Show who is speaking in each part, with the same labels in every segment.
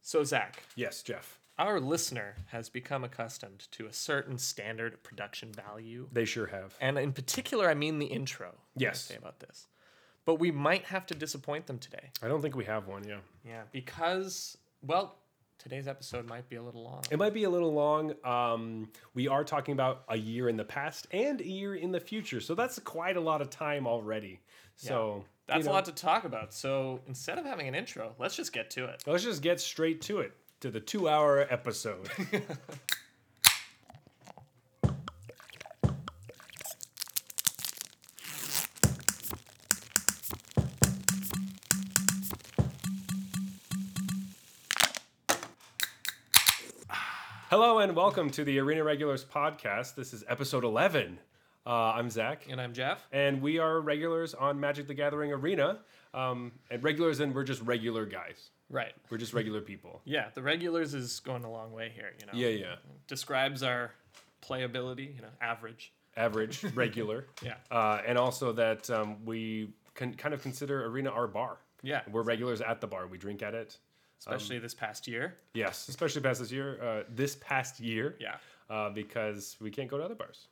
Speaker 1: So, Zach,
Speaker 2: Yes, Jeff.
Speaker 1: our listener has become accustomed to a certain standard of production value.
Speaker 2: They sure have.
Speaker 1: And in particular, I mean the intro. when I
Speaker 2: Yes.
Speaker 1: Say about this. But we might have to disappoint them today.
Speaker 2: I don't think we have one. Yeah.
Speaker 1: Yeah. Because, well, today's episode might be a little long.
Speaker 2: It might be a little long. Um, we are talking about a year in the past and a year in the future, so that's quite a lot of time already. So you
Speaker 1: That's
Speaker 2: know,
Speaker 1: a lot to talk about. So instead of having an intro, let's just get to it.
Speaker 2: Let's just get straight to it to the two-hour episode. Hello and welcome to the Arena Regulars podcast. This is episode 11. Uh, I'm Zach,
Speaker 1: And I'm Jeff.
Speaker 2: and we are regulars on Magic the Gathering Arena. Um, and regulars, and we're just regular guys.
Speaker 1: Right.
Speaker 2: We're just regular people.
Speaker 1: Yeah. The regulars is going a long way here, you know.
Speaker 2: Yeah, yeah.
Speaker 1: Describes our playability, you know, average.
Speaker 2: Average, regular.
Speaker 1: Yeah.
Speaker 2: Uh, and also that um, we can kind of consider Arena our bar.
Speaker 1: Yeah.
Speaker 2: We're regulars at the bar. We drink at it.
Speaker 1: Especially this past year.
Speaker 2: Yes, especially past this year. Uh, this past year.
Speaker 1: Yeah.
Speaker 2: uh, because we can't go to other bars.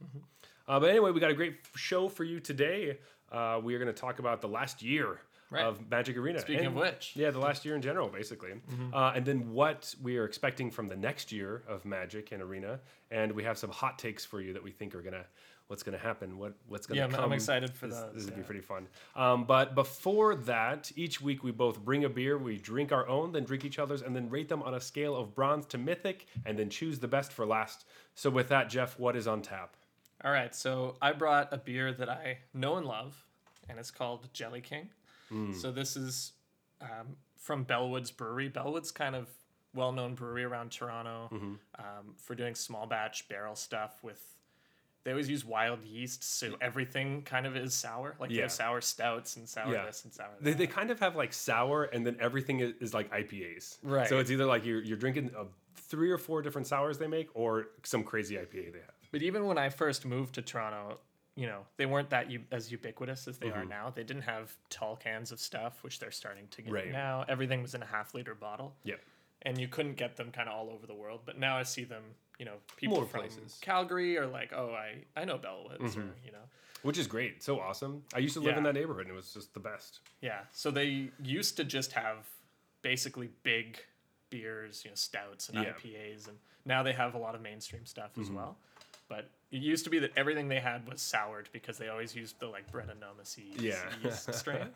Speaker 2: Uh, but anyway, we got a great show for you today. Uh, we are going to talk about the last year
Speaker 1: Right.
Speaker 2: of Magic Arena.
Speaker 1: Speaking of
Speaker 2: and-
Speaker 1: which. Mm-hmm.
Speaker 2: yeah, the last year in general, basically, uh, and then what we are expecting from the next year of Magic and Arena, and we have some hot takes for you that we think are gonna what's gonna happen, what what's gonna
Speaker 1: Yeah, I'm-
Speaker 2: come.
Speaker 1: I'm excited for
Speaker 2: this,
Speaker 1: those,
Speaker 2: This would be
Speaker 1: yeah.
Speaker 2: pretty fun. Um, but before that, each week we both bring a beer, we drink our own, then drink each other's, and then rate them on a scale of bronze to mythic, and then choose the best for last. So with that, Jeff, what is on tap?
Speaker 1: All right, so I brought a beer that I know and love, and it's called Jelly King.
Speaker 2: Hmm.
Speaker 1: So this is um, from Bellwoods Brewery. Bellwoods kind of well-known brewery around Toronto
Speaker 2: Mm-hmm.
Speaker 1: um, for doing small batch barrel stuff with. They always use wild yeast, so everything kind of is sour. Like they
Speaker 2: Yeah.
Speaker 1: have sour stouts and sour
Speaker 2: Yeah.
Speaker 1: this and sour that.
Speaker 2: They, they kind of have like sour, and then everything is, is like IPAs.
Speaker 1: Right.
Speaker 2: So it's either like you're, you're drinking uh, three or four different sours they make, or some crazy IPA they have.
Speaker 1: But even when I first moved to Toronto, you know, they weren't that u- as ubiquitous as they
Speaker 2: Mm-hmm.
Speaker 1: are now. They didn't have tall cans of stuff, which they're starting to get
Speaker 2: Right.
Speaker 1: now. Everything was in a half liter bottle,
Speaker 2: Yep.
Speaker 1: and you couldn't get them kind of all over the world. But now I see them, you know, people
Speaker 2: More
Speaker 1: from
Speaker 2: places. Mm-hmm.
Speaker 1: Calgary are like, oh, I I know Bellwoods, or you know,
Speaker 2: Which is great. So awesome. I used to live in
Speaker 1: Yeah.
Speaker 2: that neighborhood, and it was just the best.
Speaker 1: yeah. So they used to just have basically big beers, you know, stouts and
Speaker 2: Yeah. Mm-hmm.
Speaker 1: IPAs, and now they have a lot of mainstream stuff as well. But it used to be that everything they had was soured because they always used the like bread
Speaker 2: Yeah.
Speaker 1: E yeast strain.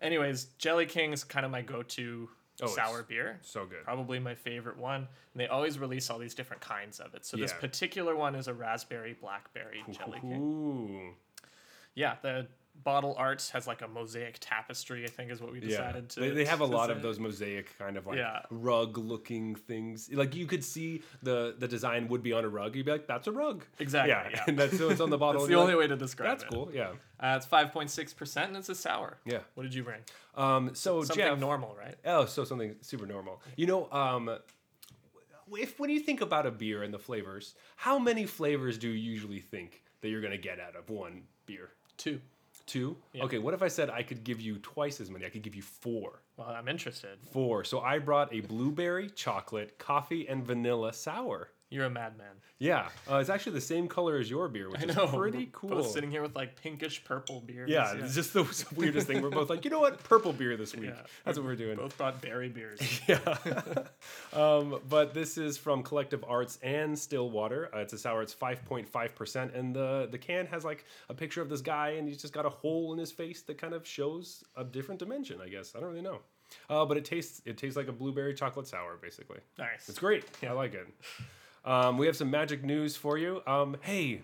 Speaker 1: Anyways, Jelly King is kind of my go-to
Speaker 2: Oh, it's
Speaker 1: sour beer.
Speaker 2: So good.
Speaker 1: Probably my favorite one. And they always release all these different kinds of it. So this
Speaker 2: Yeah.
Speaker 1: particular one is a raspberry blackberry jelly king.
Speaker 2: Ooh.
Speaker 1: Yeah, the bottle arts has like a mosaic tapestry. I think is what we
Speaker 2: Yeah.
Speaker 1: decided to.
Speaker 2: They, they have a
Speaker 1: to
Speaker 2: lot of
Speaker 1: say.
Speaker 2: those mosaic kind of like
Speaker 1: Yeah.
Speaker 2: rug looking things. Like you could see the the design would be on a rug. You'd be like, that's a rug.
Speaker 1: Exactly,
Speaker 2: Yeah.
Speaker 1: yeah.
Speaker 2: and that's so it's on the bottle.
Speaker 1: It's
Speaker 2: and
Speaker 1: the
Speaker 2: you're
Speaker 1: only
Speaker 2: like,
Speaker 1: way to describe
Speaker 2: That's
Speaker 1: it.
Speaker 2: cool. Yeah.
Speaker 1: Uh, it's five point six percent, and it's a sour.
Speaker 2: Yeah.
Speaker 1: What did you bring?
Speaker 2: Um, so
Speaker 1: Something
Speaker 2: Jeff,
Speaker 1: normal, right?
Speaker 2: Oh, so something super normal. You know, um, if when you think about a beer and the flavors, how many flavors do you usually think that you're gonna get out of one beer?
Speaker 1: Two.
Speaker 2: Two. Okay. What if I said I could give you twice as many? I could give you four.
Speaker 1: Well, I'm interested.
Speaker 2: Four. So I brought a blueberry, chocolate, coffee, and vanilla sour.
Speaker 1: You're a madman.
Speaker 2: Yeah, uh, it's actually the same color as your beer, which is pretty cool.
Speaker 1: Both sitting here with like pinkish purple beers.
Speaker 2: yeah, it's just the weirdest thing. We're both like, you know what? Purple beer this week.
Speaker 1: Yeah.
Speaker 2: That's what we're doing.
Speaker 1: Both brought berry beers.
Speaker 2: Um, but this is from Collective Arts and Stillwater. Uh, it's a sour. It's five point five percent, and the the can has like a picture of this guy, and he's just got a hole in his face that kind of shows a different dimension. I guess I don't really know, uh, but it tastes it tastes like a blueberry chocolate sour, basically.
Speaker 1: nice.
Speaker 2: It's great. I like it. Um, we have some magic news for you. Um, hey,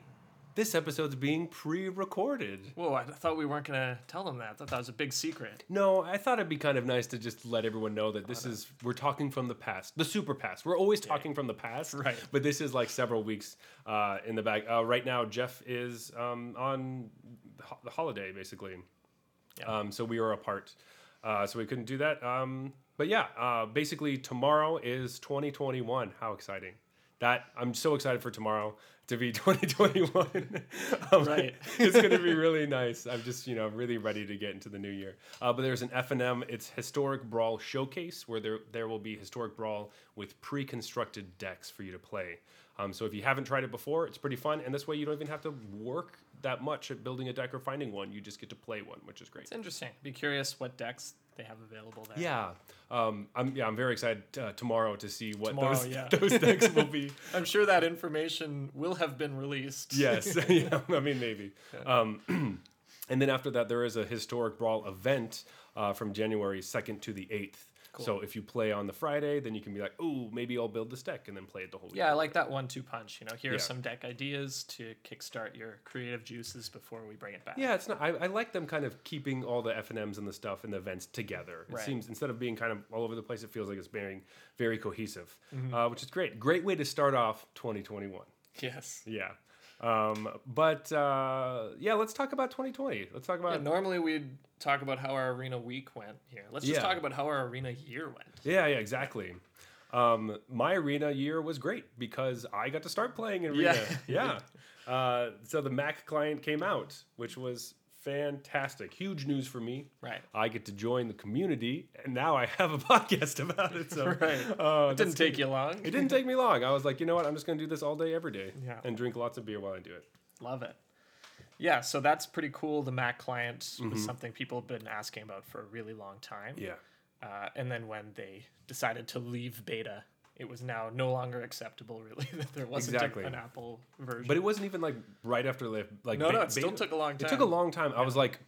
Speaker 2: this episode's being pre-recorded.
Speaker 1: Whoa, I thought we weren't gonna tell them that. I thought that was a big secret.
Speaker 2: No, I thought it'd be kind of nice to just let everyone know that this is we're talking from the past, the super past. We're always talking from the past,
Speaker 1: Right.
Speaker 2: But this is like several weeks uh, in the back. Uh, right now, Jeff is um, on ho- the holiday, basically.
Speaker 1: Yeah.
Speaker 2: Um, so we were apart, uh, so we couldn't do that. Um, but yeah, uh, basically tomorrow is 2021. How exciting! that I'm so excited for tomorrow to be 2021. Um,
Speaker 1: Right.
Speaker 2: it's going to be really nice. I'm just, you know, really ready to get into the new year. Uh, but there's an F&M, it's Historic Brawl Showcase, where there, there will be Historic Brawl with pre-constructed decks for you to play. Um, so if you haven't tried it before, it's pretty fun. And this way you don't even have to work that much at building a deck or finding one. You just get to play one, which is great.
Speaker 1: It's interesting. Be curious what decks they have available there.
Speaker 2: Yeah, um, I'm yeah I'm very excited uh, tomorrow to see what
Speaker 1: Tomorrow,
Speaker 2: those
Speaker 1: yeah.
Speaker 2: those decks will be.
Speaker 1: I'm sure that information will have been released.
Speaker 2: Yes, yeah, I mean maybe. Um, and then after that, there is a historic brawl event uh, from January second to the eighth. So if you play on the Friday, then you can be like, oh, maybe I'll build this deck and then play it the whole week.
Speaker 1: Yeah, I like that one two punch. You know, here
Speaker 2: Yeah.
Speaker 1: are some deck ideas to kickstart your creative juices before we bring it back.
Speaker 2: Yeah, it's not. I, I like them kind of keeping all the F and M's and the stuff and the events together. It
Speaker 1: Right.
Speaker 2: seems instead of being kind of all over the place, it feels like it's being very cohesive,
Speaker 1: Mm-hmm.
Speaker 2: uh, which is great. Great way to start off 2021.
Speaker 1: Yes.
Speaker 2: Yeah. Um, but uh, yeah, let's talk about 2020. Let's talk
Speaker 1: Yeah,
Speaker 2: about
Speaker 1: Uh, normally we'd talk about how our arena week went here. Let's just
Speaker 2: Yeah.
Speaker 1: talk about how our arena year went.
Speaker 2: yeah, yeah, exactly. Um, my arena year was great because I got to start playing in arena. Yeah. Uh, so the Mac client came out, which was fantastic. Huge news for me.
Speaker 1: Right.
Speaker 2: I get to join the community, and now I have a podcast about it. So
Speaker 1: Right.
Speaker 2: uh,
Speaker 1: It didn't take you long.
Speaker 2: It didn't take me long. I was like, you know what? I'm just going to do this all day, every day,
Speaker 1: Yeah.
Speaker 2: and drink lots of beer while I do it.
Speaker 1: Love it. Yeah, so that's pretty cool. The Mac client was something people have been asking about for a really long time.
Speaker 2: Mm-hmm. Yeah.
Speaker 1: Uh, and then when they decided to leave beta, it was now no longer acceptable, really, that there wasn't a-
Speaker 2: Exactly.
Speaker 1: an Apple version.
Speaker 2: But it wasn't even like right after they like
Speaker 1: no,
Speaker 2: ba-
Speaker 1: no, it still
Speaker 2: beta-
Speaker 1: took a long time.
Speaker 2: It took a long time. I was like,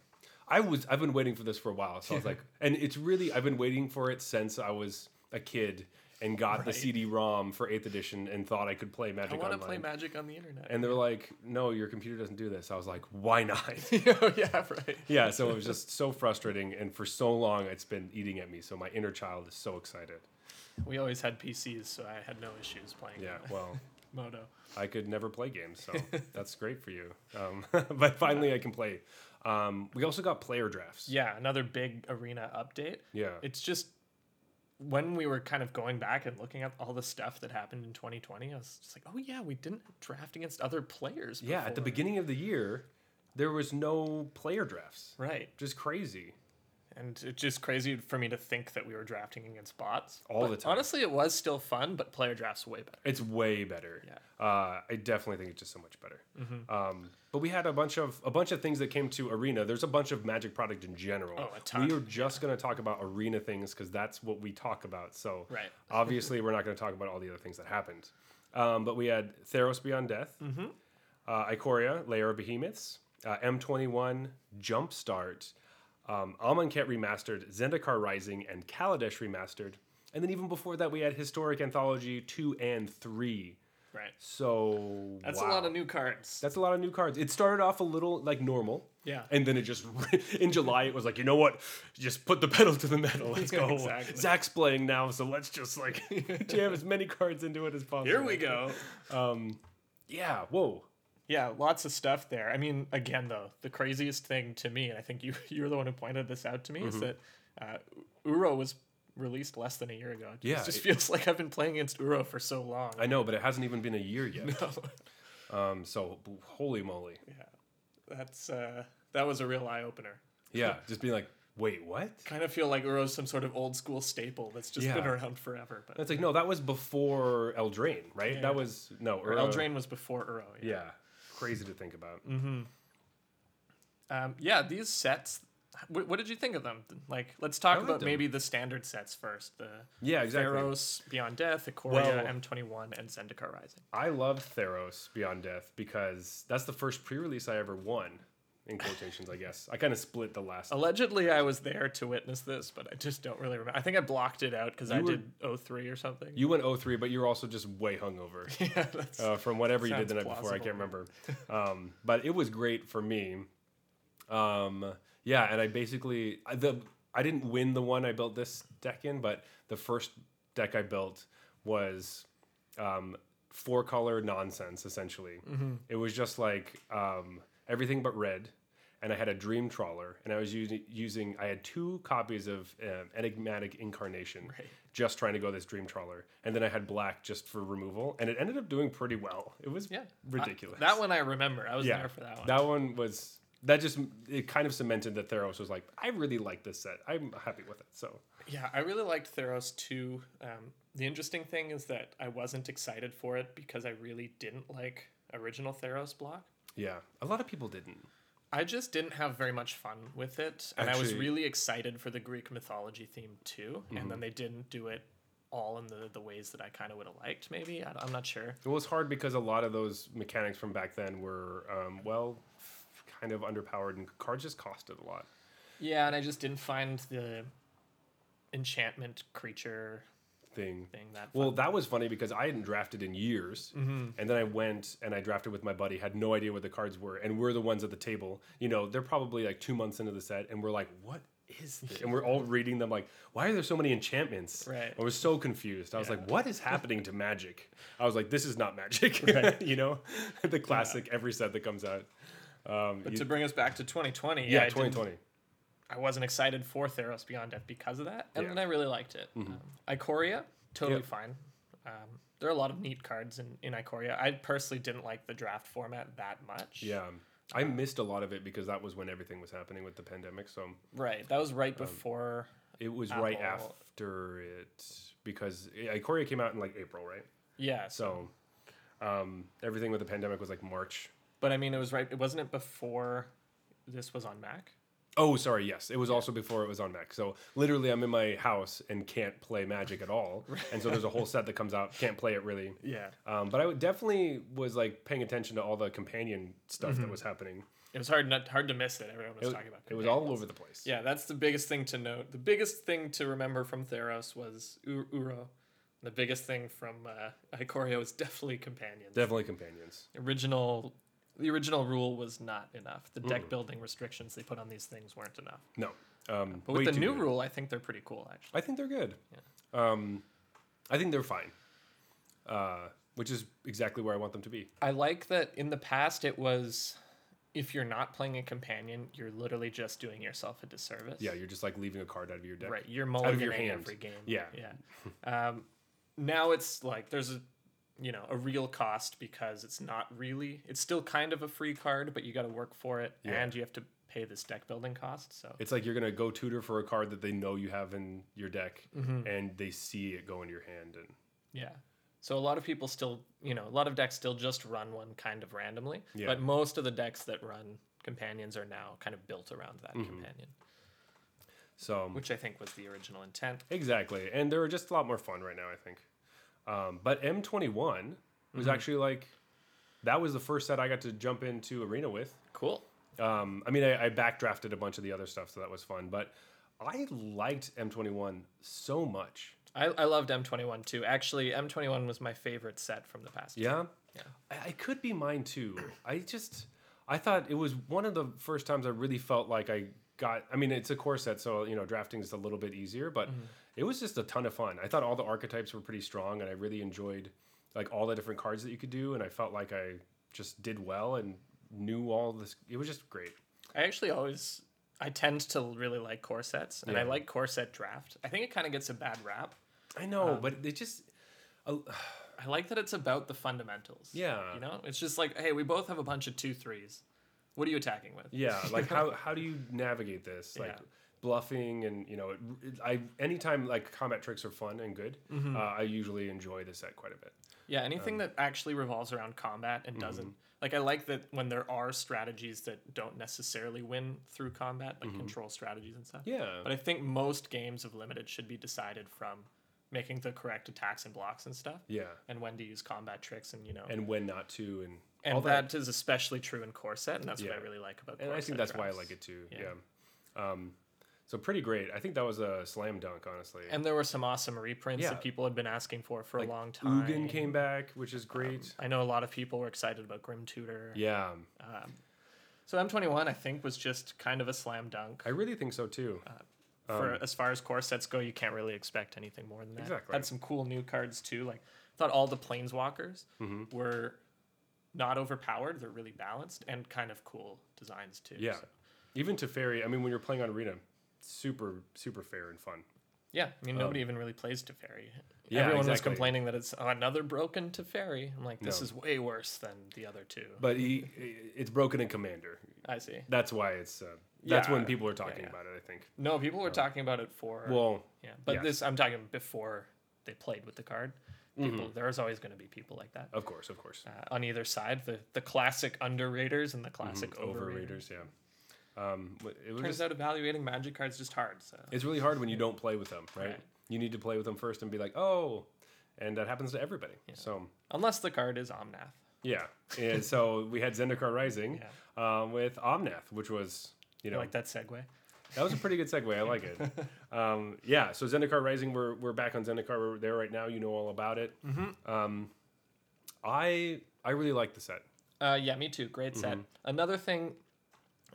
Speaker 2: I was I've been waiting for this for a while. So I was like, and it's really I've been waiting for it since I was a kid and got the
Speaker 1: Right.
Speaker 2: CD-ROM for Eighth Edition and thought I could play Magic
Speaker 1: I want to
Speaker 2: Online.
Speaker 1: play Magic on the internet.
Speaker 2: and they're like, no, your computer doesn't do this. I was like, why not?
Speaker 1: oh, yeah, right.
Speaker 2: yeah, so it was just so frustrating, and for so long it's been eating at me. So my inner child is so excited.
Speaker 1: We always had PCs, so I had no issues playing
Speaker 2: Yeah,
Speaker 1: uh,
Speaker 2: well,
Speaker 1: Moto.
Speaker 2: I could never play games, so that's great for you. Um, but finally, I can play. Um, we also got player drafts.
Speaker 1: Yeah, another big arena update.
Speaker 2: Yeah.
Speaker 1: It's just when we were kind of going back and looking at all the stuff that happened in 2020, I was just like, oh, yeah, we didn't draft against other players.
Speaker 2: Yeah, at the
Speaker 1: before."
Speaker 2: beginning of the year, there was no player drafts.
Speaker 1: Right.
Speaker 2: Just crazy.
Speaker 1: And it's just crazy for me to think that we were drafting against bots
Speaker 2: All
Speaker 1: But
Speaker 2: the time.
Speaker 1: Honestly, it was still fun, but player drafts way better.
Speaker 2: It's way better.
Speaker 1: Yeah. Mm-hmm.
Speaker 2: Uh, I definitely think it's just so much better. Um, but we had a bunch of a bunch of things that came to Arena. There's a bunch of Magic product in general.
Speaker 1: Oh, a ton.
Speaker 2: We are just going to talk about Arena things because that's what we talk about. So
Speaker 1: Right.
Speaker 2: obviously, we're not going to talk about all the other things that happened. Um, but we had Theros Beyond Death,
Speaker 1: Mm-hmm.
Speaker 2: uh, Ikoria, Layer of Behemoths, uh, M21, Jumpstart, um, Amonkhet Remastered, Zendikar Rising, and Kaladesh Remastered. And then even before that, we had Historic Anthology 2 and 3.
Speaker 1: Right.
Speaker 2: So
Speaker 1: That's
Speaker 2: wow.
Speaker 1: a lot of new cards.
Speaker 2: That's a lot of new cards. It started off a little like normal.
Speaker 1: Yeah.
Speaker 2: And then it just in July it was like, you know what? Just put the pedal to the metal. Let's
Speaker 1: Yeah,
Speaker 2: go.
Speaker 1: exactly.
Speaker 2: Zach's playing now, so let's just like jam as many cards into it as possible.
Speaker 1: Here we go.
Speaker 2: Yeah. Whoa.
Speaker 1: Yeah, lots of stuff there. I mean, again, though, the craziest thing to me, and I think you you're the one who pointed this out to me,
Speaker 2: Mm-hmm.
Speaker 1: is that uh, Uro was released less than a year ago. It
Speaker 2: Yeah,
Speaker 1: just
Speaker 2: it-
Speaker 1: feels like I've been playing against Uro for so long.
Speaker 2: I know, but it hasn't even been a year yet. Um. So b- holy moly.
Speaker 1: yeah, that's uh, that was a real eye opener.
Speaker 2: Yeah. Just being like, wait, what?
Speaker 1: Kind of feel like Uro's some sort of old school staple that's just been
Speaker 2: Yeah.
Speaker 1: around forever. But
Speaker 2: That's like no, that was before Eldraine, right? That was no Uro-
Speaker 1: Eldraine Mm-hmm. was before Uro. Yeah.
Speaker 2: Yeah. Crazy to think about.
Speaker 1: Um, yeah, these sets. What, what did you think of them? Like, let's talk
Speaker 2: liked
Speaker 1: about
Speaker 2: them.
Speaker 1: maybe the standard sets first. The
Speaker 2: Yeah. Exactly.
Speaker 1: Theros, Beyond Death, Ikoria,
Speaker 2: Well-
Speaker 1: M21, and Zendikar Rising.
Speaker 2: I loved Theros Beyond Death because that's the first pre-release I ever won. In quotations, I guess. I kind of split the last.
Speaker 1: Allegedly, I was there to witness this, but I just don't really remember. I think I blocked it out because I
Speaker 2: were-
Speaker 1: did 03 or something.
Speaker 2: You went 03, but you were also just way hungover
Speaker 1: yeah, that's,
Speaker 2: uh, from whatever you
Speaker 1: Sounds
Speaker 2: did the night before. I can't
Speaker 1: plausible,
Speaker 2: remember. Um, but it was great for me. Um, yeah, and I basically I- the I didn't win the one I built this deck in, but the first deck I built was um, four
Speaker 1: Mm-hmm.
Speaker 2: color nonsense essentially. It was just like um, everything but red, and and I had a dream trawler, and I was using using I had two copies of um, Enigmatic Incarnation,
Speaker 1: Right.
Speaker 2: just trying to go this dream trawler, and then I had black just for removal, and it ended up doing pretty well. It was
Speaker 1: Yeah.
Speaker 2: ridiculous.
Speaker 1: That one I remember. I was
Speaker 2: yeah,
Speaker 1: there for that one.
Speaker 2: That one was that just it kind of cemented that Theros was like, I really like this set. I'm happy with it. So
Speaker 1: Yeah, I really liked Theros too. Um, the interesting thing is that I wasn't excited for it because I really didn't like original Theros block.
Speaker 2: yeah, a lot of people didn't.
Speaker 1: I just didn't have very much fun with it, and I was
Speaker 2: Actually- Mm-hmm.
Speaker 1: really excited for the Greek mythology theme too. And then they didn't do it all in the the ways that I kind of would have liked. Maybe I, am not sure.
Speaker 2: It was hard because a lot of those mechanics from back then were um, well, kind of underpowered, and cards just costed a lot.
Speaker 1: Yeah, and I just didn't find the enchantment creature
Speaker 2: Thing.
Speaker 1: thing that.
Speaker 2: Well, that was funny because I hadn't drafted in years, and then I went and I drafted with my buddy. Had no idea what the cards were, and we're the ones at the table. You know, they're probably like two months into the set, and we're like, "What is this?" and we're all reading them like, "Why are there so many enchantments?"
Speaker 1: Right.
Speaker 2: I was so confused. I was like, "What is happening to Magic?" I was like, "This is not Magic." you know, the classic every set that comes out. Um,
Speaker 1: but
Speaker 2: you-
Speaker 1: to bring us back to 2020, yeah,
Speaker 2: yeah,
Speaker 1: I didn't-
Speaker 2: 2020.
Speaker 1: I wasn't excited for Theros Beyond Death because of that, and
Speaker 2: Yeah. Mm-hmm.
Speaker 1: then I really liked it. Um, Ikoria, totally
Speaker 2: Yep.
Speaker 1: fine. Um, there are a lot of neat cards in, in Ikoria. I personally didn't like the draft format that much.
Speaker 2: Yeah, I missed a lot of it because that was when everything was happening with the pandemic. So.
Speaker 1: Right. That was right
Speaker 2: Um,
Speaker 1: before.
Speaker 2: It was right
Speaker 1: Apple.
Speaker 2: after it because eh, Ikoria came out in like April, right?
Speaker 1: yeah. So,
Speaker 2: So um, everything with the pandemic was like March.
Speaker 1: but I mean, it was right. It wasn't it before this was on Mac.
Speaker 2: Oh, sorry. Yes, it was also before it was on Mac. So literally, I'm in my house and can't play Magic at all. And so there's a whole set that comes out. Can't play it really.
Speaker 1: Yeah.
Speaker 2: Um, but I would- definitely was like paying attention to all the companion stuff that was happening.
Speaker 1: It was hard not hard to miss it. Everyone was
Speaker 2: It,
Speaker 1: Mm-hmm. talking about
Speaker 2: it was all over the place.
Speaker 1: Yeah, that's the biggest thing to note. The biggest thing to remember from Theros was U- Uro. The biggest thing from uh, Ikoria was definitely companions.
Speaker 2: Definitely companions.
Speaker 1: original the original rule was not enough. The
Speaker 2: Mm.
Speaker 1: deck building restrictions they put on these things weren't enough.
Speaker 2: No. Um,
Speaker 1: But with
Speaker 2: way
Speaker 1: the
Speaker 2: too
Speaker 1: new
Speaker 2: good.
Speaker 1: rule, I think they're pretty cool actually.
Speaker 2: I think they're good. Um, I think they're fine, uh, which is exactly where I want them to be.
Speaker 1: I like that in the past it was if you're not playing a companion, you're literally just doing yourself a disservice.
Speaker 2: Yeah, you're just like leaving a card out of your deck.
Speaker 1: Right. You're
Speaker 2: Out of your
Speaker 1: mulliganing
Speaker 2: hand.
Speaker 1: every game.
Speaker 2: Yeah.
Speaker 1: Yeah. Um, now it's like there's a you know, a real cost because it's not really it's still kind of a free card, but you gotta work for it
Speaker 2: Yeah.
Speaker 1: and you have to pay this deck building cost. So
Speaker 2: It's like you're gonna go tutor for a card that they know you have in your deck, and they see it go in your hand, and
Speaker 1: Yeah. So a lot of people still, you know, a lot of decks still just run one kind of randomly,
Speaker 2: Yeah.
Speaker 1: but most of the decks that run companions are now kind of built around that
Speaker 2: Mm-hmm.
Speaker 1: companion,
Speaker 2: so
Speaker 1: which I think was the original intent.
Speaker 2: exactly. And they're just a lot more fun right now, I think. Um, but M21 was actually like that was the first set I got to jump into arena with.
Speaker 1: Cool.
Speaker 2: Um, I mean, I, I backdrafted a bunch of the other stuff, so that was fun. But I liked M21 so much.
Speaker 1: I, I loved M21 too. Actually, M21 was my favorite set from the past.
Speaker 2: Yeah.
Speaker 1: Yeah.
Speaker 2: I, I could be mine too. I just I thought it was one of the first times I really felt like I got I mean it's a core set so you know drafting is a little bit easier but it was just a ton of fun. I thought all the archetypes were pretty strong and I really enjoyed like all the different cards that you could do and I felt like I just did well and knew all this it was just great.
Speaker 1: I actually always, I tend to really like core sets, and I
Speaker 2: Yeah.
Speaker 1: like core set draft. I think it kind of gets a bad rap.
Speaker 2: I know, but it just
Speaker 1: I like that it's about the fundamentals.
Speaker 2: Yeah.
Speaker 1: You know, it's just like, hey, we both have a bunch of two threes. What are you attacking with?
Speaker 2: Yeah, like how how do you navigate this? Like
Speaker 1: Yeah.
Speaker 2: bluffing and you know, it, it- I anytime like combat tricks are fun and good,
Speaker 1: Mm-hmm.
Speaker 2: uh, I usually enjoy the set quite a bit.
Speaker 1: Yeah, anything
Speaker 2: Um,
Speaker 1: that actually revolves around combat
Speaker 2: mm-hmm.
Speaker 1: and doesn't. Like, I like that when there are strategies that don't necessarily win through combat,
Speaker 2: Mm-hmm.
Speaker 1: like control strategies and stuff.
Speaker 2: Yeah,
Speaker 1: But I think most games of Limited should be decided from making the correct attacks and blocks and stuff,
Speaker 2: yeah,
Speaker 1: and when to use combat tricks, and you know. And,
Speaker 2: and when not to, and all
Speaker 1: and
Speaker 2: that.
Speaker 1: that is especially true in Corset, and that's
Speaker 2: Yeah.
Speaker 1: what I really like about
Speaker 2: and I
Speaker 1: Corset
Speaker 2: think that's why I
Speaker 1: drafts.
Speaker 2: like it too. Yeah.
Speaker 1: Yeah.
Speaker 2: Um, so pretty great. I think that was a slam dunk, honestly.
Speaker 1: And there were some awesome reprints
Speaker 2: Yeah.
Speaker 1: that people had been asking for for a long time. Um,
Speaker 2: Ugin came back, which is great.
Speaker 1: I know a lot of people were excited about Grim Tutor.
Speaker 2: yeah,
Speaker 1: So M21, I think, was just kind of a slam dunk.
Speaker 2: I really think so too.
Speaker 1: uh, for as far as core sets go, you can't really expect anything more than that.
Speaker 2: Um, Exactly.
Speaker 1: Had some cool new cards too. Like I thought all the planeswalkers
Speaker 2: Mm-hmm.
Speaker 1: were not overpowered. They're really balanced and kind of cool designs too.
Speaker 2: Yeah.
Speaker 1: so.
Speaker 2: Even Teferi, I mean, when you're playing on Arena, super, super fair and fun.
Speaker 1: Yeah, I mean nobody even really plays Teferi.
Speaker 2: Um, Yeah,
Speaker 1: Everyone was
Speaker 2: exactly.
Speaker 1: complaining that it's another broken Teferi. I'm like, this
Speaker 2: No.
Speaker 1: is way worse than the other two.
Speaker 2: But he, it's broken in Commander.
Speaker 1: I see.
Speaker 2: That's why it's, uh, that's
Speaker 1: Yeah.
Speaker 2: when people are talking
Speaker 1: yeah.
Speaker 2: about it, I think.
Speaker 1: No, people were talking about it for
Speaker 2: Well,
Speaker 1: yeah, but
Speaker 2: yeah.
Speaker 1: this I'm talking before they played with the card.
Speaker 2: Mm-hmm.
Speaker 1: People, there's always going to be people like that
Speaker 2: of course, of course.
Speaker 1: uh, on either side. The the classic underraters and the classic overraters.
Speaker 2: Overreaders, yeah. Um, but it was
Speaker 1: Turns
Speaker 2: Mm, just,
Speaker 1: out evaluating magic cards just hard. So
Speaker 2: it's really hard when you don't play with them, right?
Speaker 1: Right.
Speaker 2: You need to play with them first and be like, oh, and that happens to everybody. So,
Speaker 1: unless the card is Omnath,
Speaker 2: yeah. and so we had Zendikar Rising um, with Omnath, which was, you
Speaker 1: I
Speaker 2: know,
Speaker 1: like that segue.
Speaker 2: That was a pretty good segue. I like it. Um, yeah. So Zendikar Rising, we're, we're back on Zendikar. We're there right now. You know all about it.
Speaker 1: Mm-hmm.
Speaker 2: Um, I I really like the set.
Speaker 1: Uh, yeah, me too. Great
Speaker 2: Mm-hmm.
Speaker 1: set. Another thing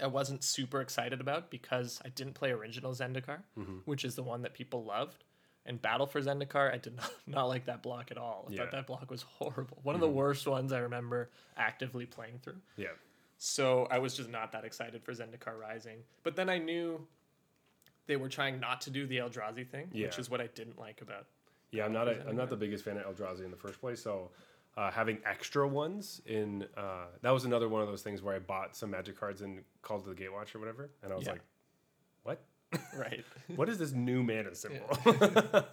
Speaker 1: I wasn't super excited about because I didn't play original Zendikar,
Speaker 2: Mm-hmm.
Speaker 1: which is the one that people loved. And Battle for Zendikar, I did not, not like that block at all. I
Speaker 2: Yeah. Mm-hmm.
Speaker 1: thought that block was horrible. One of the worst ones I remember actively playing through.
Speaker 2: Yeah.
Speaker 1: So I was just not that excited for Zendikar Rising. But then I knew they were trying not to do the Eldrazi thing, which
Speaker 2: Yeah.
Speaker 1: is what I didn't like about.
Speaker 2: Yeah. I'm not a, I'm not the biggest fan of Eldrazi in the first place. So uh, having extra ones in uh, that was another one of those things where I bought some magic cards and called to the Gatewatch or whatever, and I was
Speaker 1: Yeah.
Speaker 2: like, what?
Speaker 1: Right.
Speaker 2: What is this new mana symbol?
Speaker 1: I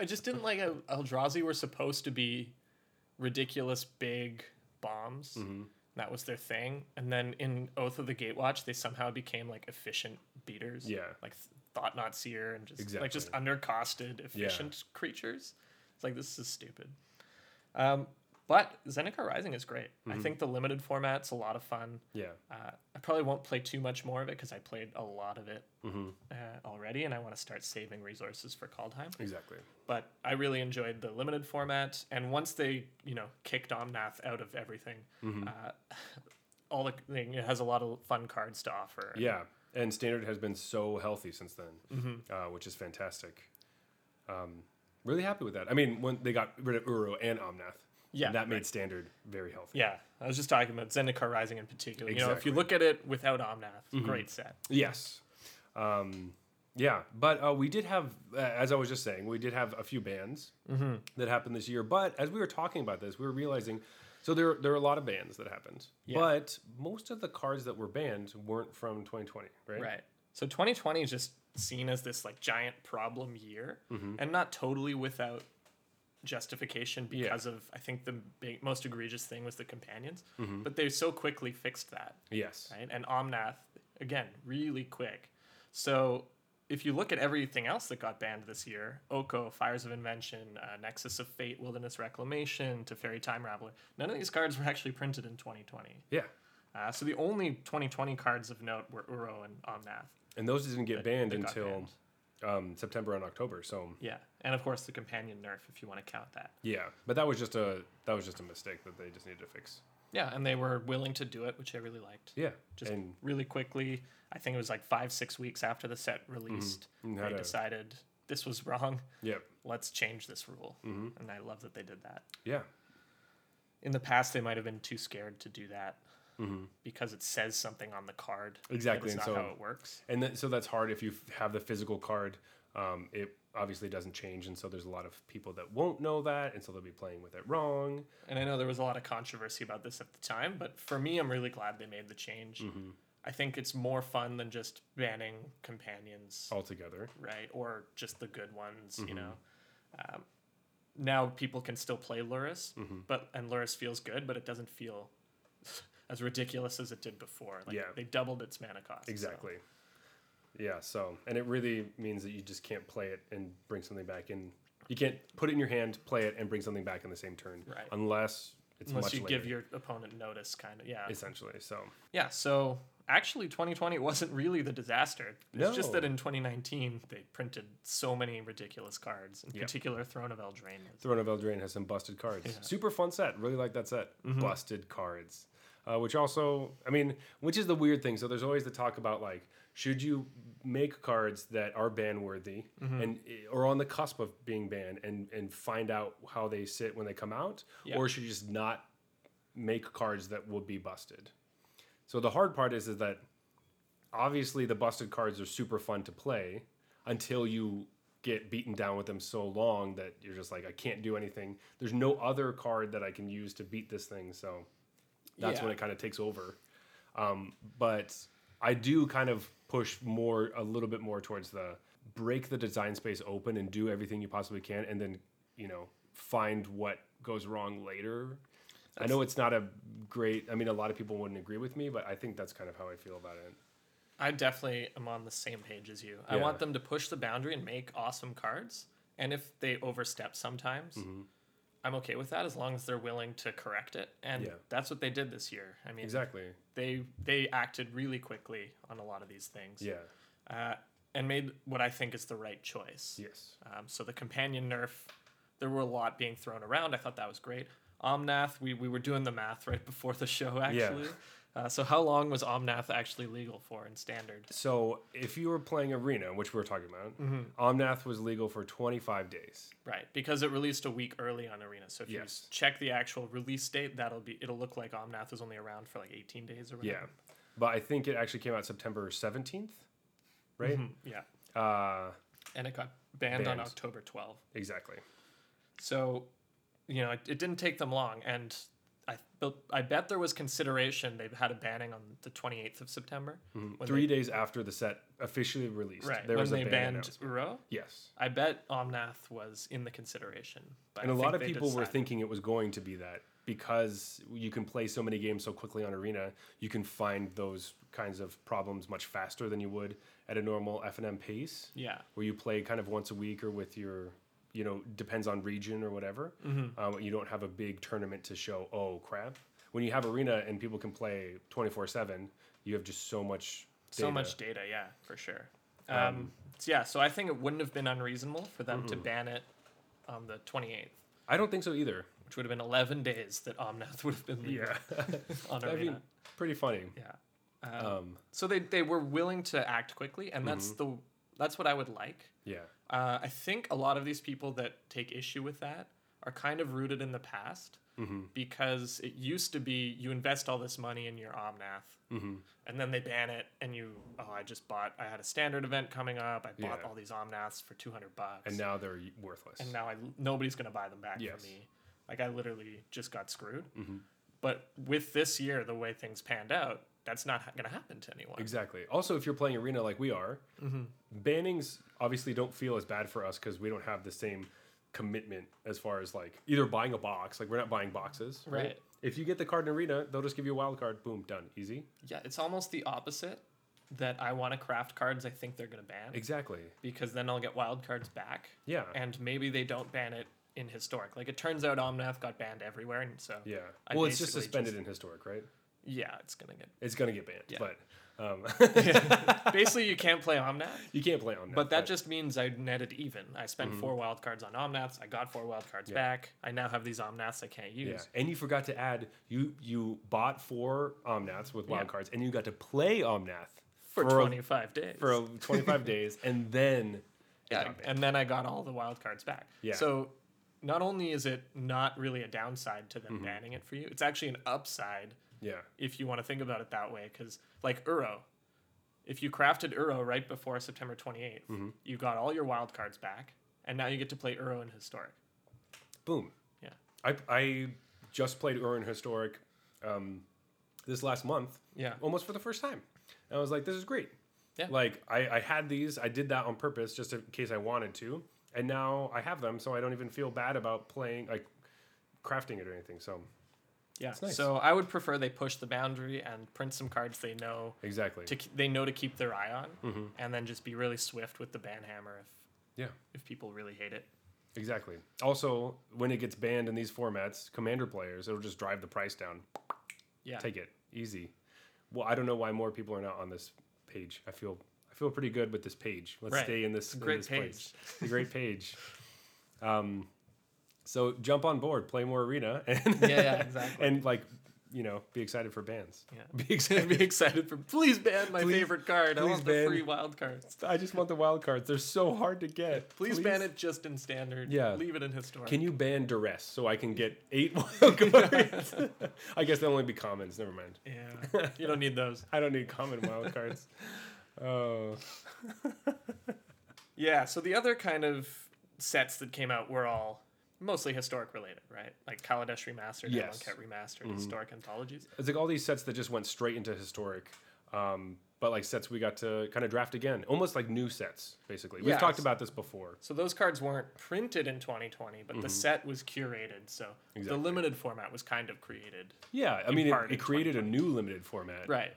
Speaker 1: I just didn't like how Eldrazi were supposed to be ridiculous big bombs.
Speaker 2: Mm-hmm.
Speaker 1: That was their thing. And then in Oath of the Gatewatch, they somehow became like efficient beaters.
Speaker 2: Yeah.
Speaker 1: Like th- Thought Not Seer and just like just
Speaker 2: Exactly.
Speaker 1: undercosted efficient creatures. It's like this is stupid. Um, but Zendikar Rising is great. I think the limited format's a lot of fun.
Speaker 2: yeah.
Speaker 1: Uh, I probably won't play too much more of it because I played a lot of it uh, already, and I want to start saving resources for Kaldheim
Speaker 2: Exactly.
Speaker 1: but I really enjoyed the limited format. And once they, you know, kicked Omnath out of everything, uh, all the thing it has a lot of fun cards to offer.
Speaker 2: Yeah, and standard has been so healthy since then,
Speaker 1: Mm-hmm.
Speaker 2: uh, which is fantastic. Um, really happy with that. I mean, when they got rid of Uro and Omnath,
Speaker 1: Yeah,
Speaker 2: and that made standard very healthy.
Speaker 1: Yeah, I was just talking about Zendikar Rising in particular. You know, if you
Speaker 2: Exactly.
Speaker 1: look at it without Omnath, great set.
Speaker 2: Yes. Um, yeah, but uh, we did have, uh, as I was just saying, we did have a few bans
Speaker 1: Mm-hmm.
Speaker 2: that happened this year. But as we were talking about this, we were realizing, so there there are a lot of bans that happened, but most of the cards that were banned weren't from 2020, right?
Speaker 1: Right. So 2020 is just seen as this like giant problem year, and not totally without justification because of I think the big, most egregious thing was the companions, but they so quickly fixed that.
Speaker 2: Yes.
Speaker 1: right? And Omnath, again, really quick. So if you look at everything else that got banned this year, Oko, Fires of Invention, uh, Nexus of Fate, Wilderness Reclamation, to Fairy Time Raveler, none of these cards were actually printed in 2020.
Speaker 2: Yeah,
Speaker 1: Uh, so the only 2020 cards of note were Uro and Omnath.
Speaker 2: and those didn't get banned
Speaker 1: that got
Speaker 2: until.
Speaker 1: banned.
Speaker 2: Um, September and October, so
Speaker 1: Yeah, and of course the companion nerf, if you want to count that.
Speaker 2: Yeah, but that was just a that was just a mistake that they just needed to fix.
Speaker 1: Yeah, and they were willing to do it, which I really liked.
Speaker 2: Yeah,
Speaker 1: Just
Speaker 2: and
Speaker 1: really quickly, I think it was like five, six weeks after the set released,
Speaker 2: You
Speaker 1: they
Speaker 2: Mm-hmm. had a-
Speaker 1: decided this was wrong.
Speaker 2: yeah,
Speaker 1: let's change this rule.
Speaker 2: Mm-hmm.
Speaker 1: And I love that they did that.
Speaker 2: yeah,
Speaker 1: In the past, they might have been too scared to do that because it says something on the card. but
Speaker 2: Mm-hmm. Exactly,
Speaker 1: it's
Speaker 2: and
Speaker 1: not
Speaker 2: so-
Speaker 1: how it works.
Speaker 2: and that, so that's hard if you f- have the physical card. Um, it obviously doesn't change, and so there's a lot of people that won't know that, and so they'll be playing with it wrong.
Speaker 1: And I know there was a lot of controversy about this at the time, but for me, I'm really glad they made the change.
Speaker 2: Mm-hmm.
Speaker 1: I think it's more fun than just banning companions,
Speaker 2: altogether.
Speaker 1: right? Or just the good ones,
Speaker 2: Mm-hmm.
Speaker 1: you know. Um, now people can still play Luris,
Speaker 2: Mm-hmm.
Speaker 1: but and Luris feels good, but it doesn't feel as ridiculous as it did before. Like
Speaker 2: Yeah.
Speaker 1: they doubled its mana cost. so-
Speaker 2: Exactly. Yeah. So, and it really means that you just can't play it and bring something back in. You can't put it in your hand, play it, and bring something back in the same turn,
Speaker 1: Right.
Speaker 2: unless it's
Speaker 1: unless
Speaker 2: much
Speaker 1: you
Speaker 2: later,
Speaker 1: give your opponent notice kind of yeah
Speaker 2: essentially. So,
Speaker 1: yeah so actually 2020 wasn't really the disaster it's just that
Speaker 2: No.
Speaker 1: in 2019 they printed so many ridiculous cards in particular throne of eldraine was-
Speaker 2: Throne of Eldraine has some busted cards. Super fun set. Really like that set. Busted cards. Uh, which also, I mean, which is the weird thing. So there's always the talk about like, should you make cards that are ban worthy and eh, or on the cusp of being banned and and find out how they sit when they come out,
Speaker 1: Yeah.
Speaker 2: or should you just not make cards that will be busted? So the hard part is is that obviously the busted cards are super fun to play until you get beaten down with them so long that you're just like I can't do anything. There's no other card that I can use to beat this thing, so that's
Speaker 1: Yeah.
Speaker 2: when it kind of takes over. Um, but I do kind of push more a little bit more towards the break the design space open and do everything you possibly can, and then you know find what goes wrong later. I know it's not a great. I mean, a lot of people wouldn't agree with me, but I think that's kind of how I feel about it.
Speaker 1: I definitely am on the same page as you. I
Speaker 2: Yeah.
Speaker 1: want them to push the boundary and make awesome cards. And if they overstep sometimes,
Speaker 2: Mm-hmm.
Speaker 1: I'm okay with that as long as they're willing to correct it. And
Speaker 2: Yeah.
Speaker 1: that's what they did this year. I mean,
Speaker 2: Exactly.
Speaker 1: they they acted really quickly on a lot of these things.
Speaker 2: Yeah.
Speaker 1: Uh, and made what I think is the right choice.
Speaker 2: Yes.
Speaker 1: Um, so the companion nerf, there were a lot being thrown around. I thought that was great. Omnath, we, we were doing the math right before the show, actually. Uh, so how long was Omnath actually legal for in standard?
Speaker 2: So if you were playing Arena, which we were talking about,
Speaker 1: Mm-hmm.
Speaker 2: Omnath was legal for 25 days.
Speaker 1: Right, because it released a week early on Arena. So if you
Speaker 2: Yes.
Speaker 1: s- check the actual release date, that'll be it'll look like Omnath was only around for like 18 days or
Speaker 2: Yeah.
Speaker 1: whatever.
Speaker 2: But I think it actually came out September 17th, right?
Speaker 1: Mhm, yeah.
Speaker 2: Uh,
Speaker 1: And it got banned on
Speaker 2: Banned.
Speaker 1: October 12.
Speaker 2: exactly.
Speaker 1: So, you know, it, it didn't take them long and I but I bet there was consideration they had a banning on the 28th of September. when
Speaker 2: Mm-hmm. Three days after the set officially released,
Speaker 1: Right.
Speaker 2: there
Speaker 1: when
Speaker 2: was a
Speaker 1: they
Speaker 2: ban.
Speaker 1: banned
Speaker 2: announced.
Speaker 1: Uro,
Speaker 2: Yes.
Speaker 1: I bet Omnath was in the consideration. But
Speaker 2: And
Speaker 1: a
Speaker 2: a lot of people were thinking it was going to be that because you can play so many games so quickly on Arena, you can find those kinds of problems much faster than you would at a normal FNM pace.
Speaker 1: Yeah.
Speaker 2: where you play kind of once a week or with your you know depends on region or whatever
Speaker 1: Mm-hmm.
Speaker 2: um, you don't have a big tournament to show oh crap when you have arena and people can play 24-7 you have just so much
Speaker 1: So much data, yeah, for sure. Um, so yeah, so I think it wouldn't have been unreasonable for them to ban it on the 28th,
Speaker 2: i don't think so either
Speaker 1: which would have been 11 days that Omnath would have been legal on
Speaker 2: i
Speaker 1: Arena.
Speaker 2: mean pretty funny
Speaker 1: yeah.
Speaker 2: um,
Speaker 1: So they, they were willing to act quickly, and that's the that's what I would like.
Speaker 2: yeah
Speaker 1: Uh, I think a lot of these people that take issue with that are kind of rooted in the past
Speaker 2: Mm-hmm.
Speaker 1: because it used to be you invest all this money in your Omnath
Speaker 2: Mm-hmm.
Speaker 1: and then they ban it and you, oh, I just bought, I had a standard event coming up. I bought
Speaker 2: Yeah.
Speaker 1: all these Omnaths for 200 bucks.
Speaker 2: and now they're worthless
Speaker 1: and now I, nobody's going to buy them back
Speaker 2: Yes. Mm-hmm.
Speaker 1: for me. Like I literally just got screwed. But with this year, the way things panned out, that's not going to happen to anyone.
Speaker 2: Exactly. Also, if you're playing arena like we are, bannings obviously don't feel as bad for us because we don't have the same commitment as far as like either buying a box, like we're not buying boxes, right?
Speaker 1: Right.
Speaker 2: If you get the card in arena, they'll just give you a wild card. Boom, done, easy.
Speaker 1: Yeah, it's almost the opposite that I want to craft cards I think they're going to ban.
Speaker 2: Exactly.
Speaker 1: because then I'll get wild cards back.
Speaker 2: Yeah.
Speaker 1: And maybe they don't ban it in historic. Like it turns out Omnath got banned everywhere, and so
Speaker 2: yeah.
Speaker 1: I
Speaker 2: well, it's just
Speaker 1: basically
Speaker 2: suspended in historic, right?
Speaker 1: yeah, it's gonna get
Speaker 2: It's gonna get banned,
Speaker 1: Yeah.
Speaker 2: but um,
Speaker 1: basically you can't play Omnath.
Speaker 2: you can't play on that.
Speaker 1: But that just means I netted even. I spent
Speaker 2: Mm-hmm.
Speaker 1: four wild cards on Omnaths. I got four wild cards back. I now have these Omnaths I can't use.
Speaker 2: yeah. And you forgot to add you you bought four Omnaths with wild
Speaker 1: Yeah.
Speaker 2: cards, and you got to play Omnath
Speaker 1: For,
Speaker 2: a-
Speaker 1: 25 days.
Speaker 2: for a 25 days, and then it
Speaker 1: yeah,
Speaker 2: got banned.
Speaker 1: and then I got all the wild cards back.
Speaker 2: Yeah.
Speaker 1: So not only is it not really a downside to
Speaker 2: Mm-hmm.
Speaker 1: them banning it for you, it's actually an upside
Speaker 2: yeah.
Speaker 1: if you want to think about it that way. Because like Uro, if you crafted Uro right before September 28th, you got all your wild cards back, and now you get to play Uro in Historic.
Speaker 2: boom.
Speaker 1: Yeah.
Speaker 2: I, I just played Urin Historic um, this last month,
Speaker 1: Yeah.
Speaker 2: almost for the first time. And I was like, this is great.
Speaker 1: Yeah.
Speaker 2: Like, I, I had these, I did that on purpose just in case I wanted to. And now I have them, so I don't even feel bad about playing, like, crafting it or anything. So,
Speaker 1: Yeah.
Speaker 2: nice.
Speaker 1: So I would prefer they push the boundary and print some cards they know
Speaker 2: exactly.
Speaker 1: to they know to keep their eye on, and then just be really swift with the ban hammer if
Speaker 2: yeah,
Speaker 1: if people really hate it.
Speaker 2: exactly. Also, when it gets banned in these formats, commander players, it'll just drive the price down.
Speaker 1: Yeah.
Speaker 2: Take it. Easy. Well, I don't know why more people are not on this page. I feel I feel pretty good with this page. Let's
Speaker 1: Right.
Speaker 2: stay in this,
Speaker 1: a
Speaker 2: in
Speaker 1: great
Speaker 2: this place. It's a great page. Um, so jump on board, play more arena, and
Speaker 1: yeah, exactly.
Speaker 2: and like you know, be excited for bands.
Speaker 1: Yeah. Be excited. Be excited for please ban my
Speaker 2: Please-
Speaker 1: favorite card. I
Speaker 2: please
Speaker 1: want
Speaker 2: ban-
Speaker 1: the free wild cards.
Speaker 2: I just want the wild cards. They're so hard to get.
Speaker 1: Please, ban it just in standard.
Speaker 2: Yeah.
Speaker 1: Leave it in historic.
Speaker 2: Can you ban duress so I can get eight wild cards? I guess they'll only be commons. Never mind.
Speaker 1: yeah. You don't need those.
Speaker 2: I don't need common wild cards. Oh,
Speaker 1: Yeah, so the other kind of sets that came out were all mostly historic related, right? Like Kaladesh Remastered,
Speaker 2: Yes. Mm-hmm.
Speaker 1: yes. Remastered, historic anthologies.
Speaker 2: it's like all these sets that just went straight into historic, um, but like sets we got to kind of draft again, almost like new sets. Basically, we've
Speaker 1: Yes.
Speaker 2: talked about this before.
Speaker 1: So those cards weren't printed in 2020, but the set was curated. So
Speaker 2: Mm-hmm. Exactly.
Speaker 1: the limited format was kind of created.
Speaker 2: Yeah, I mean, it,
Speaker 1: part
Speaker 2: it
Speaker 1: in
Speaker 2: created a new limited format,
Speaker 1: Right.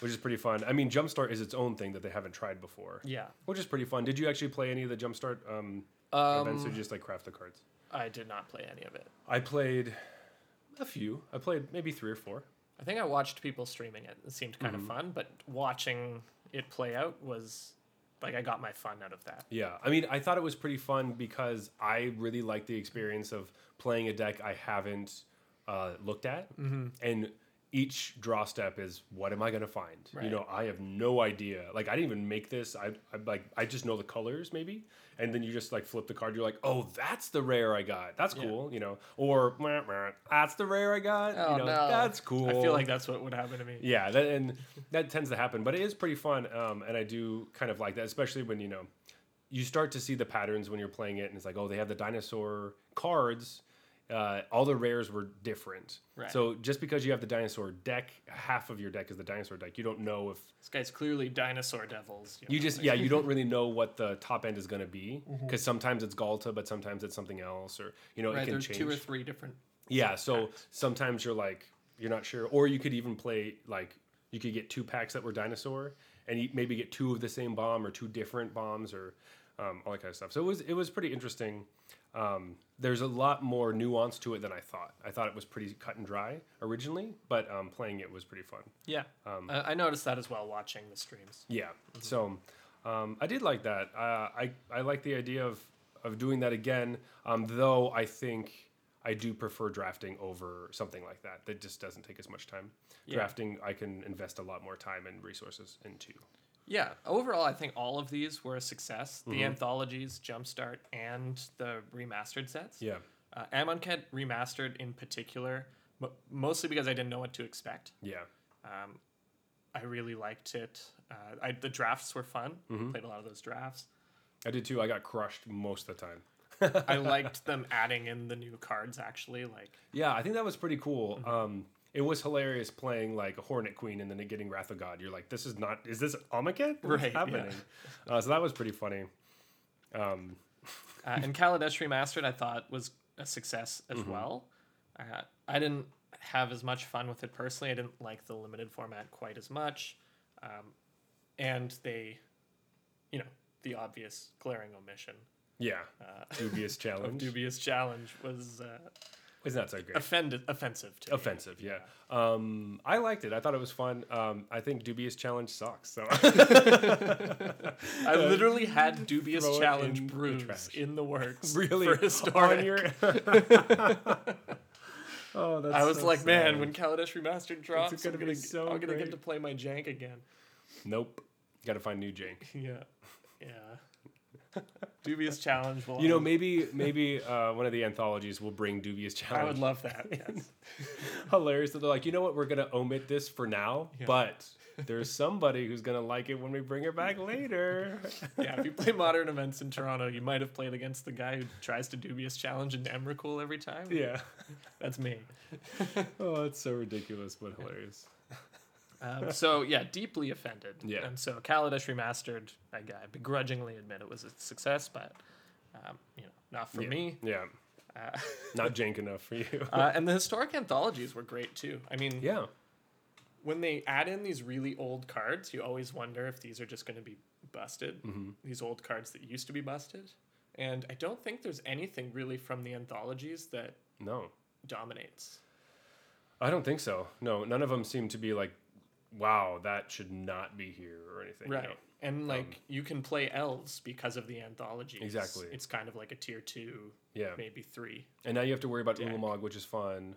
Speaker 2: which is pretty fun. I mean, Jumpstart is its own thing that they haven't tried before,
Speaker 1: Yeah.
Speaker 2: which is pretty fun. Did you actually play any of the Jumpstart um, events, or did you just like craft the cards?
Speaker 1: I did not play any of it.
Speaker 2: I played a few. I played maybe three or four.
Speaker 1: I think I watched people streaming it. It seemed
Speaker 2: Mm-hmm.
Speaker 1: kind of fun, but watching it play out was like I got my fun out of that.
Speaker 2: Yeah, I mean, I thought it was pretty fun because I really like the experience of playing a deck I haven't uh, looked at,
Speaker 1: Mm-hmm.
Speaker 2: and each draw step is what am I going to find? You
Speaker 1: Right.
Speaker 2: know, I have no idea. Like, I didn't even make this. I, I like, I just know the colors maybe, and then you just like flip the card. You're like, oh, that's the rare I got. That's
Speaker 1: Yeah.
Speaker 2: cool. You know, or "Meh, meh, that's the rare I got. you know, that's cool.
Speaker 1: Oh, I feel like that's what would happen to me.
Speaker 2: Yeah, that, and that tends to happen, but it is pretty fun, um, and I do kind of like that, especially when you know you start to see the patterns when you're playing it, and it's like, oh, they have the dinosaur cards. Uh, all the rares were different.
Speaker 1: Right.
Speaker 2: So just because you have the dinosaur deck, half of your deck is the dinosaur deck. You don't know if
Speaker 1: This guy's clearly dinosaur devils.
Speaker 2: you
Speaker 1: know,
Speaker 2: just
Speaker 1: like-
Speaker 2: yeah you don't really know what the top end is going to be because sometimes it's Galta, but sometimes it's something else, or you know
Speaker 1: Mm-hmm.
Speaker 2: it
Speaker 1: right.
Speaker 2: can
Speaker 1: There's
Speaker 2: change.
Speaker 1: two or three different.
Speaker 2: Yeah, so sometimes you're like you're not sure, or you could even play like you could get two packs that were dinosaur, and you maybe get two of the same bomb or two different bombs or um, all that kind of stuff. So it was it was pretty interesting. Um, there's a lot more nuance to it than I thought. I thought it was pretty cut and dry originally, but um, playing it was pretty fun.
Speaker 1: Yeah, Uh, I, I noticed that as well watching the streams.
Speaker 2: Yeah. So um, I did like that. Uh, I I like the idea of of doing that again. Um, though I think I do prefer drafting over something like that. That just doesn't take as much time. Drafting I can invest a lot more time and resources into.
Speaker 1: Yeah, overall, I think all of these were a success. The anthologies, Jumpstart, and the remastered sets.
Speaker 2: Yeah.
Speaker 1: Uh, Amonkhet remastered in particular, mo mostly because I didn't know what to expect.
Speaker 2: Yeah.
Speaker 1: Um, I really liked it. Uh, I, the drafts were fun. Played a lot of those drafts.
Speaker 2: I did too. I got crushed most of the time.
Speaker 1: I liked them adding in the new cards. Actually, like
Speaker 2: Yeah, I think that was pretty cool. Um, it was hilarious playing like a Hornet Queen and then getting Wrath of God. You're like, this is not, is this Amaket? What's
Speaker 1: Right, yeah.
Speaker 2: happening? Uh, so that was pretty funny. Um,
Speaker 1: uh, and Kaladesh Remastered, I thought was a success as
Speaker 2: Mm-hmm.
Speaker 1: well. Uh, I didn't have as much fun with it personally. I didn't like the limited format quite as much, um, and they, you know, the obvious glaring omission,
Speaker 2: yeah.
Speaker 1: uh,
Speaker 2: dubious
Speaker 1: of
Speaker 2: challenge.
Speaker 1: dubious challenge was uh,
Speaker 2: it's not so great.
Speaker 1: offended offensive to me.
Speaker 2: Offensive, yeah. Um, I liked it. I thought it was fun. Um, I think dubious challenge sucks. So
Speaker 1: I literally had dubious
Speaker 2: Throw it
Speaker 1: challenge
Speaker 2: in the
Speaker 1: brews
Speaker 2: trash.
Speaker 1: in the works.
Speaker 2: really,
Speaker 1: for
Speaker 2: on
Speaker 1: historic.
Speaker 2: your. oh, that's.
Speaker 1: I was
Speaker 2: so
Speaker 1: like, man,
Speaker 2: sad.
Speaker 1: when Kaladesh Remastered drops,
Speaker 2: gonna
Speaker 1: I'm gonna,
Speaker 2: be
Speaker 1: get-
Speaker 2: so
Speaker 1: I'm gonna
Speaker 2: great.
Speaker 1: get to play my jank again.
Speaker 2: Nope. Got to find new jank.
Speaker 1: Yeah. Yeah. Dubious challenge. Will
Speaker 2: You know,
Speaker 1: always-
Speaker 2: maybe maybe uh, one of the anthologies will bring dubious challenge.
Speaker 1: I would love that. Yes.
Speaker 2: Hilarious that they're like, you know what, we're gonna omit this for now, but there's somebody who's gonna like it when we bring it back later.
Speaker 1: yeah. If you play modern events in Toronto, you might have played against the guy who tries to dubious challenge in Emrakul every time.
Speaker 2: yeah.
Speaker 1: That's me.
Speaker 2: Oh, it's so ridiculous, but hilarious.
Speaker 1: Um, so yeah, deeply offended.
Speaker 2: Yeah.
Speaker 1: And so Kaladesh remastered. I, I begrudgingly admit it was a success, but um, you know, not for me.
Speaker 2: Yeah.
Speaker 1: Uh,
Speaker 2: Not jank enough for you.
Speaker 1: uh, and the historic anthologies were great too. I mean,
Speaker 2: yeah.
Speaker 1: when they add in these really old cards, you always wonder if these are just going to be busted. These old cards that used to be busted, and I don't think there's anything really from the anthologies that
Speaker 2: No.
Speaker 1: dominates.
Speaker 2: I don't think so. No, none of them seem to be like, wow, that should not be here or anything. you
Speaker 1: Right.
Speaker 2: know?
Speaker 1: And like you can play elves because of the anthologies.
Speaker 2: Exactly.
Speaker 1: It's kind of like a tier two,
Speaker 2: Yeah.
Speaker 1: maybe three. Mm-hmm.
Speaker 2: And now you have to worry about Ulamog, which is fun.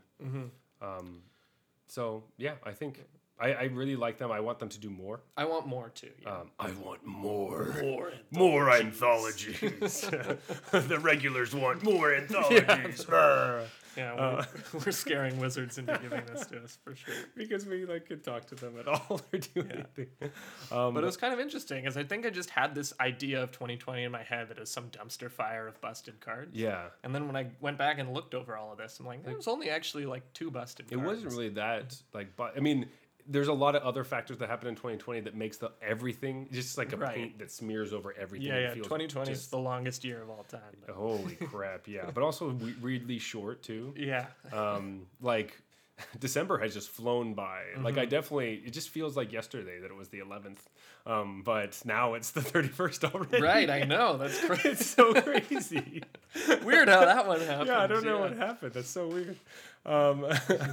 Speaker 2: Um, So yeah, I think I, I really like them. I want them to do more.
Speaker 1: I want more too. Yeah.
Speaker 2: Um, I want more.
Speaker 1: more.
Speaker 2: More anthologies. the regulars want more anthologies. Brr.
Speaker 1: Yeah, we're,
Speaker 2: Uh,
Speaker 1: we're scaring wizards into giving this to us for sure.
Speaker 2: because we like could talk to them at all or do anything. Um,
Speaker 1: But it was kind of interesting, as I think I just had this idea of 2020 in my head that it was some dumpster fire of busted cards.
Speaker 2: Yeah.
Speaker 1: And then when I went back and looked over all of this, I'm like, there was only actually like two busted
Speaker 2: It
Speaker 1: cards.
Speaker 2: wasn't really that like but I mean there's a lot of other factors that happen in 2020 that makes the everything just like a
Speaker 1: Right.
Speaker 2: paint that smears over everything.
Speaker 1: Yeah,
Speaker 2: It
Speaker 1: yeah.
Speaker 2: feels
Speaker 1: 2020 is
Speaker 2: just-
Speaker 1: the longest year of all time. but-
Speaker 2: Holy crap! Yeah, but also we- weirdly short too.
Speaker 1: Yeah.
Speaker 2: Um, like December has just flown by. Like I definitely, it just feels like yesterday that it was the 11th, um, but now it's the 31st already.
Speaker 1: right, I know. That's crazy.
Speaker 2: It's so crazy.
Speaker 1: Weird how that one happened.
Speaker 2: yeah, I don't know what happened. That's so weird. Um,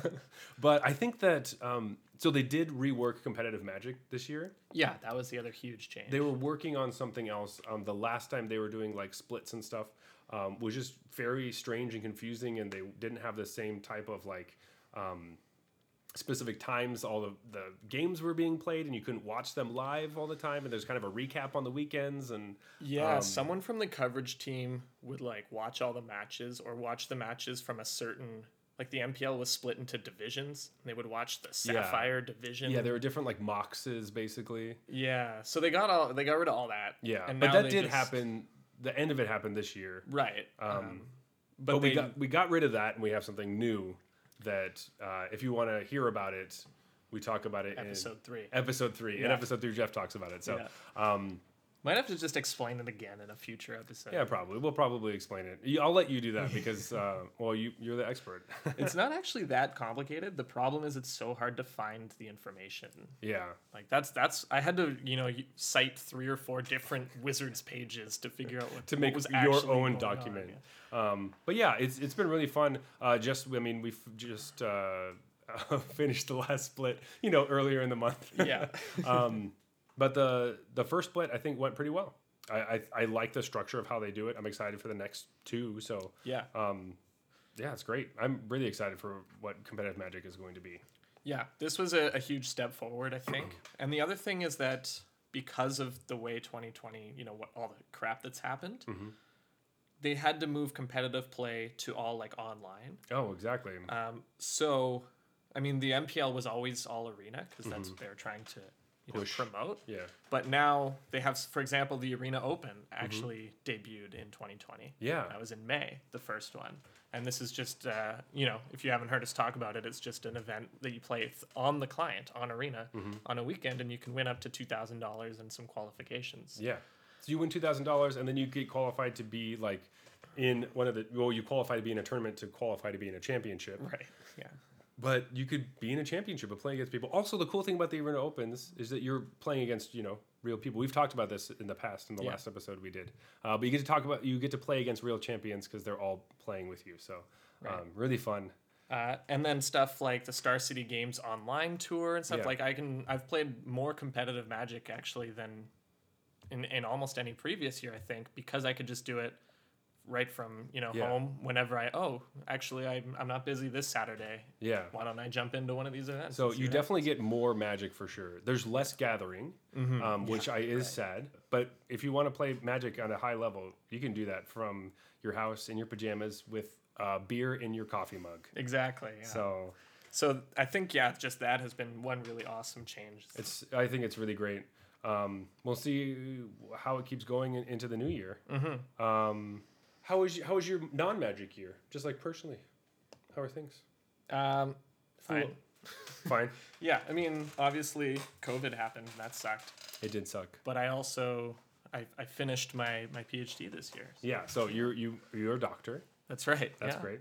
Speaker 2: but I think that um, so they did rework competitive magic this year.
Speaker 1: Yeah, that was the other huge change.
Speaker 2: They were working on something else. Um, the last time they were doing like splits and stuff um, was just very strange and confusing, and they didn't have the same type of like um, specific times all of the games were being played, and you couldn't watch them live all the time. And there's kind of a recap on the weekends, and
Speaker 1: Yeah,
Speaker 2: um,
Speaker 1: someone from the coverage team would like watch all the matches or watch the matches from a certain like the MPL was split into divisions. They would watch the
Speaker 2: Yeah.
Speaker 1: Sapphire division.
Speaker 2: yeah, there were different like moxes basically.
Speaker 1: Yeah, So they got all they got rid of all that.
Speaker 2: Yeah,
Speaker 1: And
Speaker 2: but
Speaker 1: now
Speaker 2: that
Speaker 1: they
Speaker 2: did
Speaker 1: just-
Speaker 2: happen. The end of it happened this year.
Speaker 1: Right. Um, but
Speaker 2: but we
Speaker 1: they-
Speaker 2: got we got rid of that and we have something new that uh, if you want to hear about it we talk about it in
Speaker 1: episode three.
Speaker 2: episode three and
Speaker 1: Yeah.
Speaker 2: episode three jeff talks about it so um,
Speaker 1: Might have to just explain it again in a future episode.
Speaker 2: yeah probably we'll probably explain it You- i'll let you do that because uh, well you, you're the expert
Speaker 1: it's not actually that complicated. The problem is it's so hard to find the information.
Speaker 2: yeah
Speaker 1: Like that's that's I had to you know y- cite three or four different wizards pages to figure out what
Speaker 2: to make
Speaker 1: what was
Speaker 2: your
Speaker 1: actually going
Speaker 2: own
Speaker 1: on,
Speaker 2: document
Speaker 1: yeah.
Speaker 2: um, but yeah it's, it's been really fun uh, just i mean we've just uh, finished the last split you know earlier in the month
Speaker 1: yeah.
Speaker 2: um, but the the first split I think went pretty well. I, I I like the structure of how they do it. I'm excited for the next two. So
Speaker 1: Yeah.
Speaker 2: um, yeah, it's great. I'm really excited for what competitive magic is going to be.
Speaker 1: Yeah. This was a, a huge step forward, I think. and the other thing is that because of the way 2020, you know, what all the crap that's happened, they had to move competitive play to all like online.
Speaker 2: Oh, exactly.
Speaker 1: Um, so, I mean, the MPL was always all arena because that's what they were trying to you know,
Speaker 2: Push.
Speaker 1: promote.
Speaker 2: yeah.
Speaker 1: But now they have, for example, the Arena Open actually debuted in 2020.
Speaker 2: Yeah.
Speaker 1: That was in May, the first one. And this is just, uh, you know, if you haven't heard us talk about it, it's just an event that you play th- on the client, on Arena,
Speaker 2: Mm-hmm.
Speaker 1: on a weekend, and you can win up to $2,000 and some qualifications.
Speaker 2: Yeah. So you win two thousand dollars, and then you get qualified to be like in one of the well, you qualify to be in a tournament to qualify to be in a championship.
Speaker 1: Right. Yeah.
Speaker 2: But you could be in a championship but playing against people. Also, the cool thing about the arena opens is that you're playing against you know real people. We've talked about this in the past in the
Speaker 1: Yeah.
Speaker 2: last episode we did. Uh, but you get to talk about you get to play against real champions because they're all playing with you. So um, really fun.
Speaker 1: Uh, and then stuff like the Star City Games online tour and stuff
Speaker 2: Yeah.
Speaker 1: like I can I've played more competitive Magic actually than in, in almost any previous year I think because I could just do it right from you know
Speaker 2: Yeah.
Speaker 1: home whenever I oh actually I'm I'm not busy this Saturday
Speaker 2: Yeah.
Speaker 1: why don't I jump into one of these events
Speaker 2: So
Speaker 1: and see
Speaker 2: you
Speaker 1: what
Speaker 2: definitely get more magic for sure. There's less gathering, um, which I is sad. But if you want to play magic on a high level, you can do that from your house in your pajamas with uh, beer in your coffee mug.
Speaker 1: happens. exactly yeah. so
Speaker 2: So
Speaker 1: I think yeah just that has been one really awesome change
Speaker 2: It's. I think it's really great. Um, we'll see how it keeps going in, into the new year. Mm-hmm. Um, how was y- how was your non magic year? Just like personally, how are things?
Speaker 1: um fine.
Speaker 2: Cool. Fine.
Speaker 1: yeah I mean obviously COVID happened and that sucked
Speaker 2: it did suck.
Speaker 1: but I also I, I finished my my PhD this year.
Speaker 2: Yeah. So you're you you're a doctor.
Speaker 1: That's right.
Speaker 2: That's
Speaker 1: yeah.
Speaker 2: great.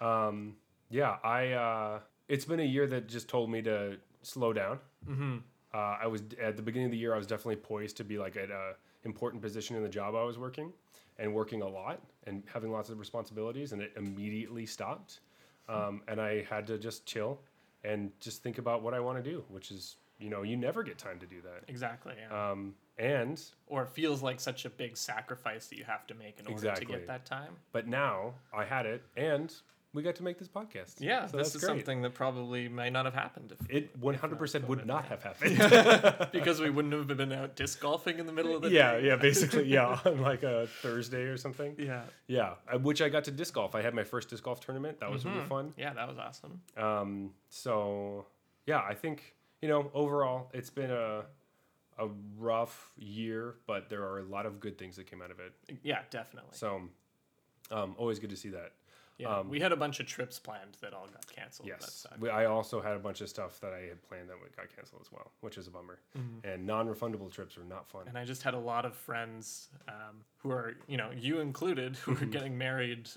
Speaker 2: Um, yeah. I. Uh, it's been a year that just told me to slow down. Mm-hmm. Uh, I was at the beginning of the year. I was definitely poised to be like at a important position in the job I was working, and working a lot and having lots of responsibilities, and it immediately stopped. Um, and I had to just chill and just think about what I want to do, which is you know you never get time to do that.
Speaker 1: Exactly. Yeah.
Speaker 2: Um, and
Speaker 1: or it feels like such a big sacrifice that you have to make in order to
Speaker 2: Exactly.
Speaker 1: get that time.
Speaker 2: But now I had it, and we got to make this podcast.
Speaker 1: Yeah,
Speaker 2: So
Speaker 1: this
Speaker 2: that's
Speaker 1: is
Speaker 2: great.
Speaker 1: something that probably may not have happened if,
Speaker 2: It 100% would not have happened.
Speaker 1: because we wouldn't have been out disc golfing in the middle of the
Speaker 2: yeah,
Speaker 1: day.
Speaker 2: yeah, basically, yeah, on like a Thursday or something.
Speaker 1: yeah,
Speaker 2: Yeah, I- which I got to disc golf. I had my first disc golf tournament. That was really fun.
Speaker 1: Mm-hmm. yeah. That was awesome.
Speaker 2: Um, so yeah, I think you know overall it's been a a rough year, but there are a lot of good things that came out of it.
Speaker 1: Yeah, definitely.
Speaker 2: So um, always good to see that.
Speaker 1: Yeah, we had a bunch of trips planned that all got canceled. That
Speaker 2: Yes,
Speaker 1: sucked.
Speaker 2: we, I also had a bunch of stuff that I had planned that got canceled as well, which is a bummer.
Speaker 1: Mm-hmm.
Speaker 2: And non-refundable trips are not fun.
Speaker 1: and I just had a lot of friends um, who are, you know, you included, who
Speaker 2: Mm-hmm.
Speaker 1: are getting married.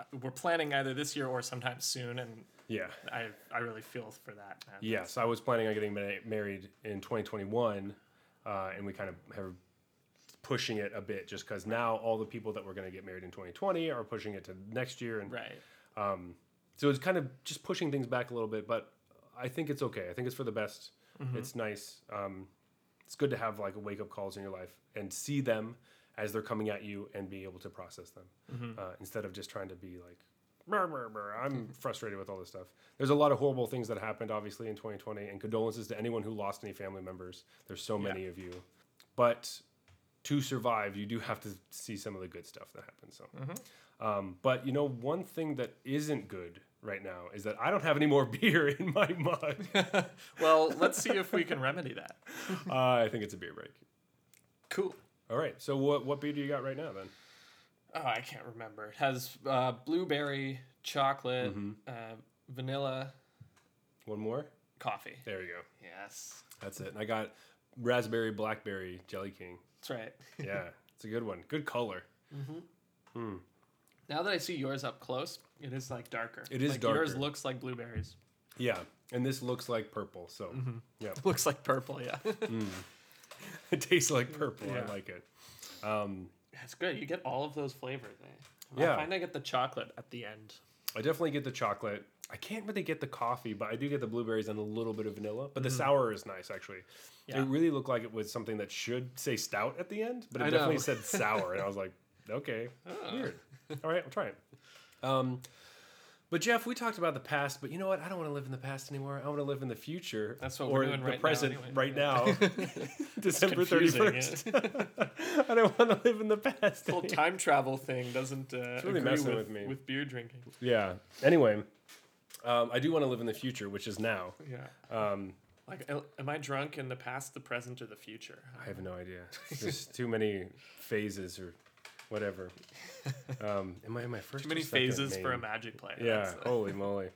Speaker 1: uh, We're planning either this year or sometime soon, and
Speaker 2: Yeah.
Speaker 1: I I really feel for that. man.
Speaker 2: Yes, I was planning on getting ma- married in 2021, uh, and we kind of have pushing it a bit just because now all the people that were going to get married in 2020 are pushing it to next year, and
Speaker 1: Right.
Speaker 2: so it's kind of just pushing things back a little bit. But I think it's okay. I think it's for the best. It's nice. Um, it's good to have like wake up calls in your life and see them as they're coming at you and be able to process them uh, instead of just trying to be like. "Brr, brr, brr, I'm frustrated with all this stuff. There's a lot of horrible things that happened, obviously, in 2020, and condolences to anyone who lost any family members. There's so many of you. But to survive, you do have to see some of the good stuff that happens. So, um, but you know, one thing that isn't good right now is that I don't have any more beer in my mug. uh,
Speaker 1: Well, let's see if we can remedy that.
Speaker 2: I think it's a beer break.
Speaker 1: Cool.
Speaker 2: All right. So, what what beer do you got right now then?
Speaker 1: Oh, I can't remember. It has uh, blueberry, chocolate,
Speaker 2: Mm-hmm.
Speaker 1: uh, vanilla,
Speaker 2: One more.
Speaker 1: coffee.
Speaker 2: There you go.
Speaker 1: Yes,
Speaker 2: That's it. And I got raspberry blackberry jelly king.
Speaker 1: that's right.
Speaker 2: Yeah, it's a good one. Good color.
Speaker 1: Now that I see yours up close, it is like darker.
Speaker 2: It is
Speaker 1: like Yours
Speaker 2: darker.
Speaker 1: looks like blueberries.
Speaker 2: Yeah, and this looks like purple. So, yeah.
Speaker 1: Looks like purple, yeah.
Speaker 2: it tastes like purple.
Speaker 1: Yeah.
Speaker 2: I like it.
Speaker 1: That's good. You get all of those flavors. Eh?
Speaker 2: Yeah.
Speaker 1: I find I get the chocolate at the end.
Speaker 2: I definitely get the chocolate. I can't really get the coffee, but I do get the blueberries and a little bit of vanilla. But the sour is nice, actually.
Speaker 1: Mm-hmm. Yeah.
Speaker 2: It really looked like it was something that should say stout at the end, but it
Speaker 1: I
Speaker 2: definitely
Speaker 1: know.
Speaker 2: said sour, and I was like, okay,
Speaker 1: Oh.
Speaker 2: weird. All right, I'll try it. Um, but Jeff, we talked about the past, but you know what? I don't want to live in the past anymore. I want to live in the future.
Speaker 1: That's what
Speaker 2: or
Speaker 1: we're doing
Speaker 2: the
Speaker 1: right now
Speaker 2: present
Speaker 1: anyway.
Speaker 2: right now, December thirty
Speaker 1: confusing,
Speaker 2: first. I don't want to live in the past.
Speaker 1: The whole time travel thing doesn't uh,
Speaker 2: really
Speaker 1: agree
Speaker 2: messing
Speaker 1: with,
Speaker 2: with me.
Speaker 1: with beer drinking.
Speaker 2: Yeah. Anyway, um, I do want to live in the future, which is now.
Speaker 1: Yeah.
Speaker 2: Um,
Speaker 1: Like, a- am I drunk in the past, the present, or the future?
Speaker 2: I have no idea. There's too many phases or whatever. Um, am I in my first?
Speaker 1: Too many
Speaker 2: or second
Speaker 1: phases for a
Speaker 2: main?
Speaker 1: magic player.
Speaker 2: Yeah.
Speaker 1: That's-
Speaker 2: Holy moly.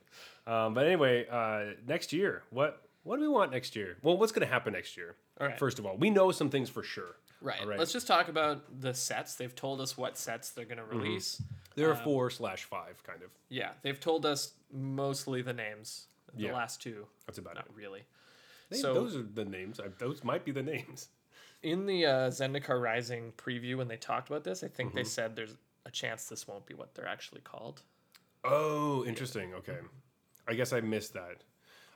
Speaker 2: Um, but anyway, uh, next year, what what do we want next year? Well, what's going to happen next year?
Speaker 1: All right.
Speaker 2: First of all, we know some things for sure.
Speaker 1: Right.
Speaker 2: All right.
Speaker 1: Let's just talk about the sets. They've told us what sets they're going
Speaker 2: Mm-hmm.
Speaker 1: to release.
Speaker 2: There are
Speaker 1: Um,
Speaker 2: four slash five, kind of.
Speaker 1: Yeah. They've told us mostly the names. The
Speaker 2: Yeah.
Speaker 1: last two.
Speaker 2: That's about it.
Speaker 1: Not really.
Speaker 2: They-
Speaker 1: so-
Speaker 2: those are the names. I, those might be the names.
Speaker 1: In the uh, Zendikar Rising preview, when they talked about this, I think they said there's a chance this won't be what they're actually called.
Speaker 2: Oh, interesting. Okay, I guess I missed that.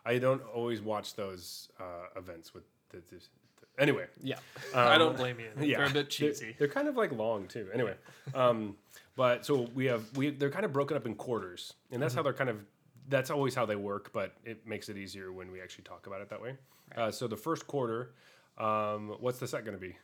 Speaker 2: I don't always watch those uh, events with the. the, the anyway,
Speaker 1: Yeah, I don't blame you. Um,
Speaker 2: yeah,
Speaker 1: They're a bit
Speaker 2: They're-
Speaker 1: cheesy.
Speaker 2: They're, kind of like long too. Anyway, um, but so we have we they're kind of broken up in quarters, and that's how
Speaker 1: Mm-hmm.
Speaker 2: they're kind of that's always how they work. But it makes it easier when we actually talk about it that way. Uh, so the first quarter, um, what's the set going to be?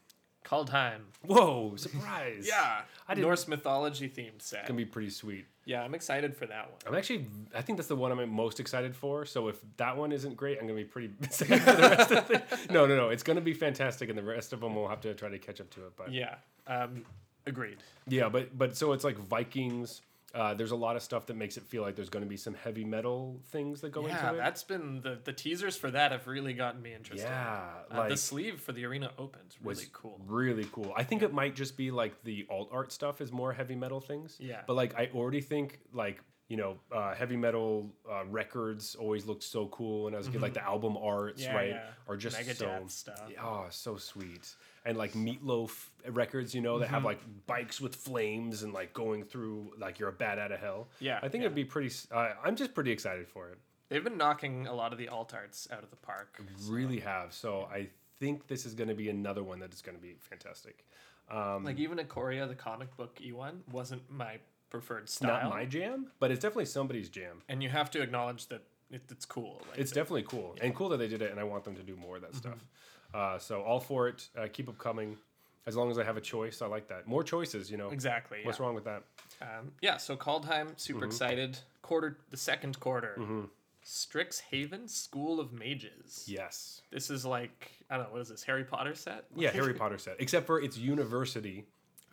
Speaker 1: Call time.
Speaker 2: Whoa, surprise! I didn't.
Speaker 1: Norse mythology themed set.
Speaker 2: It's gonna be pretty sweet.
Speaker 1: yeah, I'm excited for that one.
Speaker 2: I'm actually, I think that's the one I'm most excited for. So if that one isn't great, I'm gonna be pretty sad for the rest of it. No, no, no. It's gonna be fantastic, and the rest of them will have to try to catch up to it. But
Speaker 1: Yeah, um, agreed.
Speaker 2: yeah, but but so it's like Vikings. Uh, there's a lot of stuff that makes it feel like there's gonna be some heavy metal things that go
Speaker 1: Yeah,
Speaker 2: into it.
Speaker 1: that's been the the teasers for that have really gotten me interested.
Speaker 2: yeah,
Speaker 1: Uh,
Speaker 2: like
Speaker 1: the sleeve for the arena opens really
Speaker 2: was
Speaker 1: cool.
Speaker 2: Really cool. I think it might just be like the alt art stuff is more heavy metal things.
Speaker 1: Yeah.
Speaker 2: But like I already think like you know uh, heavy metal uh, records always looked so cool, and I was a kid, like the album arts
Speaker 1: Mm-hmm. Yeah,
Speaker 2: right
Speaker 1: yeah.
Speaker 2: are just
Speaker 1: Megadeth
Speaker 2: so
Speaker 1: stuff.
Speaker 2: oh so sweet. And like meatloaf records, you know, that
Speaker 1: Mm-hmm.
Speaker 2: have like bikes with flames and like going through like you're a bat out of hell.
Speaker 1: Yeah,
Speaker 2: I think
Speaker 1: yeah.
Speaker 2: it'd be pretty. s- Uh, I'm just pretty excited for it.
Speaker 1: They've been knocking a lot of the alt arts out of the park.
Speaker 2: Really have. So I think this is going to be another one that is going to be fantastic.
Speaker 1: Like even Ikoria, the comic book E1, E wasn't my preferred
Speaker 2: It's
Speaker 1: style.
Speaker 2: not my jam, but it's definitely somebody's jam.
Speaker 1: and you have to acknowledge that it, it's cool. Like,
Speaker 2: It's definitely cool and cool that they did it, and I want them to do more
Speaker 1: Mm-hmm.
Speaker 2: of that stuff. Uh, so all for it. Uh, keep them coming. As long as I have a choice, I like that. More choices, you know.
Speaker 1: exactly. Yeah.
Speaker 2: What's wrong Mm-hmm. with that?
Speaker 1: Um, yeah, so Kaldheim, super excited. Quarter, the second quarter.
Speaker 2: Mm-hmm.
Speaker 1: Strixhaven School of Mages.
Speaker 2: Yes.
Speaker 1: This is like I don't know what is this Harry Potter set?
Speaker 2: Yeah, Harry Potter said. Except for it's university.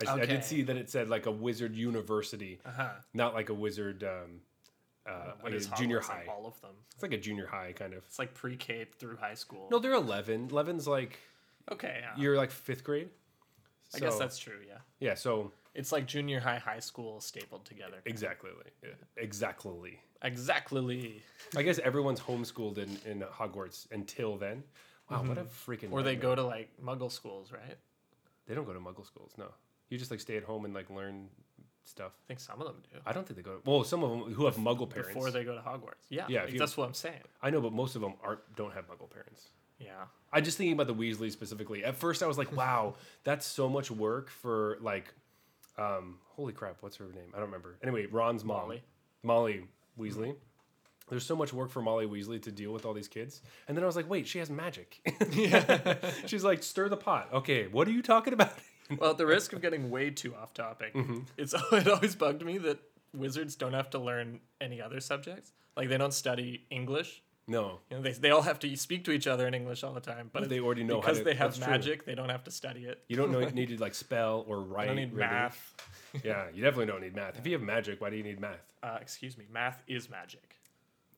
Speaker 2: I, s- I
Speaker 1: Okay.
Speaker 2: did see that it said like a wizard university,
Speaker 1: Uh-huh.
Speaker 2: not like a wizard um, uh,
Speaker 1: What
Speaker 2: like a
Speaker 1: is
Speaker 2: junior
Speaker 1: Hogwarts?
Speaker 2: high.
Speaker 1: Like all of them.
Speaker 2: It's like a junior high kind of.
Speaker 1: It's like pre-K through high school.
Speaker 2: No, they're 11. 11's like
Speaker 1: Okay. Yeah.
Speaker 2: you're like fifth grade.
Speaker 1: Ah. I guess
Speaker 2: So-
Speaker 1: that's true. Yeah.
Speaker 2: yeah. So
Speaker 1: It's like junior high, high school stapled together.
Speaker 2: exactly, yeah, exactly.
Speaker 1: Exactly.
Speaker 2: I guess everyone's homeschooled in, in Hogwarts until then. Wow, what a freaking.
Speaker 1: Mm-hmm. Or they go
Speaker 2: nightmare.
Speaker 1: to like Muggle schools, right? I
Speaker 2: They don't go to Muggle schools. No, you just like stay at home and like learn stuff.
Speaker 1: think some of them do.
Speaker 2: I don't think they go. Well, some of them who have Muggle parents.
Speaker 1: Before they go to Hogwarts. Yeah.
Speaker 2: Yeah,
Speaker 1: like,
Speaker 2: if you-
Speaker 1: that's what I'm saying.
Speaker 2: I know, but most of them aren't don't have Muggle parents.
Speaker 1: Yeah.
Speaker 2: I just thinking about the Weasleys specifically. At first, I was like, "Wow, that's so much work for like, um, holy crap, what's her name? I don't remember." Anyway, Ron's mom,
Speaker 1: Molly.
Speaker 2: Molly, Weasley. There's so much work for Molly Weasley to deal with all these kids, and then I was like, "Wait, she has magic." She's like, "Stir the pot." Okay, what are you talking about?
Speaker 1: Well, at the risk of getting way too off topic,
Speaker 2: Mm-hmm.
Speaker 1: it's it always bugged me that wizards don't have to learn any other subjects. Like they don't study English.
Speaker 2: no,
Speaker 1: You know, they, they all have to speak to each other in English all the time, but
Speaker 2: they already know how
Speaker 1: because
Speaker 2: to-
Speaker 1: they have
Speaker 2: that's true.
Speaker 1: magic, they don't have to study it.
Speaker 2: you don't know, need to like spell or write.
Speaker 1: They don't need
Speaker 2: really.
Speaker 1: math.
Speaker 2: Yeah, you definitely don't need math. If you have magic, why do you need math?
Speaker 1: Uh, excuse me, math is magic.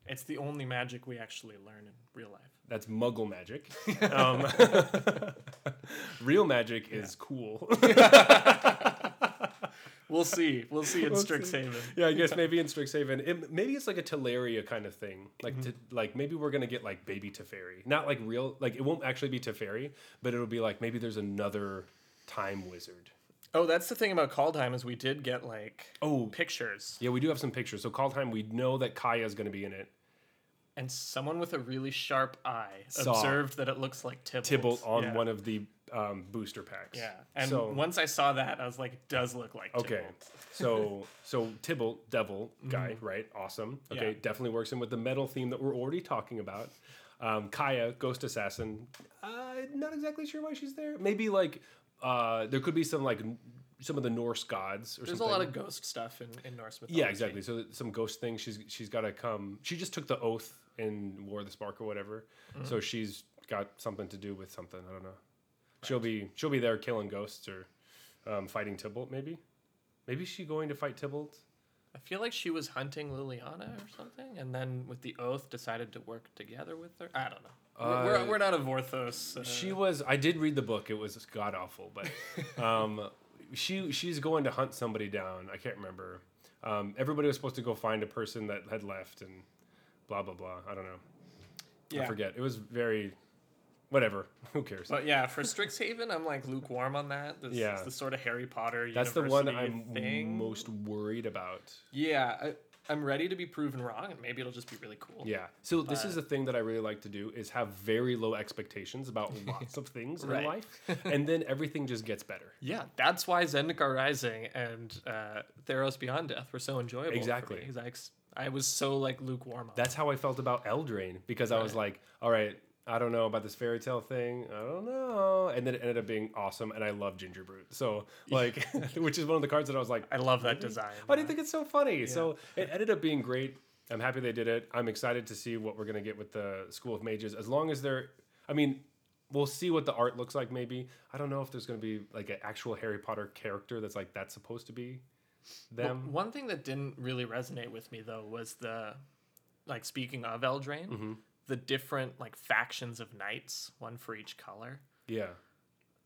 Speaker 1: It's the only magic we actually learn in real life.
Speaker 2: That's Muggle magic. um, real magic is cool.
Speaker 1: We'll see. We'll see in
Speaker 2: We'll see.
Speaker 1: Strixhaven.
Speaker 2: yeah, I guess maybe in Strixhaven, it, maybe it's like a Teleria kind of thing. Like,
Speaker 1: Mm-hmm.
Speaker 2: to, like maybe we're gonna get like baby Teferi, not like real. Like it won't actually be Teferi, but it'll be like maybe there's another time wizard.
Speaker 1: Oh, that's the thing about Kaldheim is we did get like
Speaker 2: Oh,
Speaker 1: pictures
Speaker 2: yeah, we do have some pictures. So Kaldheim, we know that Kaya is gonna be in it.
Speaker 1: and someone with a really sharp eye
Speaker 2: Saw.
Speaker 1: observed that it looks like Tybalt.
Speaker 2: Tybalt on
Speaker 1: Yeah.
Speaker 2: one of the um, booster packs.
Speaker 1: Yeah, and
Speaker 2: so,
Speaker 1: once I saw that, I was like, it does look like
Speaker 2: Okay.
Speaker 1: Tybalt. Mm-hmm.
Speaker 2: So so Tybalt, devil guy, right? Awesome. Okay,
Speaker 1: Yeah.
Speaker 2: definitely works in with the metal theme that we're already talking about. Um, Kaya, ghost assassin. Uh, not exactly sure why she's there. Maybe like uh, there could be some like n- some of the Norse gods or
Speaker 1: There's a
Speaker 2: something.
Speaker 1: lot of ghost stuff in, in Norse mythology.
Speaker 2: yeah, exactly. So that- some ghost thing. She's she's got to come. She just took the oath in War of the Spark or whatever.
Speaker 1: Mm-hmm.
Speaker 2: So she's got something to do with something. I don't know. She'll be she'll be there killing ghosts or um, fighting Tybalt maybe. Maybe is she going to fight Tybalt.
Speaker 1: I feel like she was hunting Liliana or something, and then with the oath, decided to work together with her. I don't know. We're-
Speaker 2: Uh,
Speaker 1: we're, we're not a Vorthos. Uh,
Speaker 2: She was. I did read the book. It was god awful, but um, she she's going to hunt somebody down. I can't remember. Um, everybody was supposed to go find a person that had left and blah blah blah. I don't know. I
Speaker 1: Yeah.
Speaker 2: forget. It was very, whatever. Who cares?
Speaker 1: But yeah, for Strixhaven, I'm like lukewarm on that. This,
Speaker 2: Yeah.
Speaker 1: It's the sort of Harry Potter.
Speaker 2: That's the one
Speaker 1: university
Speaker 2: I'm
Speaker 1: thing.
Speaker 2: most worried about.
Speaker 1: Yeah, I, I'm ready to be proven wrong, and maybe it'll just be really cool.
Speaker 2: Yeah. So this is the thing that I really like to do is have very low expectations about lots of things
Speaker 1: Right.
Speaker 2: in life, and then everything just gets better.
Speaker 1: Yeah, that's why Zendikar Rising and uh, Theros Beyond Death were so enjoyable.
Speaker 2: Exactly.
Speaker 1: Because I, ex- I was so like lukewarm on.
Speaker 2: That's how I felt about Eldraine because I was like, all right, I don't know about this fairy tale thing. I don't know. And then it ended up being awesome and I love Ginger Brute. So, like, which is one of the cards that I was like,
Speaker 1: it. I love that design.
Speaker 2: I didn't think it's so funny. So it ended up being great. I'm happy they did it. I'm excited to see what we're going to get with the School of Mages. As long as they're, I mean, we'll see what the art looks like maybe. I don't know if there's going to be like an actual Harry Potter character that's like, that's supposed to be them.
Speaker 1: One thing that didn't really resonate with me though was the, like speaking of Eldraine, the different like factions of knights, one for each color.
Speaker 2: yeah.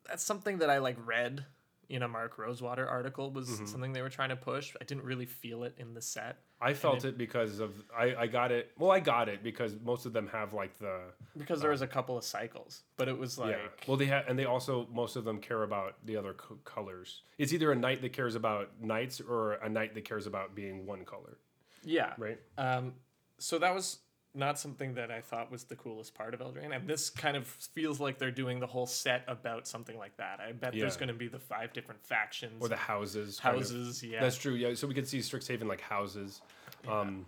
Speaker 1: That's something that I like read in a Mark Rosewater article was something they were trying to push. I didn't really feel it in the set.
Speaker 2: I felt it, because of I, I got it. Well, I got it because most of them have like the
Speaker 1: because there was a couple of cycles, but it was like
Speaker 2: yeah. Well, they have, and they also most of them care about the other co- colors. It's either a knight that cares about knights or a knight that cares about being one color,
Speaker 1: yeah.
Speaker 2: right?
Speaker 1: Um, so that was not something that I thought was the coolest part of Eldraine. And this kind of feels like they're doing the whole set about something like that. I bet there's
Speaker 2: Yeah.
Speaker 1: going to be the five different factions,
Speaker 2: or the houses. kind of.
Speaker 1: houses. Yeah,
Speaker 2: That's true. Yeah, so we could see Strixhaven like houses, um,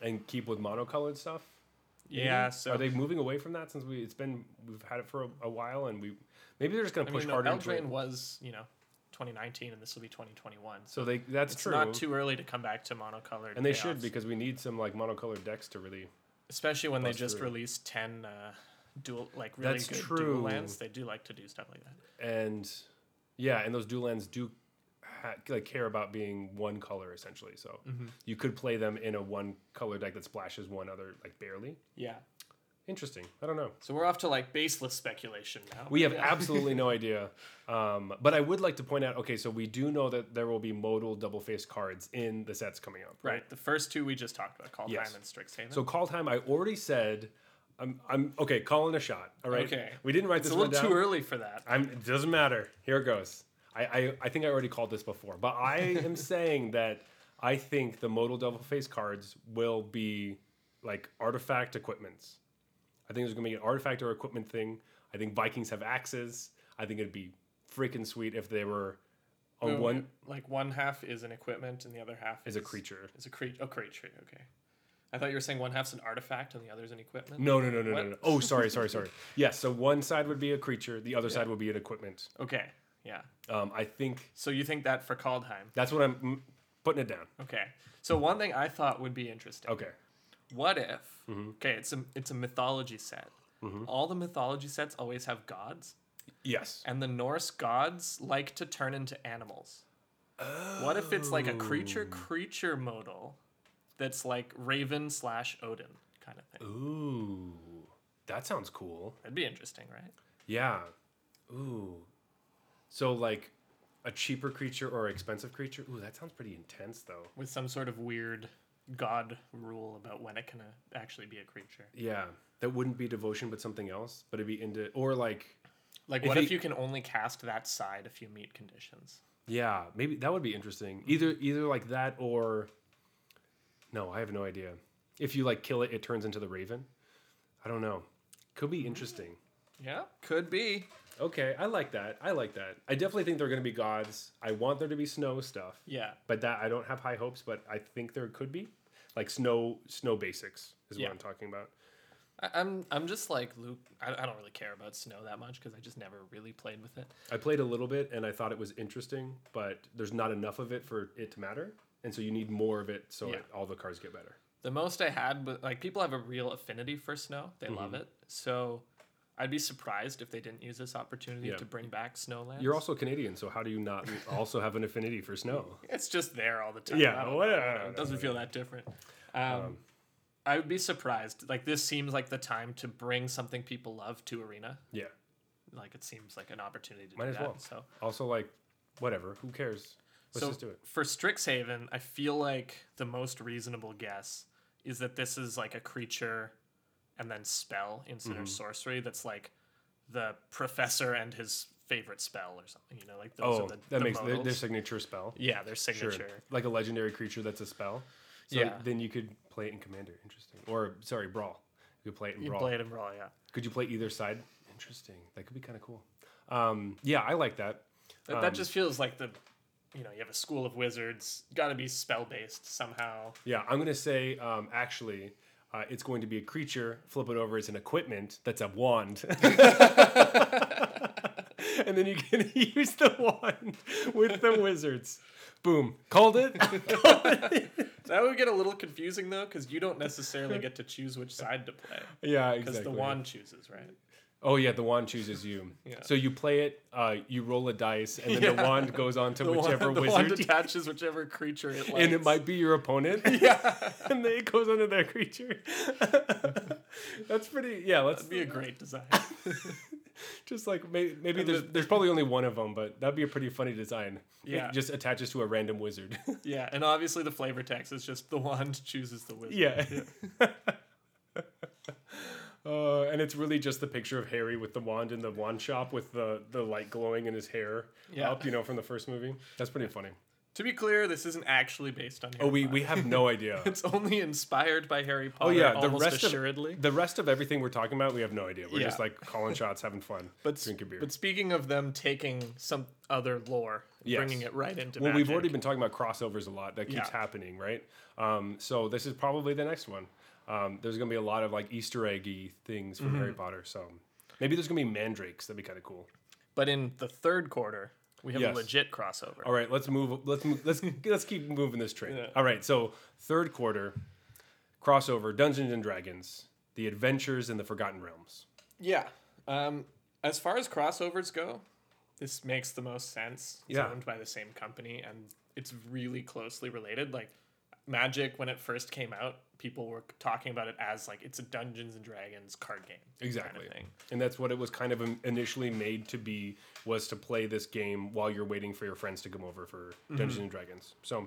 Speaker 2: and keep with monocolored stuff. maybe?
Speaker 1: yeah. So
Speaker 2: are they moving away from that since we? It's been we've had it for a, a while, and we maybe they're just gonna
Speaker 1: I
Speaker 2: push
Speaker 1: mean,
Speaker 2: harder into it.
Speaker 1: Eldraine was you know 2019, and this will be 2021. So
Speaker 2: So they that's
Speaker 1: it's
Speaker 2: true.
Speaker 1: not too early to come back to monocolored.
Speaker 2: and they
Speaker 1: payoffs,
Speaker 2: should because we need some like monocolored decks to really.
Speaker 1: especially when they
Speaker 2: bust
Speaker 1: just
Speaker 2: through.
Speaker 1: released 10 uh, dual like really
Speaker 2: That's
Speaker 1: good
Speaker 2: true.
Speaker 1: dual lands. They do like to do stuff like that.
Speaker 2: and yeah, and those dual lands do ha- like care about being one color essentially. So
Speaker 1: Mm-hmm.
Speaker 2: you could play them in a one color deck that splashes one other like barely.
Speaker 1: Yeah.
Speaker 2: Interesting. I don't know.
Speaker 1: So we're off to like baseless speculation now.
Speaker 2: We have
Speaker 1: Yeah.
Speaker 2: absolutely no idea. Um, but I would like to point out. Okay, so we do know that there will be modal double faced cards in the sets coming up.
Speaker 1: Right. The first two we just talked about, Call
Speaker 2: Yes.
Speaker 1: Time and Strixhaven.
Speaker 2: So call time. I already said. I'm. I'm okay. Calling a shot. All right.
Speaker 1: Okay.
Speaker 2: We didn't write
Speaker 1: it's
Speaker 2: this
Speaker 1: a little
Speaker 2: one down.
Speaker 1: too early for that.
Speaker 2: I'm, it doesn't matter. Here it goes. I, I, I think I already called this before, but I am saying that I think the modal double face cards will be like artifact equipments. I think there's gonna be an artifact or equipment thing. I think Vikings have axes. I think it'd be freaking sweet if they were on
Speaker 1: No,
Speaker 2: one
Speaker 1: like one half is an equipment and the other half
Speaker 2: as a creature.
Speaker 1: Is a creature. A creature. Okay. I thought you were saying one half's an artifact and the other's an equipment.
Speaker 2: No, no, no, no,
Speaker 1: What?
Speaker 2: no, no. Oh, sorry, sorry, sorry. Yes, so one side would be a creature, the other side would be an equipment.
Speaker 1: Okay. Yeah.
Speaker 2: Um, I think
Speaker 1: So you think that for Kaldheim?
Speaker 2: that's what I'm mm, putting it down.
Speaker 1: Okay. So one thing I thought would be interesting.
Speaker 2: Okay. Mm-hmm.
Speaker 1: What if? Okay, it's a it's a mythology set. All the mythology sets always have gods,
Speaker 2: Yes.
Speaker 1: and the Norse gods like to turn into animals. What if it's like a creature creature modal, that's like Raven slash Odin kind of thing?
Speaker 2: Ooh, that sounds cool.
Speaker 1: That'd be interesting, right?
Speaker 2: Yeah. Ooh. So like a cheaper creature or expensive creature. Ooh, that sounds pretty intense though.
Speaker 1: With some sort of weird god rule about when it can uh, actually be a creature.
Speaker 2: Yeah, that wouldn't be devotion, but something else. But it'd be into or like
Speaker 1: Like,
Speaker 2: If
Speaker 1: what
Speaker 2: he-
Speaker 1: if you can only cast that side if you meet conditions?
Speaker 2: yeah, maybe that would be interesting. Either either like that or no, I have no idea. If you like kill it, it turns into the raven. I don't know. Could be interesting.
Speaker 1: Yeah, could be.
Speaker 2: Okay, I like that. I like that. I definitely think they're gonna be gods. I want there to be snow stuff.
Speaker 1: Yeah,
Speaker 2: but that I don't have high hopes, but I think there could be like snow snow basics is
Speaker 1: Yeah.
Speaker 2: what I'm talking about.
Speaker 1: I, I'm I'm just like Luke. I, I don't really care about snow that much because I just never really played with it.
Speaker 2: I played a little bit and I thought it was interesting, but there's not enough of it for it to matter, and so you need more of it so
Speaker 1: Yeah.
Speaker 2: it, all the cards get better.
Speaker 1: The most I had, but like people have a real affinity for snow. They
Speaker 2: Mm-hmm.
Speaker 1: love it. So I'd be surprised if they didn't use this opportunity
Speaker 2: Yeah.
Speaker 1: to bring back Snowland.
Speaker 2: You're also Canadian, so how do you not also have an affinity for snow?
Speaker 1: it's just there all the time.
Speaker 2: Yeah,
Speaker 1: I don't know,
Speaker 2: well,
Speaker 1: I don't
Speaker 2: yeah,
Speaker 1: know.
Speaker 2: no,
Speaker 1: it doesn't feel that different. Um, I would be surprised. Like this seems like the time to bring something people love to arena.
Speaker 2: Yeah.
Speaker 1: Like it seems like an opportunity to
Speaker 2: Might
Speaker 1: do
Speaker 2: as
Speaker 1: that.
Speaker 2: well.
Speaker 1: So
Speaker 2: Also, like, whatever. Who cares? Let's
Speaker 1: so
Speaker 2: just do it.
Speaker 1: for Strixhaven, I feel like the most reasonable guess is that this is like a creature and then spell instead
Speaker 2: Mm-hmm.
Speaker 1: of sorcery that's like the professor and his favorite spell or something. You know, like those
Speaker 2: Oh,
Speaker 1: are the,
Speaker 2: that
Speaker 1: the
Speaker 2: makes their,
Speaker 1: modals.
Speaker 2: their signature spell.
Speaker 1: yeah, their signature.
Speaker 2: Like a legendary creature that's a spell. So
Speaker 1: Yeah.
Speaker 2: Then you could play it in Commander. Interesting. Or sorry, Brawl. You could play it in
Speaker 1: You
Speaker 2: Brawl.
Speaker 1: play it in Brawl, yeah.
Speaker 2: Could you play either side? Interesting. That could be kind of cool. Um, yeah, I like that.
Speaker 1: That,
Speaker 2: Um,
Speaker 1: that just feels like the, you know, you have a school of wizards, got to be spell based somehow.
Speaker 2: Yeah, I'm gonna say um, actually, uh, it's going to be a creature. Flip it over. It's an equipment that's a wand. and then you can use the wand with the wizards. Boom. Called it.
Speaker 1: That would get a little confusing though, because you don't necessarily get to choose which side to play,
Speaker 2: yeah,
Speaker 1: because
Speaker 2: exactly.
Speaker 1: the wand chooses, right?
Speaker 2: Oh yeah, the wand chooses you.
Speaker 1: Yeah.
Speaker 2: So you play it. Uh, you roll a dice, and then the
Speaker 1: Yeah.
Speaker 2: wand goes on to
Speaker 1: The wand-
Speaker 2: whichever
Speaker 1: the
Speaker 2: wizard.
Speaker 1: wand attaches whichever creature it likes.
Speaker 2: and it might be your opponent.
Speaker 1: yeah,
Speaker 2: and then it goes under that creature. That's pretty. Yeah, let's
Speaker 1: that'd be a great design.
Speaker 2: just like maybe, maybe
Speaker 1: And
Speaker 2: there's
Speaker 1: the-
Speaker 2: there's probably only one of them, but that'd be a pretty funny design.
Speaker 1: Yeah.
Speaker 2: it just attaches to a random wizard.
Speaker 1: yeah, and obviously the flavor text is just the wand chooses the wizard.
Speaker 2: yeah. Uh, and it's really just the picture of Harry with the wand in the wand shop with the, the light glowing in his hair
Speaker 1: Yeah.
Speaker 2: up, you know, from the first movie. That's pretty funny.
Speaker 1: To be clear, this isn't actually based on. Harry
Speaker 2: Oh, we,
Speaker 1: Potter.
Speaker 2: we have no idea.
Speaker 1: It's only inspired by Harry
Speaker 2: Oh
Speaker 1: Potter.
Speaker 2: yeah, the
Speaker 1: almost
Speaker 2: rest
Speaker 1: assuredly.
Speaker 2: of the rest of everything we're talking about, we have no idea. We're
Speaker 1: Yeah.
Speaker 2: just like calling shots, having fun,
Speaker 1: but s-
Speaker 2: drinking beer.
Speaker 1: but speaking of them taking some other lore, and
Speaker 2: Yes.
Speaker 1: bringing it right into.
Speaker 2: well, we've
Speaker 1: magic.
Speaker 2: already been talking about crossovers a lot. That keeps
Speaker 1: Yeah.
Speaker 2: happening, right? Um, so this is probably the next one. Um, there's gonna be a lot of like Easter eggy things from
Speaker 1: Mm-hmm.
Speaker 2: Harry Potter. So maybe there's gonna be mandrakes. That'd be kind of cool.
Speaker 1: But in the third quarter, we have
Speaker 2: Yes.
Speaker 1: a legit crossover.
Speaker 2: All right, let's move. Let's move, let's let's keep moving this train.
Speaker 1: Yeah.
Speaker 2: All right, so third quarter crossover Dungeons and Dragons: The Adventures in the Forgotten Realms.
Speaker 1: Yeah. Um, as far as crossovers go, this makes the most sense. It's
Speaker 2: Yeah.
Speaker 1: owned by the same company and it's really closely related. Like Magic, when it first came out, people were talking about it as like it's a Dungeons and Dragons card game. kind of
Speaker 2: Exactly.
Speaker 1: thing.
Speaker 2: and that's what it was kind of in- initially made to be was to play this game while you're waiting for your friends to come over for Dungeons and Dragons. So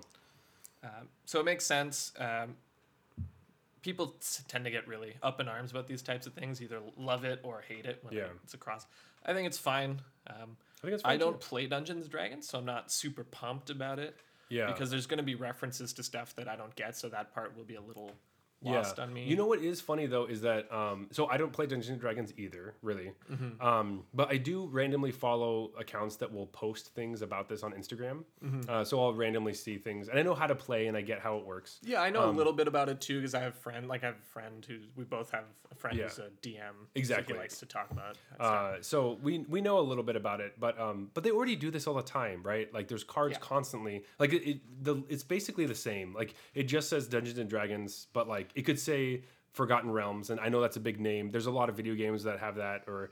Speaker 1: Um, so it makes sense. Um, people s- tend to get really up in arms about these types of things, either love it or hate it when
Speaker 2: Yeah.
Speaker 1: it's a cross. I think it's fine. Um,
Speaker 2: I think it's fine
Speaker 1: I don't
Speaker 2: too.
Speaker 1: play Dungeons and Dragons, so I'm not super pumped about it.
Speaker 2: yeah
Speaker 1: because there's going to be references to stuff that I don't get, so that part will be a little
Speaker 2: Yeah.
Speaker 1: lost on me.
Speaker 2: You know what is funny though is that um, so I don't play Dungeons and Dragons either, really.
Speaker 1: Mm-hmm.
Speaker 2: Um, but I do randomly follow accounts that will post things about this on Instagram.
Speaker 1: Mm-hmm.
Speaker 2: Uh, so I'll randomly see things, and I know how to play, and I get how it works.
Speaker 1: yeah, I know
Speaker 2: um,
Speaker 1: a little bit about it too because I have a friend, like I have a friend who we both have a friend who's a DM. so
Speaker 2: Exactly.
Speaker 1: he likes to talk about. that stuff.
Speaker 2: Uh, so we we know a little bit about it, but um, but they already do this all the time, right? Like there's cards
Speaker 1: Yeah.
Speaker 2: constantly. Like it, it the it's basically the same. Like it just says Dungeons and Dragons, but like it could say Forgotten Realms, and I know that's a big name. There's a lot of video games that have that or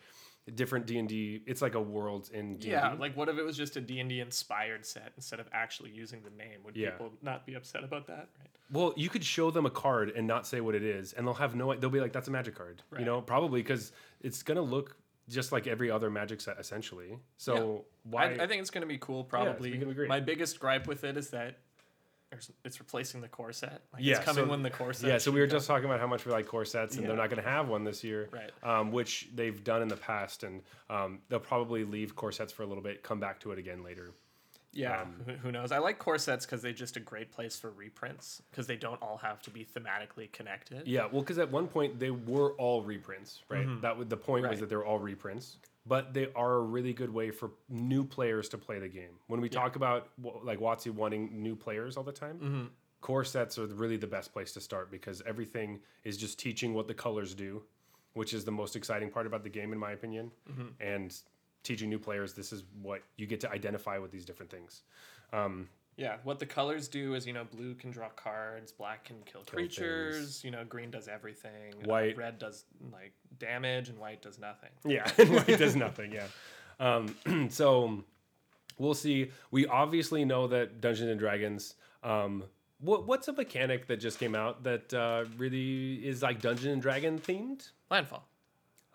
Speaker 2: different D and D. It's like a world in D
Speaker 1: yeah,
Speaker 2: and D.
Speaker 1: like what if it was just a D&D inspired set instead of actually using the name? Would
Speaker 2: Yeah.
Speaker 1: people not be upset about that? Right.
Speaker 2: Well, you could show them a card and not say what it is, and they'll have no. They'll be like, "That's a magic card," you
Speaker 1: Right.
Speaker 2: know, probably because it's gonna look just like every other magic set essentially. So why?
Speaker 1: I, I think it's going to be cool probably.
Speaker 2: gonna be great.
Speaker 1: My biggest gripe with it is that there's, it's replacing the core set. Like
Speaker 2: Yeah,
Speaker 1: it's coming
Speaker 2: so-
Speaker 1: when the core set
Speaker 2: Yeah, so
Speaker 1: should
Speaker 2: we were
Speaker 1: come.
Speaker 2: just talking about how much we like corsets, and they're
Speaker 1: Yeah.
Speaker 2: not going to have one this year,
Speaker 1: Right.
Speaker 2: Um, which they've done in the past, and um, they'll probably leave corsets for a little bit, come back to it again later.
Speaker 1: Yeah,
Speaker 2: Um,
Speaker 1: who, who knows? I like corsets because they're just a great place for reprints because they don't all have to be thematically connected.
Speaker 2: Yeah, well, because at one point they were all reprints, right? That was the point was
Speaker 1: Right.
Speaker 2: that they were all reprints, but they are a really good way for new players to play the game. When we talk about wa- like Watsy wanting new players all the time, corsets are really the best place to start because everything is just teaching what the colors do, which is the most exciting part about the game, in my opinion. And teaching new players, this is what you get to identify with these different things.
Speaker 1: Yeah, what the colors do is you know blue can draw cards, black can kill, creatures, you know green does everything, uh,
Speaker 2: White-
Speaker 1: red does like damage, and white does nothing.
Speaker 2: Yeah, and white does nothing. Yeah. Um, so we'll see. We obviously know that Dungeons and Dragons. Um, what, what's a mechanic that just came out that uh, really is like Dungeon and Dragon themed?
Speaker 1: Landfall.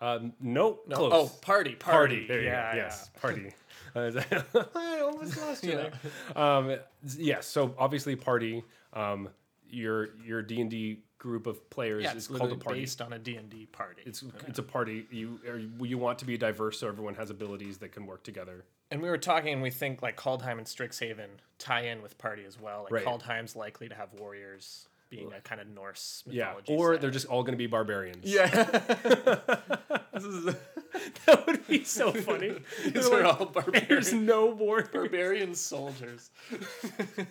Speaker 2: Um, nope.
Speaker 1: No.
Speaker 2: Close.
Speaker 1: Oh, party, party.
Speaker 2: party. There
Speaker 1: yeah,
Speaker 2: you go.
Speaker 1: yeah.
Speaker 2: Yes, party. Uh, is that- I almost lost you
Speaker 1: Yeah.
Speaker 2: there. Um, yes. So obviously, party. Um, your your D and D group of players
Speaker 1: Yeah,
Speaker 2: is
Speaker 1: it's
Speaker 2: called a
Speaker 1: literally
Speaker 2: party.
Speaker 1: based on a D and D party.
Speaker 2: It's it's a party. You or you want to be diverse, so everyone has abilities that can work together.
Speaker 1: and we were talking, and we think like Kaldheim and Strixhaven tie in with party as well. Like
Speaker 2: Right.
Speaker 1: Kaldheim's likely to have warriors being a kind of Norse
Speaker 2: Yeah,
Speaker 1: mythology.
Speaker 2: or
Speaker 1: set.
Speaker 2: they're just all going to be barbarians.
Speaker 1: Yeah. this is
Speaker 2: that would be so funny.
Speaker 1: these are all
Speaker 2: There's
Speaker 1: barbarian
Speaker 2: no border.
Speaker 1: barbarian soldiers.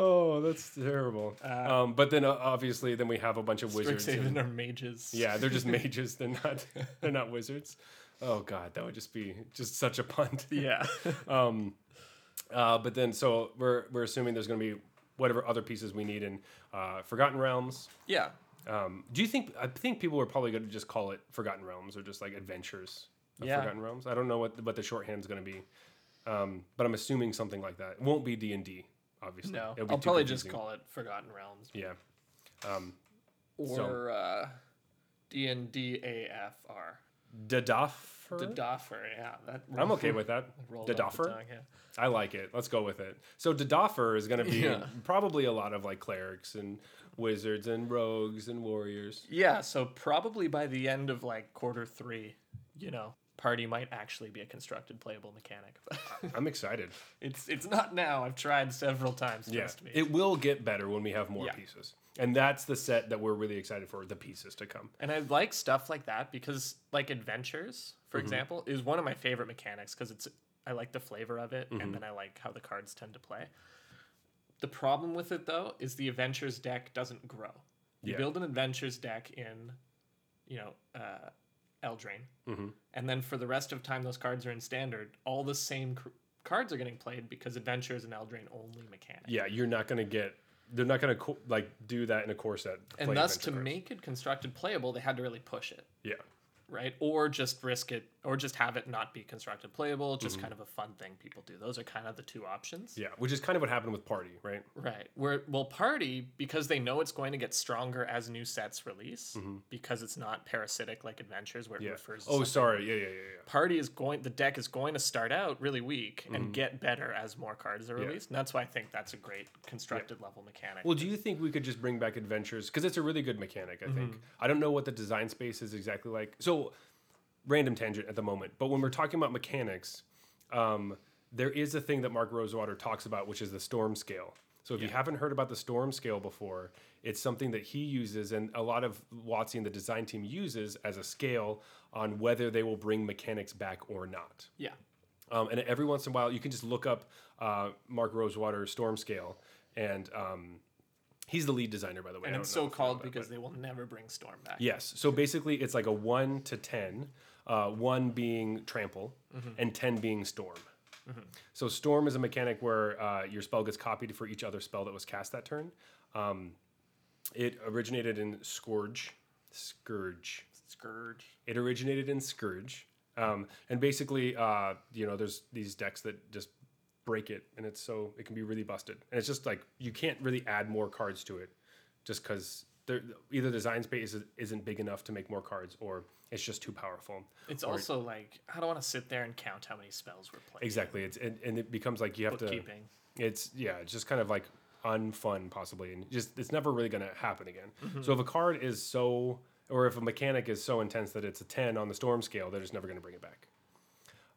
Speaker 2: Oh, that's terrible. um, but then uh, obviously, then we have a bunch of wizards. and-
Speaker 1: Strixhaven are mages.
Speaker 2: yeah, they're just mages. They're not. They're not wizards. Oh God, that would just be just such a punt.
Speaker 1: Yeah.
Speaker 2: Uh, but then, so we're we're assuming there's going to be whatever other pieces we need in uh, Forgotten Realms.
Speaker 1: yeah.
Speaker 2: Um, do you think? I think people are probably going to just call it Forgotten Realms or just like Adventures of
Speaker 1: Yeah.
Speaker 2: Forgotten Realms. I don't know what what the shorthand's going to be, um, but I'm assuming something like that. It won't be D and D, obviously.
Speaker 1: No.
Speaker 2: It'll be
Speaker 1: I'll
Speaker 2: too
Speaker 1: probably just
Speaker 2: confusing.
Speaker 1: call it Forgotten Realms
Speaker 2: Yeah, Um,
Speaker 1: or uh D and D A F R.
Speaker 2: Dadoffer.
Speaker 1: The Doffer, yeah. That
Speaker 2: I'm okay with that.
Speaker 1: rolled off the
Speaker 2: Dadoffer.
Speaker 1: tongue, yeah.
Speaker 2: I like it. Let's go with it. So Dadoffer is going to be
Speaker 1: Yeah.
Speaker 2: probably a lot of like clerics and wizards and rogues and warriors.
Speaker 1: Yeah, so probably by the end of like quarter three, you know, party might actually be a constructed playable mechanic.
Speaker 2: I'm excited.
Speaker 1: it's it's not now. I've tried several times.
Speaker 2: Yeah,
Speaker 1: Trust me.
Speaker 2: it will get better when we have more
Speaker 1: Yeah.
Speaker 2: pieces, and that's the set that we're really excited for. The pieces to come.
Speaker 1: And I like stuff like that because, like, adventures, for
Speaker 2: Mm-hmm.
Speaker 1: example, is one of my favorite mechanics because it's I like the flavor of it,
Speaker 2: Mm-hmm.
Speaker 1: and then I like how the cards tend to play. The problem with it though is the adventures deck doesn't grow. You
Speaker 2: Yeah.
Speaker 1: build an adventures deck in, you know, uh, Eldraine, and then for the rest of time those cards are in standard. All the same cr- cards are getting played because adventure is an Eldraine only mechanic.
Speaker 2: Yeah, you're not gonna get. They're not gonna co- like do that in a core set.
Speaker 1: and
Speaker 2: play
Speaker 1: thus, to
Speaker 2: adventure cards.
Speaker 1: make it constructed playable, they had to really push it.
Speaker 2: yeah.
Speaker 1: right? Or just risk it, or just have it not be constructed playable, just kind of a fun thing people do. Those are kind of the two options.
Speaker 2: Mm-hmm. Yeah, which is kind of what happened with Party, right?
Speaker 1: Right. Where well, party because they know it's going to get stronger as new sets release because it's not parasitic like adventures where it
Speaker 2: Mm-hmm. Yeah.
Speaker 1: refers. To
Speaker 2: Oh,
Speaker 1: some-
Speaker 2: sorry. Yeah, yeah, yeah,
Speaker 1: party is going. The deck is going to start out really weak
Speaker 2: Mm-hmm.
Speaker 1: and get better as more cards are released. And that's why I think that's a great constructed level mechanic.
Speaker 2: Well, do you think we could just bring back Adventures because it's a really good mechanic? I think I don't know what the design space is exactly like. So, random tangent at the moment, but when we're talking about mechanics, um, there is a thing that Mark Rosewater talks about, which is the storm scale. So if you haven't heard about the storm scale before, it's something that he uses and a lot of Watsy and the design team uses as a scale on whether they will bring mechanics back or not.
Speaker 1: yeah.
Speaker 2: Um, and every once in a while, you can just look up uh, Mark Rosewater Storm Scale, and um, he's the lead designer, by the way. I
Speaker 1: And
Speaker 2: don't
Speaker 1: it's
Speaker 2: know
Speaker 1: so
Speaker 2: if you know
Speaker 1: called
Speaker 2: that,
Speaker 1: because
Speaker 2: but-
Speaker 1: they will never bring Storm back.
Speaker 2: yes. So basically, it's like a one to ten, uh, one being trample,
Speaker 1: Mm-hmm.
Speaker 2: and ten being storm. So storm is a mechanic where uh, your spell gets copied for each other spell that was cast that turn. Um, it originated in Scourge. Scourge
Speaker 1: Scourge.
Speaker 2: it originated in Scourge. Um, and basically, uh, you know, there's these decks that just break it, and it's so it can be really busted. And it's just like you can't really add more cards to it, just because either design space is- isn't big enough to make more cards, or it's just too powerful.
Speaker 1: It's also like I don't want to sit there and count how many spells were played.
Speaker 2: Exactly. It's and, and it becomes like you have to.
Speaker 1: Bookkeeping.
Speaker 2: It's yeah, it's just kind of like unfun possibly, and just it's never really going to happen again. So if a card is so, or if a mechanic is so intense that it's a ten on the storm scale, they're just never going to bring it back.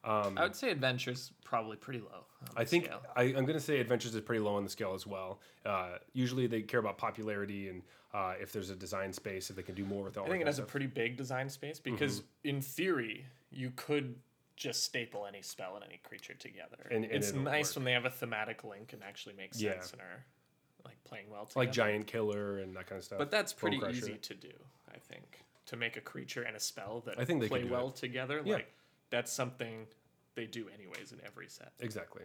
Speaker 1: I would say adventures probably pretty low. on
Speaker 2: I
Speaker 1: the
Speaker 2: think
Speaker 1: scale.
Speaker 2: I, I'm going to say Adventures is pretty low on the scale as well. Uh, usually they care about popularity and uh, if there's a design space, if they can do more with all
Speaker 1: I think it
Speaker 2: that
Speaker 1: has a
Speaker 2: stuff.
Speaker 1: pretty big design space because
Speaker 2: Mm-hmm.
Speaker 1: in theory you could just staple any spell and any creature together.
Speaker 2: And- and
Speaker 1: it's
Speaker 2: it'll
Speaker 1: nice
Speaker 2: work.
Speaker 1: when they have a thematic link and actually makes
Speaker 2: Yeah.
Speaker 1: sense and are like playing well together.
Speaker 2: like Giant Killer and that kind of stuff.
Speaker 1: but that's
Speaker 2: Bone
Speaker 1: pretty
Speaker 2: Crusher.
Speaker 1: easy to do, I think, to make a creature and a spell that
Speaker 2: I think they
Speaker 1: play
Speaker 2: could do
Speaker 1: well
Speaker 2: it.
Speaker 1: together.
Speaker 2: Yeah.
Speaker 1: Like that's something they do anyways in every set.
Speaker 2: Exactly.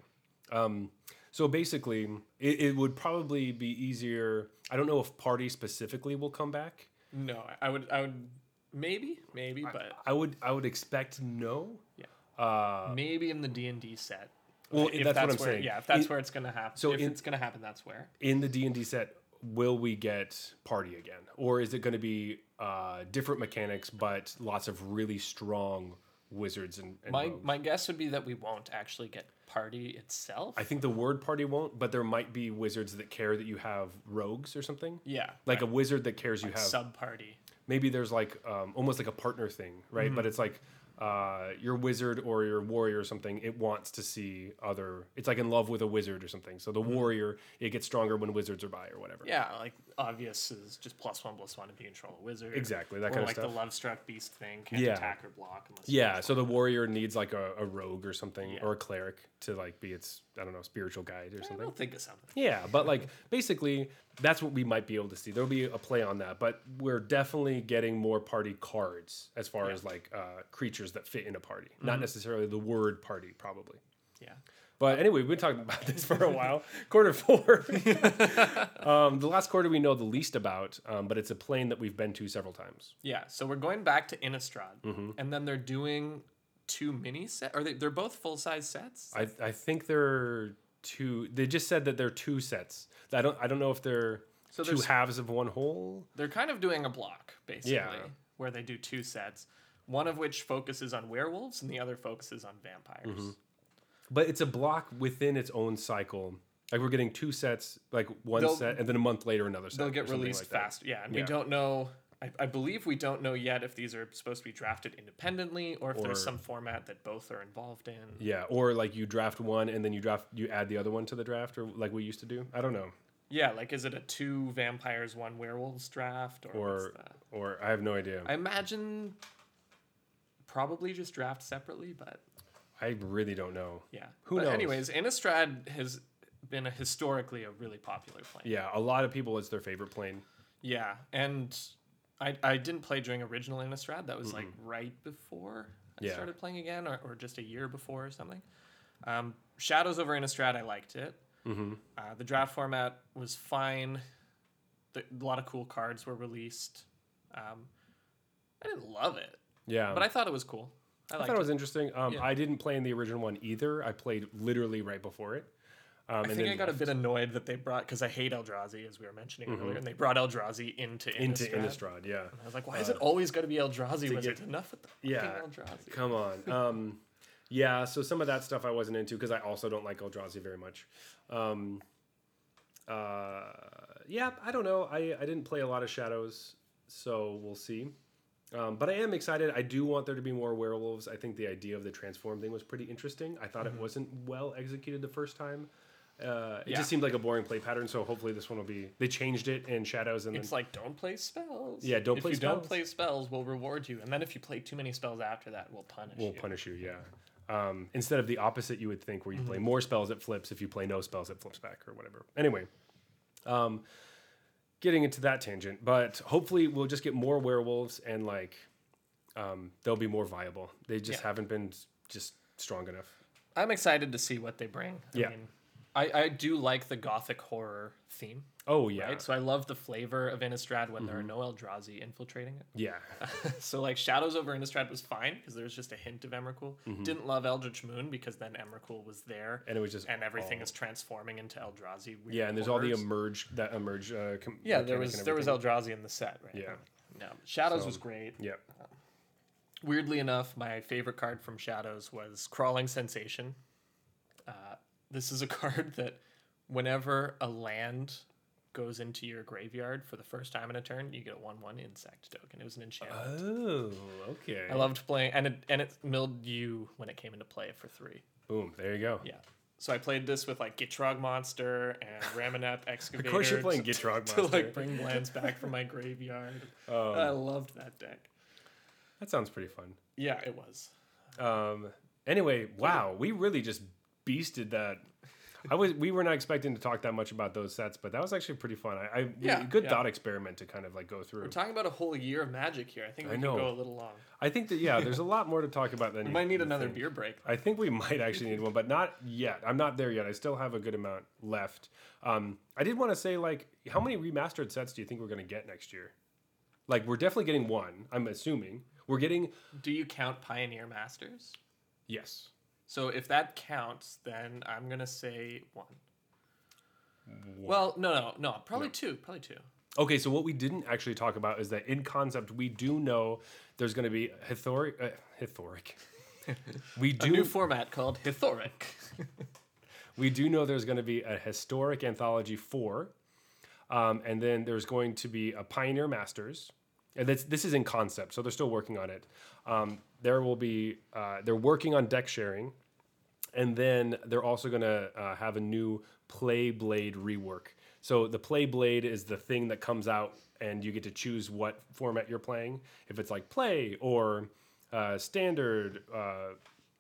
Speaker 2: Um, so basically, it, it would probably be easier. I don't know if Party specifically will come back.
Speaker 1: No, I- I would, I would maybe, maybe, but
Speaker 2: I would I would expect no.
Speaker 1: Yeah.
Speaker 2: Uh,
Speaker 1: maybe in the D and D set.
Speaker 2: Well,
Speaker 1: if
Speaker 2: that's what
Speaker 1: that's
Speaker 2: I'm
Speaker 1: where,
Speaker 2: saying.
Speaker 1: Yeah, if that's
Speaker 2: In-
Speaker 1: where it's gonna happen.
Speaker 2: so
Speaker 1: So if
Speaker 2: in-
Speaker 1: it's gonna happen, that's where.
Speaker 2: in the D and D set, will we get party again, or is it going to be uh, different mechanics but lots of really strong wizards and, and
Speaker 1: My
Speaker 2: rogues?
Speaker 1: my guess would be that we won't actually get party itself.
Speaker 2: I think the word party won't, but there might be wizards that care that you have rogues or something.
Speaker 1: yeah,
Speaker 2: Like a wizard that cares you have.
Speaker 1: sub party.
Speaker 2: maybe there's like um, almost like a partner thing, right? But it's like uh, your wizard or your warrior or something. It wants to see other. It's like in love with a wizard or something. So the warrior it gets stronger when wizards are by or whatever.
Speaker 1: Yeah, like obvious is just plus one plus one if you control a wizard.
Speaker 2: Exactly, that
Speaker 1: or
Speaker 2: kind of
Speaker 1: like
Speaker 2: stuff.
Speaker 1: the love struck beast thing can't
Speaker 2: Yeah.
Speaker 1: attack or block unless you
Speaker 2: Yeah,
Speaker 1: control-
Speaker 2: so the warrior needs like a, a rogue or something
Speaker 1: Yeah.
Speaker 2: or a cleric to like be its I don't know spiritual guide or
Speaker 1: I
Speaker 2: something.
Speaker 1: don't think of something.
Speaker 2: Yeah, but like basically that's what we might be able to see. There'll be a play on that, but we're definitely getting more party cards as far as like uh, creatures that fit in a party, not necessarily the word party probably.
Speaker 1: Yeah,
Speaker 2: But anyway, we've been talking about this for a while. quarter four, um, the last quarter we know the least about, um, but it's a plane that we've been to several times.
Speaker 1: yeah. So we're going back to Innistrad,
Speaker 2: Mm-hmm.
Speaker 1: and then they're doing two mini set. Are they? They're both full size sets.
Speaker 2: I, I think they're two. They just said that they're two sets. I don't I don't know if they're
Speaker 1: So
Speaker 2: two
Speaker 1: there's-
Speaker 2: halves of one whole.
Speaker 1: they're kind of doing a block basically
Speaker 2: Yeah.
Speaker 1: where they do two sets one of which focuses on werewolves and the other focuses on vampires
Speaker 2: Mm-hmm. But it's a block within its own cycle. Like we're getting two sets, like one
Speaker 1: They'll-
Speaker 2: set, and then a month later another set.
Speaker 1: they'll
Speaker 2: or
Speaker 1: get
Speaker 2: something
Speaker 1: released
Speaker 2: like that.
Speaker 1: fast yeah and
Speaker 2: Yeah.
Speaker 1: we don't know I, I believe we don't know yet if these are supposed to be drafted independently or if
Speaker 2: Or-
Speaker 1: there's some format that both are involved in.
Speaker 2: Yeah, or like you draft one and then you draft you add the other one to the draft, or like we used to do. I don't know,
Speaker 1: Yeah, like is it a two vampires, one werewolves draft or,
Speaker 2: or
Speaker 1: what's that?
Speaker 2: or I have no idea.
Speaker 1: I imagine probably just draft separately, but
Speaker 2: I really don't know.
Speaker 1: yeah.
Speaker 2: Who
Speaker 1: but
Speaker 2: knows?
Speaker 1: Anyways, Innistrad has been a historically a really popular plane.
Speaker 2: Yeah, a lot of people it's their favorite plane.
Speaker 1: Yeah, and I I didn't play during original Innistrad. That was like right before I
Speaker 2: Yeah.
Speaker 1: started playing again, or, or just a year before or something. Um, Shadows over Innistrad, I liked it.
Speaker 2: Mm-hmm.
Speaker 1: Uh, the draft format was fine. The, a lot of cool cards were released. Um, I didn't love it,
Speaker 2: Yeah,
Speaker 1: but I thought it was cool. I
Speaker 2: I
Speaker 1: liked
Speaker 2: thought it
Speaker 1: it.
Speaker 2: was interesting. Um,
Speaker 1: Yeah.
Speaker 2: I didn't play in the original one either. I played literally right before it. Um,
Speaker 1: I
Speaker 2: and
Speaker 1: think
Speaker 2: then
Speaker 1: I got a bit annoyed that they brought because I hate Eldrazi as we were mentioning earlier, and they brought Eldrazi into Innistrad.
Speaker 2: Mm-hmm. into Innistrad. Yeah,
Speaker 1: And I was like, why is it always got to be Eldrazi wizards? Enough with the
Speaker 2: Uh, Yeah.
Speaker 1: fucking Eldrazi.
Speaker 2: come on. Um, yeah, so some of that stuff I wasn't into because I also don't like Eldrazi very much. Um, uh, yeah, I don't know. I, I didn't play a lot of Shadows, so we'll see. Um, but I am excited. I do want there to be more werewolves. I think the idea of the transform thing was pretty interesting. I thought it wasn't well executed the first time. Uh, it
Speaker 1: Yeah.
Speaker 2: just seemed like a boring play pattern, so hopefully this one will be. They changed it in Shadows, and then
Speaker 1: It's like don't play spells.
Speaker 2: Yeah, don't
Speaker 1: if
Speaker 2: play
Speaker 1: you don't
Speaker 2: spells.
Speaker 1: play spells, we'll reward you, and then if you play too many spells after that, we'll punish
Speaker 2: will
Speaker 1: you.
Speaker 2: punish you. Yeah. Um, instead of the opposite, you would think where you
Speaker 1: Mm-hmm.
Speaker 2: play more spells, it flips. If you play no spells, it flips back or whatever. Anyway, um, getting into that tangent, but hopefully we'll just get more werewolves and like um, they'll be more viable. They just
Speaker 1: Yeah.
Speaker 2: haven't been s- just strong enough.
Speaker 1: I'm excited to see what they bring. I
Speaker 2: Yeah.
Speaker 1: mean, I, I do like the gothic horror theme,
Speaker 2: Oh yeah, Mm-hmm.
Speaker 1: right? So I love the flavor of Innistrad when there are no Eldrazi infiltrating it.
Speaker 2: yeah,
Speaker 1: so like Shadows over Innistrad was fine because there was just a hint of Emrakul. Didn't love Eldritch Moon because then Emrakul was there
Speaker 2: Mm-hmm. and it was just
Speaker 1: and everything
Speaker 2: all-
Speaker 1: is transforming into Eldrazi. weird
Speaker 2: yeah, and there's all the
Speaker 1: horrors.
Speaker 2: emerge that emerge. Uh, com-
Speaker 1: yeah. There
Speaker 2: mechanic
Speaker 1: was
Speaker 2: and
Speaker 1: there was
Speaker 2: everything.
Speaker 1: Eldrazi in the set, right?
Speaker 2: Yeah.
Speaker 1: No, Shadows
Speaker 2: So-
Speaker 1: was great.
Speaker 2: yeah.
Speaker 1: Weirdly enough, my favorite card from Shadows was Crawling Sensation. Uh, this is a card that, whenever a land goes into your graveyard for the first time in a turn, you get a one-one insect token. It was an enchantment.
Speaker 2: Oh, okay.
Speaker 1: I loved playing, and it and it milled you when it came into play for three.
Speaker 2: Boom. There you go.
Speaker 1: Yeah. So I played this with like Gitrog Monster and Ramanap Excavator.
Speaker 2: Of course, you're playing
Speaker 1: to,
Speaker 2: Gitrog
Speaker 1: to
Speaker 2: Monster. Um,
Speaker 1: like bring lands back from my graveyard. I loved that deck.
Speaker 2: that sounds pretty fun.
Speaker 1: Yeah, it was.
Speaker 2: Um, anyway, wow, we really just beasted that. I was we were not expecting to talk that much about those sets, but that was actually pretty fun. I, I
Speaker 1: Yeah,
Speaker 2: good
Speaker 1: yeah.
Speaker 2: thought experiment to kind of like go through.
Speaker 1: We're talking about a whole year of magic here. I think
Speaker 2: I
Speaker 1: we can
Speaker 2: know.
Speaker 1: go a little long.
Speaker 2: I think that yeah, there's a lot more to talk about than
Speaker 1: We
Speaker 2: you-
Speaker 1: might need
Speaker 2: you
Speaker 1: another
Speaker 2: think.
Speaker 1: beer break.
Speaker 2: I think we might actually need one, but not yet. I'm not there yet. I still have a good amount left. Um, I did want to say like, how many remastered sets do you think we're going to get next year? Like, we're definitely getting one. I'm assuming we're getting
Speaker 1: Do you count Pioneer Masters?
Speaker 2: yes,
Speaker 1: So if that counts, then I'm gonna say one. Well, no, no, no. Probably two. Probably two.
Speaker 2: Okay, so what we didn't actually talk about is that in concept, we do know there's going to be historic. Uh, historic. we
Speaker 1: A new
Speaker 2: do.
Speaker 1: format called Hithoric.
Speaker 2: We do know there's going to be a historic anthology four, um, and then there's going to be a Pioneer Masters. And this, this is in concept, so they're still working on it. Um, there will be. Uh, they're working on deck sharing, and then they're also going to uh, have a new play blade rework so the play blade is the thing that comes out and you get to choose what format you're playing if it's like play or uh, standard uh,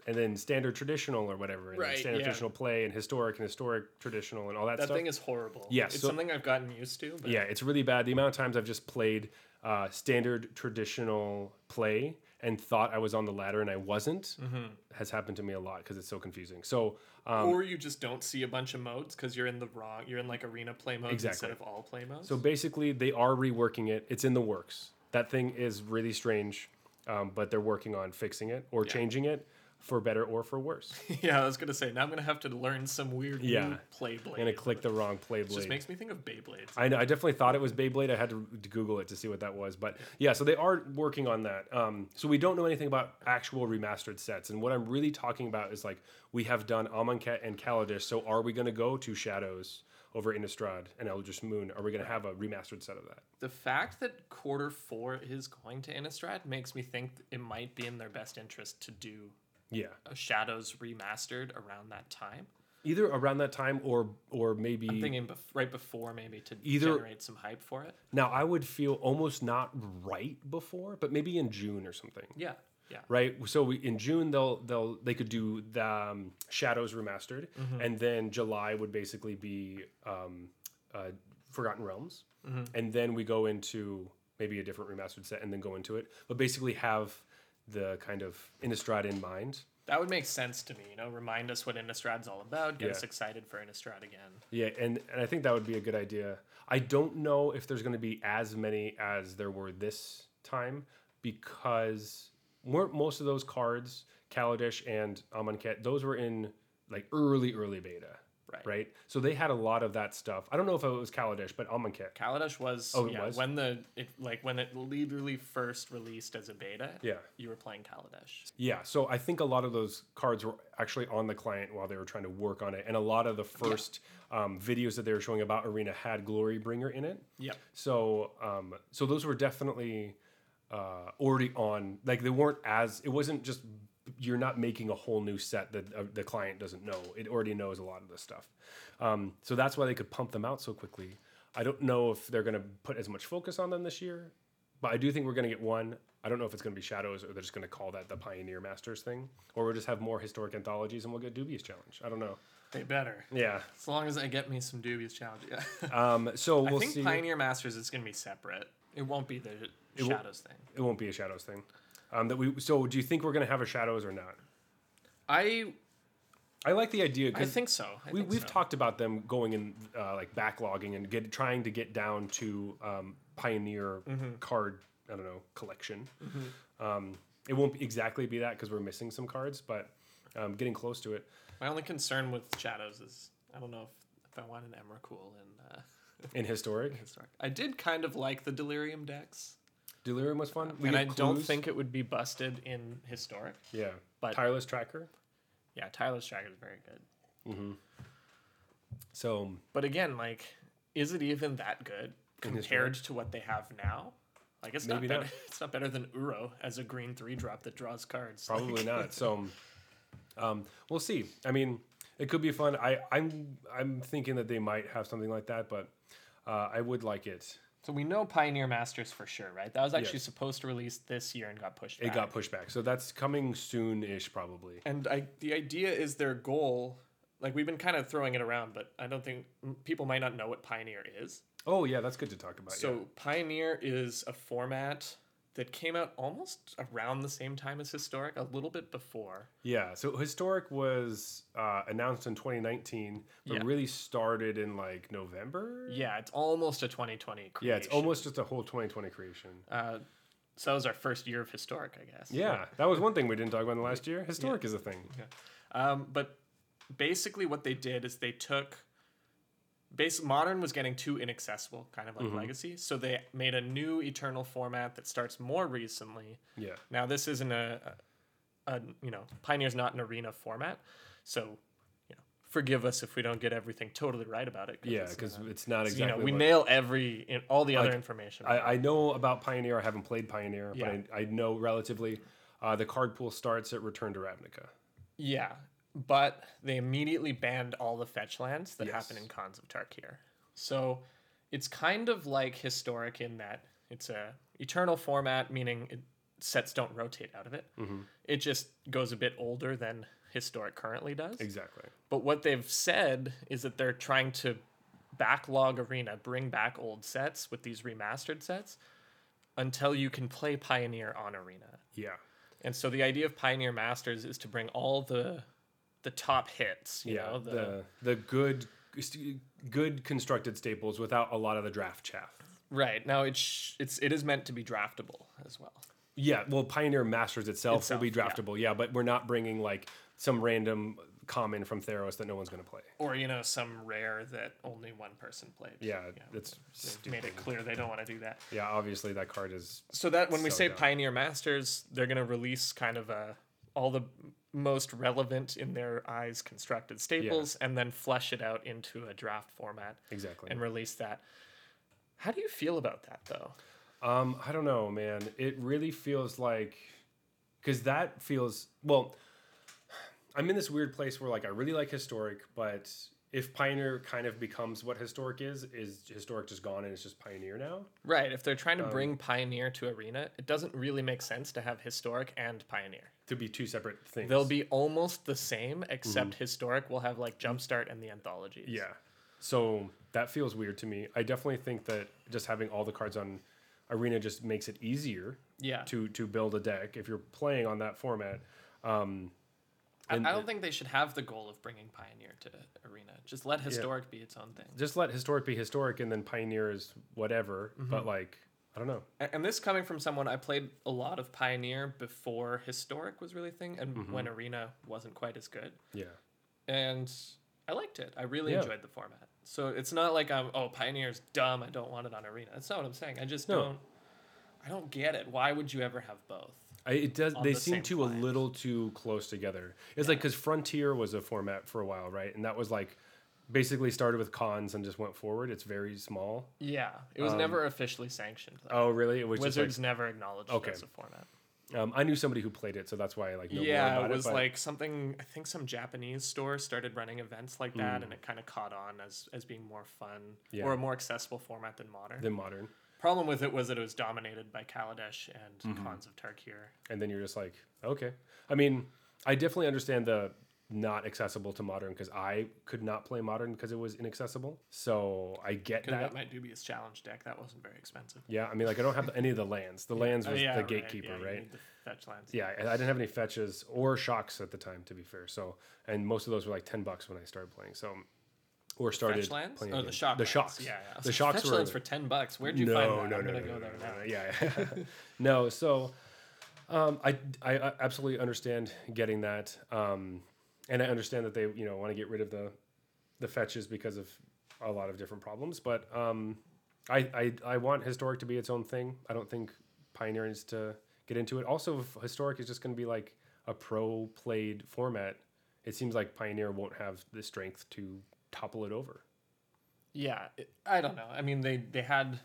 Speaker 2: and then standard traditional or whatever and then
Speaker 1: Right,
Speaker 2: standard
Speaker 1: yeah.
Speaker 2: traditional play and historic and historic traditional and all that,
Speaker 1: That
Speaker 2: stuff
Speaker 1: thing is horrible.
Speaker 2: Yeah,
Speaker 1: it's
Speaker 2: so-
Speaker 1: something I've gotten used to. But
Speaker 2: yeah, it's really bad. The amount of times I've just played uh, standard traditional play and thought I was on the ladder and I wasn't
Speaker 1: Mm-hmm.
Speaker 2: has happened to me a lot because it's so confusing. So um,
Speaker 1: or you just don't see a bunch of modes because you're in the wrong. You're in like arena play modes
Speaker 2: Exactly.
Speaker 1: instead of all play modes.
Speaker 2: so basically, they are reworking it. It's in the works. That thing is really strange, um, but they're working on fixing it or changing it for better or for worse.
Speaker 1: yeah, I was gonna say now I'm gonna have to learn some weird new
Speaker 2: Yeah.
Speaker 1: play blade.
Speaker 2: I'm gonna click the wrong play blade.
Speaker 1: Just makes me think of Beyblades.
Speaker 2: I know. I definitely thought it was Beyblade. I had to to Google it to see what that was. But yeah, so they are working on that. Um, so we don't know anything about actual remastered sets. And what I'm really talking about is like we have done Amonkhet and Kaladesh. So are we going to go to Shadows over Innistrad and Eldritch Moon, are we going to have a remastered set of that?
Speaker 1: The fact that quarter four is going to Innistrad makes me think it might be in their best interest to do
Speaker 2: Yeah,
Speaker 1: a Shadows remastered around that time.
Speaker 2: either around that time or or maybe
Speaker 1: I'm thinking bef- right before maybe to
Speaker 2: E- Either-
Speaker 1: generate some hype for it.
Speaker 2: now. I would feel almost not right before, but maybe in June or something.
Speaker 1: Yeah, yeah.
Speaker 2: right? So we in June they'll they'll they could do the um, Shadows remastered, and then July would basically be um, uh, Forgotten Realms, and then we go into maybe a different remastered set, and then go into it, but basically have the kind of Innistrad in mind.
Speaker 1: That would make sense to me. You know, remind us what Innistrad's all about. Get
Speaker 2: Yeah.
Speaker 1: us excited for Innistrad again.
Speaker 2: Yeah, and, and I think that would be a good idea. I don't know if there's going to be as many as there were this time because weren't most of those cards, Kaladesh and Amonkhet, those were in like early, early beta,
Speaker 1: Right.
Speaker 2: right? So they had a lot of that stuff. I don't know if it was Kaladesh, but Amonkhet.
Speaker 1: Kaladesh was
Speaker 2: Oh, it
Speaker 1: yeah
Speaker 2: was?
Speaker 1: when the it like when it literally first released as a beta.
Speaker 2: Yeah.
Speaker 1: you were playing Kaladesh.
Speaker 2: Yeah, so I think a lot of those cards were actually on the client while they were trying to work on it. And a lot of the first um, videos that they were showing about Arena had Glory Bringer in it.
Speaker 1: Yep.
Speaker 2: So, um, so those were definitely uh, already on. Like they weren't as. It wasn't just you're not making a whole new set that uh, the client doesn't know. It already knows a lot of this stuff. Um, so that's why they could pump them out so quickly. I don't know if they're going to put as much focus on them this year, but I do think we're going to get one. I don't know if it's going to be Shadows or they're just going to call that the Pioneer Masters thing, or we'll just have more historic anthologies and we'll get Dubious Challenge. I don't know.
Speaker 1: They better.
Speaker 2: Yeah.
Speaker 1: As long as I get me some dubious challenge. Yeah.
Speaker 2: Um, so we'll
Speaker 1: I think
Speaker 2: see.
Speaker 1: Pioneer Masters is going to be separate. It won't be the Shadows thing.
Speaker 2: it won't be a shadows thing. Um, that we so do you think we're gonna have a shadows or not?
Speaker 1: I
Speaker 2: I like the idea
Speaker 1: I
Speaker 2: because
Speaker 1: think so. I
Speaker 2: we,
Speaker 1: think
Speaker 2: we've
Speaker 1: so.
Speaker 2: talked about them going in uh, like backlogging and get trying to get down to um, pioneer
Speaker 1: Mm-hmm.
Speaker 2: card I don't know collection. Um, it won't exactly be that because we're missing some cards, but um, getting close to it.
Speaker 1: My only concern with Shadows is I don't know if, if I want an Emrakul and. Uh,
Speaker 2: In historic,
Speaker 1: Historic. I did kind of like the Delirium decks,
Speaker 2: delirium was fun.
Speaker 1: and
Speaker 2: get
Speaker 1: I don't
Speaker 2: clues.
Speaker 1: think it would be busted in Historic.
Speaker 2: yeah.
Speaker 1: but-
Speaker 2: Tireless tracker.
Speaker 1: Yeah, Tyler's Tracker is very good,
Speaker 2: So
Speaker 1: but again, like, is it even that good compared to what they have now? Like, it's
Speaker 2: Maybe
Speaker 1: not better.
Speaker 2: not.
Speaker 1: It's not better than Uro as a green three drop that draws cards. Like,
Speaker 2: Probably not. So, um, we'll see. I mean, it could be fun. I, I'm I'm thinking that they might have something like that, but uh, I would like it.
Speaker 1: So we know Pioneer Masters for sure, right? That was actually
Speaker 2: Yes.
Speaker 1: supposed to release this year and got pushed.
Speaker 2: It
Speaker 1: back.
Speaker 2: got pushed back, so that's coming soon-ish, probably.
Speaker 1: And I, the idea is their goal. Like we've been kind of throwing it around, but I don't think people might not know what Pioneer is.
Speaker 2: Oh yeah, that's good to talk about.
Speaker 1: So
Speaker 2: yeah.
Speaker 1: Pioneer is a format that came out almost around the same time as Historic, a little bit before.
Speaker 2: yeah. So historic was uh, announced in 2019, but
Speaker 1: Yeah.
Speaker 2: really started in like November.
Speaker 1: Yeah, it's almost a 2020 creation.
Speaker 2: Yeah, it's almost just a whole 2020 creation.
Speaker 1: Uh, so that was our first year of Historic, I guess.
Speaker 2: Yeah, that was one thing we didn't talk about in the last year. Historic is a thing.
Speaker 1: Um, but basically, what they did is they took. Base modern was getting too inaccessible, kind of like
Speaker 2: Mm-hmm.
Speaker 1: legacy. So they made a new eternal format that starts more recently,
Speaker 2: Yeah.
Speaker 1: Now this isn't a, a, a you know Pioneer's not an arena format, so you know forgive us if we don't get everything totally right about it.
Speaker 2: Yeah,
Speaker 1: it's
Speaker 2: because
Speaker 1: not-
Speaker 2: it's not exactly.
Speaker 1: you know we
Speaker 2: what-
Speaker 1: nail every in all the other
Speaker 2: Like,
Speaker 1: information.
Speaker 2: I, I know about Pioneer. I haven't played Pioneer,
Speaker 1: Yeah.
Speaker 2: but I, I know relatively. Uh, the card pool starts at Return to Ravnica.
Speaker 1: yeah, but they immediately banned all the fetch lands that happen
Speaker 2: Yes.
Speaker 1: in Cons of Tarkir. So it's kind of like historic in that it's a eternal format, meaning it, sets don't rotate out of it. It just goes a bit older than historic currently does.
Speaker 2: Exactly.
Speaker 1: But what they've said is that they're trying to backlog Arena, bring back old sets with these remastered sets until you can play Pioneer on Arena.
Speaker 2: Yeah.
Speaker 1: And so the idea of Pioneer Masters is to bring all the the top hits, you
Speaker 2: Yeah.
Speaker 1: know, the,
Speaker 2: the the good good constructed staples without a lot of the draft chaff.
Speaker 1: right. Now it's sh- it's it is meant to be draftable as well.
Speaker 2: Yeah. Well, Pioneer Masters itself, will be
Speaker 1: Itself,
Speaker 2: draftable. Yeah. but we're not bringing like some random common from Theros that no one's going to play.
Speaker 1: Or you know, some rare that only one person played.
Speaker 2: Yeah. That's
Speaker 1: They've made it clear they don't want to do that.
Speaker 2: yeah. Obviously, that card is
Speaker 1: so that when we
Speaker 2: So
Speaker 1: say
Speaker 2: dumb.
Speaker 1: Pioneer Masters, they're going to release kind of a all the most relevant in their eyes constructed staples and then flesh it out into a draft format
Speaker 2: Exactly.
Speaker 1: and release that. How do you feel about that though?
Speaker 2: Um, I don't know, man. It really feels like because that feels well. I'm in this weird place where like I really like historic, but if pioneer kind of becomes what historic is, is historic just gone and it's just pioneer now?
Speaker 1: Right, if they're trying to
Speaker 2: Um,
Speaker 1: bring Pioneer to Arena, it doesn't really make sense to have Historic and Pioneer.
Speaker 2: To be two separate things.
Speaker 1: They'll be almost the same, except Historic will have like Jumpstart and the anthologies.
Speaker 2: Mm-hmm. Yeah. So that feels weird to me. I definitely think that just having all the cards on arena just makes it easier
Speaker 1: Yeah.
Speaker 2: to to build a deck if you're playing on that format. Um,
Speaker 1: I,
Speaker 2: and
Speaker 1: I don't think they should have the goal of bringing Pioneer to Arena. Just let Historic be its own thing.
Speaker 2: just let historic be historic and then pioneer is whatever but
Speaker 1: Mm-hmm.
Speaker 2: like i don't know
Speaker 1: A- And this coming from someone I played a lot of Pioneer before Historic was really a thing, and
Speaker 2: Mm-hmm.
Speaker 1: when Arena wasn't quite as good.
Speaker 2: yeah
Speaker 1: And I liked it. I really
Speaker 2: Yeah.
Speaker 1: enjoyed the format. So it's not like I'm oh Pioneer's dumb. I don't want it on Arena. That's not what I'm saying. I just
Speaker 2: No.
Speaker 1: don't. I don't get it. Why would you ever have both?
Speaker 2: I, it does
Speaker 1: On
Speaker 2: they
Speaker 1: the
Speaker 2: seem
Speaker 1: same
Speaker 2: to a
Speaker 1: client.
Speaker 2: little too close together it's like because frontier was a format for a while right and that was like basically started with cons and just went forward it's very small
Speaker 1: Yeah, it was never officially sanctioned. Though.
Speaker 2: Um, oh really it was
Speaker 1: Wizards
Speaker 2: just
Speaker 1: never acknowledged
Speaker 2: Okay.
Speaker 1: it as a format.
Speaker 2: like um, i knew somebody who played it so that's why i like know more
Speaker 1: yeah,
Speaker 2: about
Speaker 1: it was
Speaker 2: but-
Speaker 1: like something. I think some Japanese store started running events like that, and it kind of caught on as as being more fun
Speaker 2: Hmm. Yeah.
Speaker 1: or a more accessible format than modern.
Speaker 2: than modern
Speaker 1: Problem with it was that it was dominated by Kaladesh and
Speaker 2: Mm-hmm.
Speaker 1: Khans of Tarkir.
Speaker 2: and then you're just like okay i mean i definitely understand the not accessible to modern because i could not play modern because it was inaccessible so i get
Speaker 1: Because
Speaker 2: that
Speaker 1: that my dubious challenge deck that wasn't very expensive.
Speaker 2: Yeah, I mean, like I don't have any of the lands. The lands
Speaker 1: Oh,
Speaker 2: was
Speaker 1: yeah,
Speaker 2: the
Speaker 1: right,
Speaker 2: gatekeeper,
Speaker 1: yeah, you
Speaker 2: right?
Speaker 1: need the fetch lands.
Speaker 2: Yeah, I, I didn't have any fetches or shocks at the time, to be fair. So, and most of those were like ten bucks when I started playing. So, or started
Speaker 1: Fetch lands?
Speaker 2: playing
Speaker 1: Oh,
Speaker 2: again.
Speaker 1: the shock.
Speaker 2: the
Speaker 1: lands.
Speaker 2: shocks,
Speaker 1: Yeah, yeah. I was
Speaker 2: the
Speaker 1: like,
Speaker 2: shocks
Speaker 1: fetch
Speaker 2: were
Speaker 1: lands for ten bucks. Where'd you
Speaker 2: no,
Speaker 1: find that?
Speaker 2: no,
Speaker 1: I'm
Speaker 2: no,
Speaker 1: gonna
Speaker 2: no,
Speaker 1: go
Speaker 2: no,
Speaker 1: there
Speaker 2: no,
Speaker 1: now.
Speaker 2: no, yeah, no. So, um, I, I I absolutely understand getting that, um, and I understand that they you know want to get rid of the the fetches because of a lot of different problems, but um, I, I I want historic to be its own thing. I don't think Pioneer needs to get into it. Also, if historic is just going to be like a pro played format. It seems like Pioneer won't have the strength to topple it over.
Speaker 1: Yeah, it, I don't know. I mean, they they had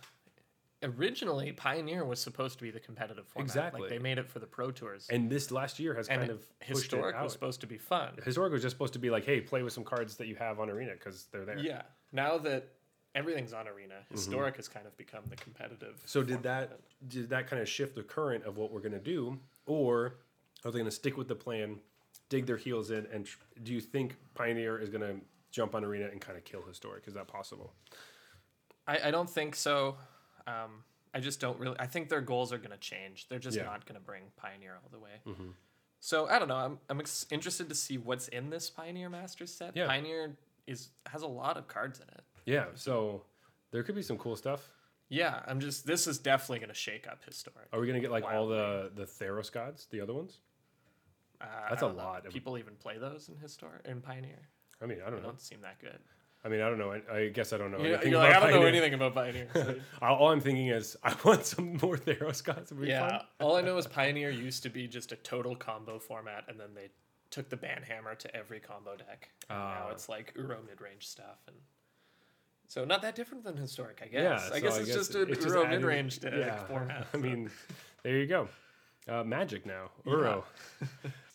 Speaker 1: originally Pioneer was supposed to be the competitive format.
Speaker 2: Exactly.
Speaker 1: Like they made it for the pro tours,
Speaker 2: And this last year has
Speaker 1: and
Speaker 2: kind
Speaker 1: it-
Speaker 2: of pushed
Speaker 1: historic
Speaker 2: it out.
Speaker 1: was supposed to be fun.
Speaker 2: Historic was just supposed to be like, hey, play with some cards that you have on Arena because they're there.
Speaker 1: Yeah. Now that everything's on Arena,
Speaker 2: Mm-hmm.
Speaker 1: historic has kind of become the competitive.
Speaker 2: So did
Speaker 1: format of
Speaker 2: that
Speaker 1: it.
Speaker 2: did that kind of shift the current of what we're gonna do, or are they gonna stick with the plan, dig their heels in, and tr- do you think Pioneer is gonna jump on Arena and kind of kill Historic? Is that possible?
Speaker 1: I, I don't think so. Um, I just don't really. I think their goals are going to change. They're just
Speaker 2: Yeah. Mm-hmm.
Speaker 1: not going to bring Pioneer all the way. So I don't know. I'm I'm ex- interested to see what's in this Pioneer Masters set.
Speaker 2: Yeah.
Speaker 1: Pioneer is has a lot of cards in it.
Speaker 2: Yeah. So there could be some cool stuff.
Speaker 1: Yeah, I'm just. This is definitely going to shake up historic.
Speaker 2: Are we gonna get like all the the Theros gods, the other ones?
Speaker 1: Uh,
Speaker 2: That's
Speaker 1: I
Speaker 2: a
Speaker 1: don't know.
Speaker 2: lot of-
Speaker 1: People even play those in historic in Pioneer.
Speaker 2: I mean, I don't
Speaker 1: They
Speaker 2: know.
Speaker 1: don't seem that good.
Speaker 2: I mean, I don't know. I, I guess I don't Uh-huh. know.
Speaker 1: You know,
Speaker 2: anything
Speaker 1: you're like, I
Speaker 2: Oh, about
Speaker 1: don't know
Speaker 2: Pioneer.
Speaker 1: anything about Pioneer. So
Speaker 2: All all I'm thinking is, I want some more Theros gods. It would be fun.
Speaker 1: Yeah, all I know is Pioneer used to be just a total combo format, and then they took the banhammer to every combo deck. And now
Speaker 2: Ah.
Speaker 1: it's like Uro mid range stuff, and so not that different than historic, I guess.
Speaker 2: Yeah,
Speaker 1: I
Speaker 2: so
Speaker 1: guess it's just a
Speaker 2: it- it's just
Speaker 1: Uro
Speaker 2: adding-
Speaker 1: mid range deck
Speaker 2: yeah.
Speaker 1: format. so.
Speaker 2: I mean, there you go. Uh, magic now, Uro.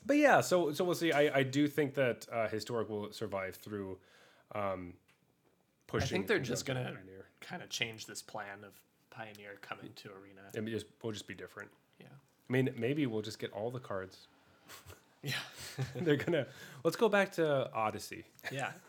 Speaker 2: but yeah, so so we'll see. I, I do think that uh, historic will survive through um,
Speaker 1: I
Speaker 2: pushing.
Speaker 1: think they're
Speaker 2: you know,
Speaker 1: just gonna
Speaker 2: Pioneer.
Speaker 1: kind of change this plan of Pioneer coming to Arena.
Speaker 2: It may just will just be different.
Speaker 1: Yeah,
Speaker 2: I mean, maybe we'll just get all the cards.
Speaker 1: yeah,
Speaker 2: they're gonna. Let's go back to Odyssey.
Speaker 1: yeah.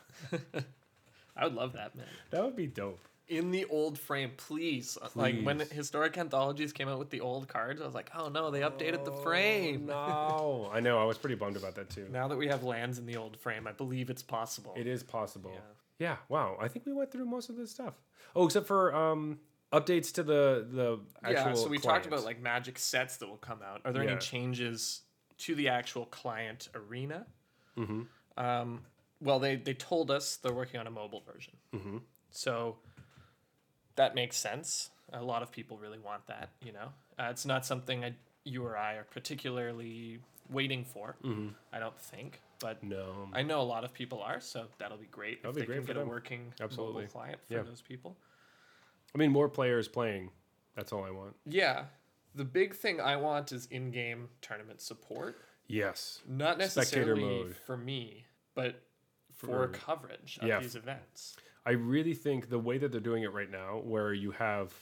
Speaker 1: I would love that, man.
Speaker 2: That would be dope.
Speaker 1: in the old frame, please. Like when
Speaker 2: Please.
Speaker 1: historic anthologies came out with the old cards, I was like, oh no, they updated the frame.
Speaker 2: Oh, No, I know. I was pretty bummed about that too.
Speaker 1: Now that we have lands in the old frame, I believe it's possible.
Speaker 2: It is possible. Yeah. Wow. I think we went through most of this stuff. Oh, except for um, updates to the the actual.
Speaker 1: yeah, so we
Speaker 2: client.
Speaker 1: talked about like magic sets that will come out. Are there
Speaker 2: Yeah.
Speaker 1: any changes to the actual client arena? Mm-hmm. Um, well, they they told us they're working on a mobile version, mm-hmm. so that makes sense. A lot of people really want that. You know, uh, it's not something I you or I are particularly waiting for.
Speaker 2: Mm-hmm.
Speaker 1: I don't think, but
Speaker 2: No.
Speaker 1: I know a lot of people are, so that'll be great
Speaker 2: That'll
Speaker 1: if
Speaker 2: be
Speaker 1: they
Speaker 2: great
Speaker 1: can
Speaker 2: for
Speaker 1: get
Speaker 2: them.
Speaker 1: a working
Speaker 2: Absolutely.
Speaker 1: mobile client for
Speaker 2: Yeah.
Speaker 1: those people.
Speaker 2: I mean, more players playing. That's all I want.
Speaker 1: Yeah. The big thing I want is in-game tournament support.
Speaker 2: Yes.
Speaker 1: Not
Speaker 2: Spectator
Speaker 1: necessarily
Speaker 2: mode.
Speaker 1: for me, but
Speaker 2: For-
Speaker 1: for coverage of
Speaker 2: yeah.
Speaker 1: these events.
Speaker 2: I really think the way that they're doing it right now, where you have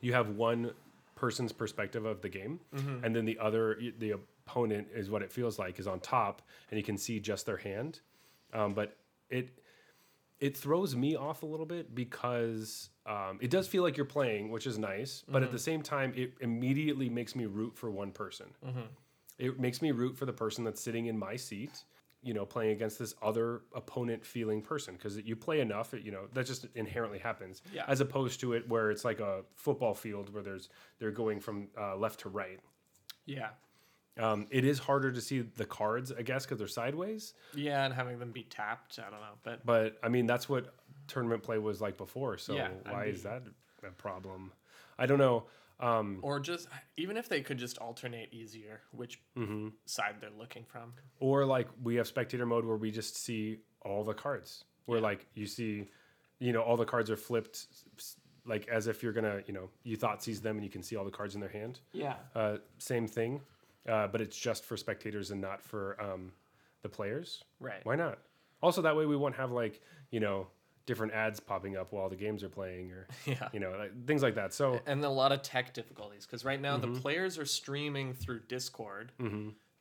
Speaker 2: you have one person's perspective of the game, and then the other the opponent is what it feels like is on top, and you can see just their hand. Um, but it it throws me off a little bit because um, it does feel like you're playing, which is nice, but at the same time, it immediately makes me root for one person. It makes me root for the person that's sitting in my seat, you know, playing against this other opponent feeling person because you play enough, you know, that just inherently happens.
Speaker 1: Yeah.
Speaker 2: As opposed to it where it's like a football field where there's they're going from uh, left to right.
Speaker 1: Yeah.
Speaker 2: Um, it is harder to see the cards, I guess, because they're sideways.
Speaker 1: Yeah, and having them be tapped, I don't know, but
Speaker 2: But I mean, that's what tournament play was like before. So
Speaker 1: Yeah, I
Speaker 2: why is that a problem? I don't know. Um,
Speaker 1: or just even if they could just alternate easier which
Speaker 2: Mm-hmm.
Speaker 1: side they're looking from.
Speaker 2: or like we have spectator mode where we just see all the cards. Where like you see, you know, all the cards are flipped, s- like as if you're gonna, you know, you thought sees them and you can see all the cards in their hand.
Speaker 1: Yeah.
Speaker 2: Uh, same thing, uh, but it's just for spectators and not for um, the players.
Speaker 1: Right.
Speaker 2: Why not? Also, that way we won't have like you know different ads popping up while the games are playing or
Speaker 1: Yeah.
Speaker 2: you know like, things like that. So
Speaker 1: And a lot of tech difficulties because right now
Speaker 2: Mm-hmm.
Speaker 1: the players are streaming through Discord.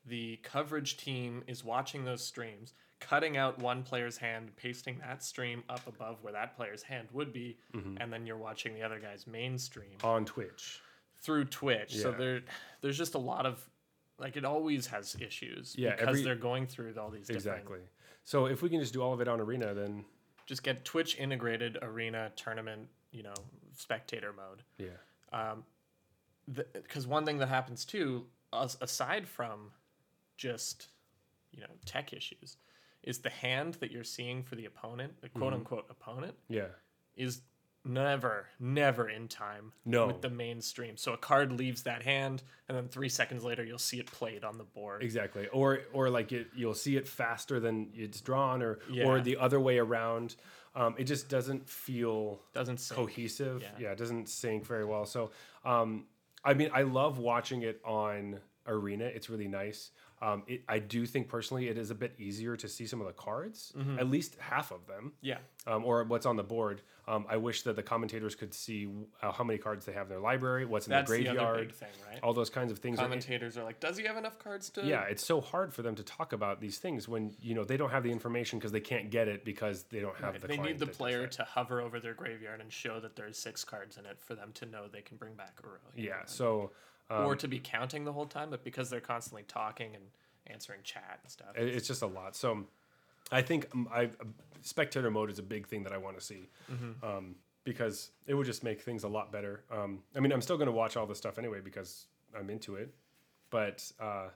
Speaker 1: The coverage team is watching those streams, cutting out one player's hand, pasting that stream up above where that player's hand would be,
Speaker 2: Mm-hmm.
Speaker 1: and then you're watching the other guy's main stream
Speaker 2: on Twitch,
Speaker 1: through Twitch. So
Speaker 2: Yeah.
Speaker 1: there, there's just a lot of like it always has issues
Speaker 2: Yeah,
Speaker 1: because
Speaker 2: every-
Speaker 1: they're going through all these different
Speaker 2: exactly. So if we can just do all of it on Arena, then
Speaker 1: just get Twitch integrated arena tournament, you know, spectator mode.
Speaker 2: yeah,
Speaker 1: Because one thing that happens too, as, aside from just, you know, tech issues, is the hand that you're seeing for the opponent, the quote
Speaker 2: Mm-hmm.
Speaker 1: unquote opponent,
Speaker 2: yeah,
Speaker 1: is never, never in time
Speaker 2: No.
Speaker 1: with the mainstream. So a card leaves that hand, and then three seconds later, you'll see it played on the board.
Speaker 2: exactly. Or or like it, you'll see it faster than it's drawn, or or
Speaker 1: Yeah.
Speaker 2: the other way around. Um, it just doesn't feel
Speaker 1: Doesn't sync.
Speaker 2: cohesive. Yeah.
Speaker 1: Yeah.
Speaker 2: it doesn't sync very well. So, um, I mean, I love watching it on Arena. It's really nice. Um, it, I do think personally, it is a bit easier to see some of the cards,
Speaker 1: Mm-hmm.
Speaker 2: at least half of them,
Speaker 1: Yeah.
Speaker 2: um, or what's on the board. Um, I wish that the commentators could see uh, how many cards they have in their library, what's in
Speaker 1: That's
Speaker 2: the
Speaker 1: the other big
Speaker 2: graveyard,
Speaker 1: thing, right?
Speaker 2: all those kinds of things. are-
Speaker 1: Commentators are like, does he have enough cards to?
Speaker 2: yeah, it's so hard for them to talk about these things when you know they don't have the information because they can't get it because they don't have
Speaker 1: Right,
Speaker 2: the.
Speaker 1: they
Speaker 2: client
Speaker 1: need the
Speaker 2: that does
Speaker 1: player
Speaker 2: that.
Speaker 1: to hover over their graveyard and show that there's six cards in it for them to know they can bring back a row. you know,
Speaker 2: Yeah,
Speaker 1: and-
Speaker 2: so um,
Speaker 1: or to be counting the whole time, but because they're constantly talking and answering chat and stuff.
Speaker 2: It- It's just a lot. So I think um, I spectator mode is a big thing that I want to see
Speaker 1: Mm-hmm.
Speaker 2: um, because it would just make things a lot better. Um, I mean, I'm still going to watch all this stuff anyway because I'm into it, but uh,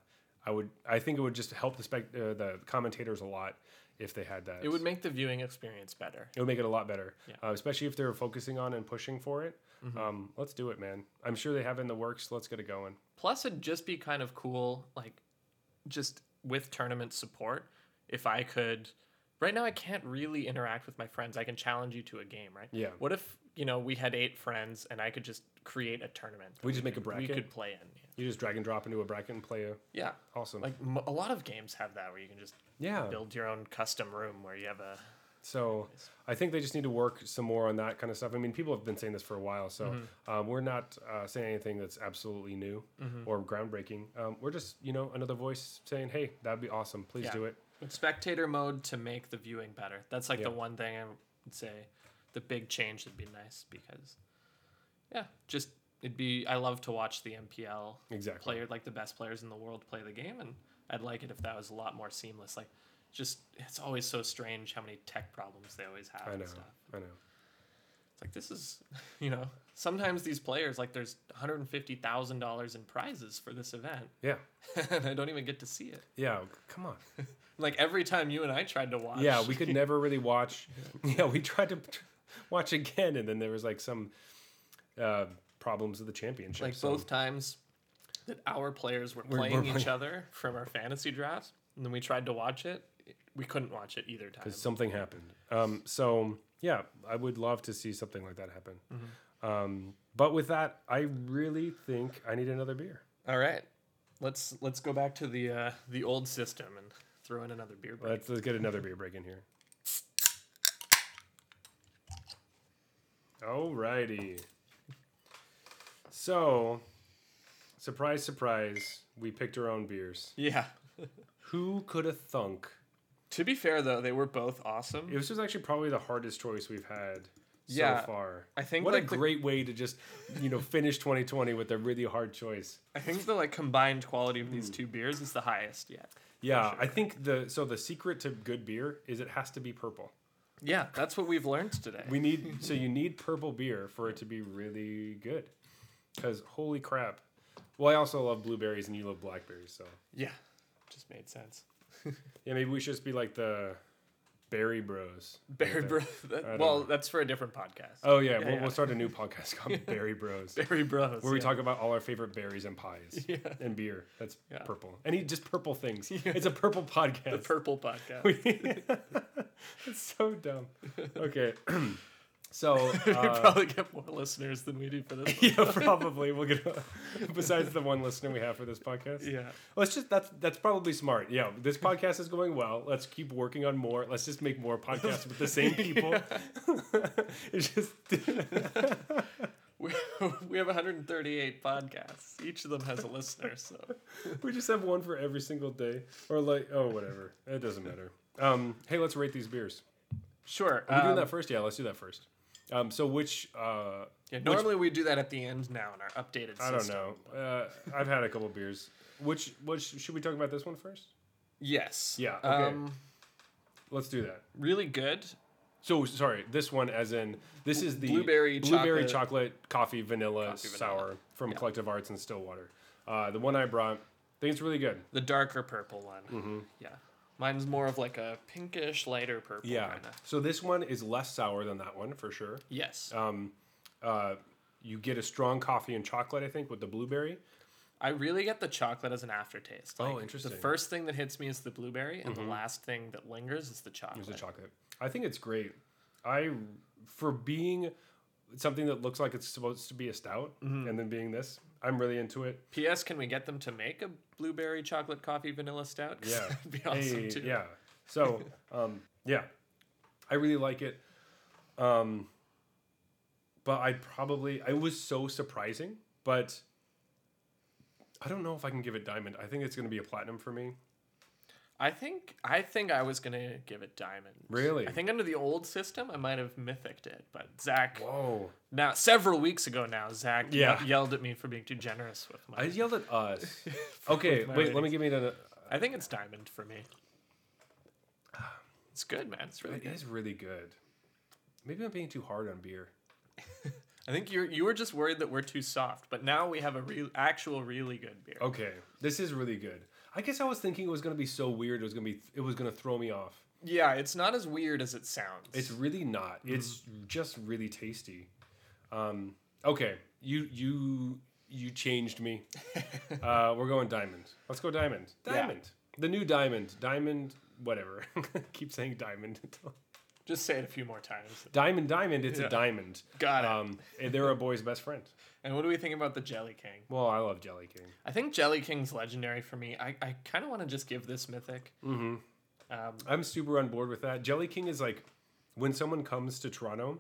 Speaker 2: I would I think it would just help the spec uh, the commentators a lot if they had that.
Speaker 1: it would make the viewing experience better.
Speaker 2: It would make it a lot better,
Speaker 1: Yeah. Mm-hmm.
Speaker 2: uh, especially if they're focusing on and pushing for it. Um, let's do it, man. I'm sure they have it in the works. Let's get it going.
Speaker 1: Plus, it'd just be kind of cool, like just with tournament support, if I could. Right now, I can't really interact with my friends. I can challenge you to a game, right?
Speaker 2: Yeah.
Speaker 1: What if you know we had eight friends and I could just create a tournament? that
Speaker 2: We just make a
Speaker 1: could-
Speaker 2: bracket?
Speaker 1: We could play in.
Speaker 2: You just drag and drop into a bracket and play a
Speaker 1: Yeah.
Speaker 2: awesome.
Speaker 1: Like m- a lot of games have that where you can just
Speaker 2: yeah,
Speaker 1: build your own custom room where you have a
Speaker 2: So I think they just need to work some more on that kind of stuff. I mean, people have been saying this for a while, so
Speaker 1: Mm-hmm.
Speaker 2: um, we're not uh, saying anything that's absolutely new or groundbreaking. Um, we're just, you know, another voice saying, "Hey, that'd be awesome. Please
Speaker 1: Yeah.
Speaker 2: do it."
Speaker 1: spectator mode to make the viewing better. That's like the
Speaker 2: Yeah.
Speaker 1: one thing I would say the big change would be nice because yeah, just it'd be I love to watch the MPL
Speaker 2: Exactly.
Speaker 1: player like the best players in the world play the game and I'd like it if that was a lot more seamless. Like just it's always so strange how many tech problems they always have
Speaker 2: I know.
Speaker 1: and stuff.
Speaker 2: I know.
Speaker 1: It's like this is, you know, sometimes these players like there's $150,000 in prizes for this event
Speaker 2: Yeah.
Speaker 1: and I don't even get to see it.
Speaker 2: Yeah. c- Come on.
Speaker 1: Like every time you and I tried to watch.
Speaker 2: Yeah, we could never really watch. Yeah, we tried to t- watch again, and then there was like some uh, problems with the championship.
Speaker 1: like
Speaker 2: so-
Speaker 1: both times that our players were
Speaker 2: We're-
Speaker 1: playing
Speaker 2: we're
Speaker 1: each
Speaker 2: playing-
Speaker 1: other from our fantasy drafts, and then we tried to watch it. We couldn't watch it either time.
Speaker 2: something happened. Um, so yeah, I would love to see something like that happen. Um, but with that, I really think I need another beer.
Speaker 1: All right, let's let's go back to the uh, the old system and throw in another beer break.
Speaker 2: Let's, let's get another beer break in here. Alrighty. So, surprise, surprise, we picked our own beers.
Speaker 1: Yeah.
Speaker 2: Who could have thunk?
Speaker 1: To be fair though, they were both awesome.
Speaker 2: This was actually probably the hardest choice we've had
Speaker 1: Yeah,
Speaker 2: so far.
Speaker 1: I think,
Speaker 2: what
Speaker 1: like,
Speaker 2: a
Speaker 1: the-
Speaker 2: great way to just, you know, finish 2020 with a really hard choice.
Speaker 1: I think the like combined quality of
Speaker 2: Mm.
Speaker 1: these two beers is the highest yet.
Speaker 2: Yeah, I think the so the secret to good beer is it has to be purple.
Speaker 1: Yeah, that's what we've learned today.
Speaker 2: We need so you need purple beer for it to be really good. Because holy crap! Well, I also love blueberries and you love blackberries, so
Speaker 1: yeah, just made sense.
Speaker 2: yeah, maybe we should just be like the berry bros.
Speaker 1: Barry
Speaker 2: Right
Speaker 1: Bro.
Speaker 2: there.
Speaker 1: that-
Speaker 2: don't
Speaker 1: well,
Speaker 2: know.
Speaker 1: that's for a different podcast.
Speaker 2: Oh yeah, we'll,
Speaker 1: yeah.
Speaker 2: we'll start a new podcast called Berry Bros, where
Speaker 1: Barry Bros.
Speaker 2: we
Speaker 1: yeah.
Speaker 2: talk about all our favorite berries and pies and beer. That's
Speaker 1: Yeah.
Speaker 2: purple. Any just purple things. It's a purple podcast.
Speaker 1: the purple podcast.
Speaker 2: it's so dumb. Okay, so uh,
Speaker 1: we probably get more listeners than we do for this. One.
Speaker 2: yeah, probably we'll get. besides the one listener we have for this podcast,
Speaker 1: yeah.
Speaker 2: Let's just that's that's probably smart. Yeah, this podcast is going well. Let's keep working on more. Let's just make more podcasts with the same people. it's just
Speaker 1: We, we have 138 podcasts. Each of them has a listener, so
Speaker 2: we just have one for every single day, or like oh whatever. It doesn't matter. Um, hey, let's rate these beers.
Speaker 1: sure.
Speaker 2: Are we doing
Speaker 1: um,
Speaker 2: that first? Yeah, let's do that first. Um, so which uh,
Speaker 1: yeah,
Speaker 2: which-
Speaker 1: normally we do that at the end now in our updated.
Speaker 2: I don't
Speaker 1: system.
Speaker 2: know. Uh, I've had a couple beers. Which which should we talk about this one first?
Speaker 1: Yes.
Speaker 2: Yeah, okay.
Speaker 1: Um,
Speaker 2: Let's do that.
Speaker 1: really good.
Speaker 2: So sorry, this one as in this is the
Speaker 1: Blueberry
Speaker 2: blueberry
Speaker 1: chocolate-
Speaker 2: chocolate, coffee vanilla
Speaker 1: Coffee vanilla.
Speaker 2: sour from Collective Arts in Stillwater. Uh, the one I brought, I think it's really good.
Speaker 1: The darker purple one.
Speaker 2: Mm-hmm.
Speaker 1: Yeah. Mine's more of like a pinkish, lighter purple. Kinda.
Speaker 2: So this one is less sour than that one for sure.
Speaker 1: Yes.
Speaker 2: Um, Uh, you get a strong coffee and chocolate, I think, with the blueberry.
Speaker 1: I really get the chocolate as an aftertaste.
Speaker 2: Oh,
Speaker 1: Like,
Speaker 2: interesting. Mm-hmm.
Speaker 1: The first thing that hits me is the blueberry, and the last thing that lingers is the chocolate.
Speaker 2: There's the chocolate. I think it's great. I for being something that looks like it's supposed to be a stout,
Speaker 1: Mm-hmm.
Speaker 2: and then being this, I'm really into it.
Speaker 1: P.S. Can we get them to make a blueberry chocolate coffee vanilla stout? 'Cause
Speaker 2: Yeah.
Speaker 1: that'd be awesome
Speaker 2: Hey,
Speaker 1: too.
Speaker 2: Yeah. So, um, yeah, I really like it. Um, but I probably it was so surprising, but I don't know if I can give it diamond. I think it's going to be a platinum for me.
Speaker 1: I think I think I was gonna give it diamond.
Speaker 2: Really?
Speaker 1: I think under the old system, I might have mythicked it, but Zach
Speaker 2: Whoa!
Speaker 1: now several weeks ago now Zach ye-
Speaker 2: Yeah.
Speaker 1: yelled at me for being too generous with my.
Speaker 2: I yelled at us. okay,
Speaker 1: my
Speaker 2: wait. Let me give me the.
Speaker 1: I think it's diamond for me. It's good, man. It's really
Speaker 2: It
Speaker 1: good.
Speaker 2: is really good. Maybe I'm being too hard on beer.
Speaker 1: I think you you were just worried that we're too soft, but now we have a real actual really good beer.
Speaker 2: Okay, this is really good. I guess I was thinking it was going to be so weird. It was going to be. It was going to throw me off.
Speaker 1: Yeah, it's not as weird as it sounds.
Speaker 2: It's really not.
Speaker 1: Mm-hmm.
Speaker 2: It's just really tasty. Um, okay, you you you changed me. uh, we're going diamond. Let's go diamond.
Speaker 1: Yeah.
Speaker 2: Diamond. The new diamond. Diamond. Whatever. Keep saying diamond. until-
Speaker 1: just say it a few more times.
Speaker 2: diamond. Diamond. It's
Speaker 1: Yeah.
Speaker 2: a diamond.
Speaker 1: Got it.
Speaker 2: Um, and they're a boy's best friend.
Speaker 1: And what do we think about the Jelly King?
Speaker 2: Well, I love Jelly King.
Speaker 1: I think Jelly King's legendary for me. I, I kind of want to just give this mythic.
Speaker 2: Mm-hmm.
Speaker 1: Um,
Speaker 2: I'm super on board with that. Jelly King is like when someone comes to Toronto,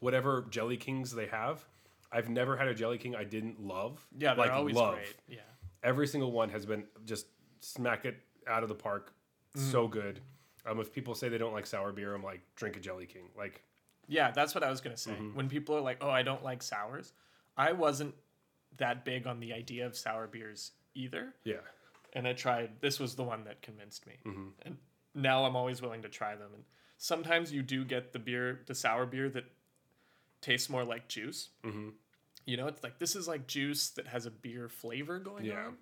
Speaker 2: whatever Jelly Kings they have. I've never had a Jelly King I didn't love.
Speaker 1: yeah, they're
Speaker 2: like
Speaker 1: always
Speaker 2: love.
Speaker 1: great. Yeah,
Speaker 2: every single one has been just smack it out of the park.
Speaker 1: Mm-hmm.
Speaker 2: So good. Um, if people say they don't like sour beer, I'm like, drink a Jelly King. Like,
Speaker 1: yeah, that's what I was gonna say.
Speaker 2: Mm-hmm.
Speaker 1: When people are like, "Oh, I don't like sours," I wasn't that big on the idea of sour beers either,
Speaker 2: yeah,
Speaker 1: and I tried. This was the one that convinced me,
Speaker 2: Mm-hmm.
Speaker 1: and now I'm always willing to try them. And sometimes you do get the beer, the sour beer that tastes more like juice. Mm-hmm. You know, it's like this is like juice that has a beer flavor going
Speaker 2: Yeah.
Speaker 1: on.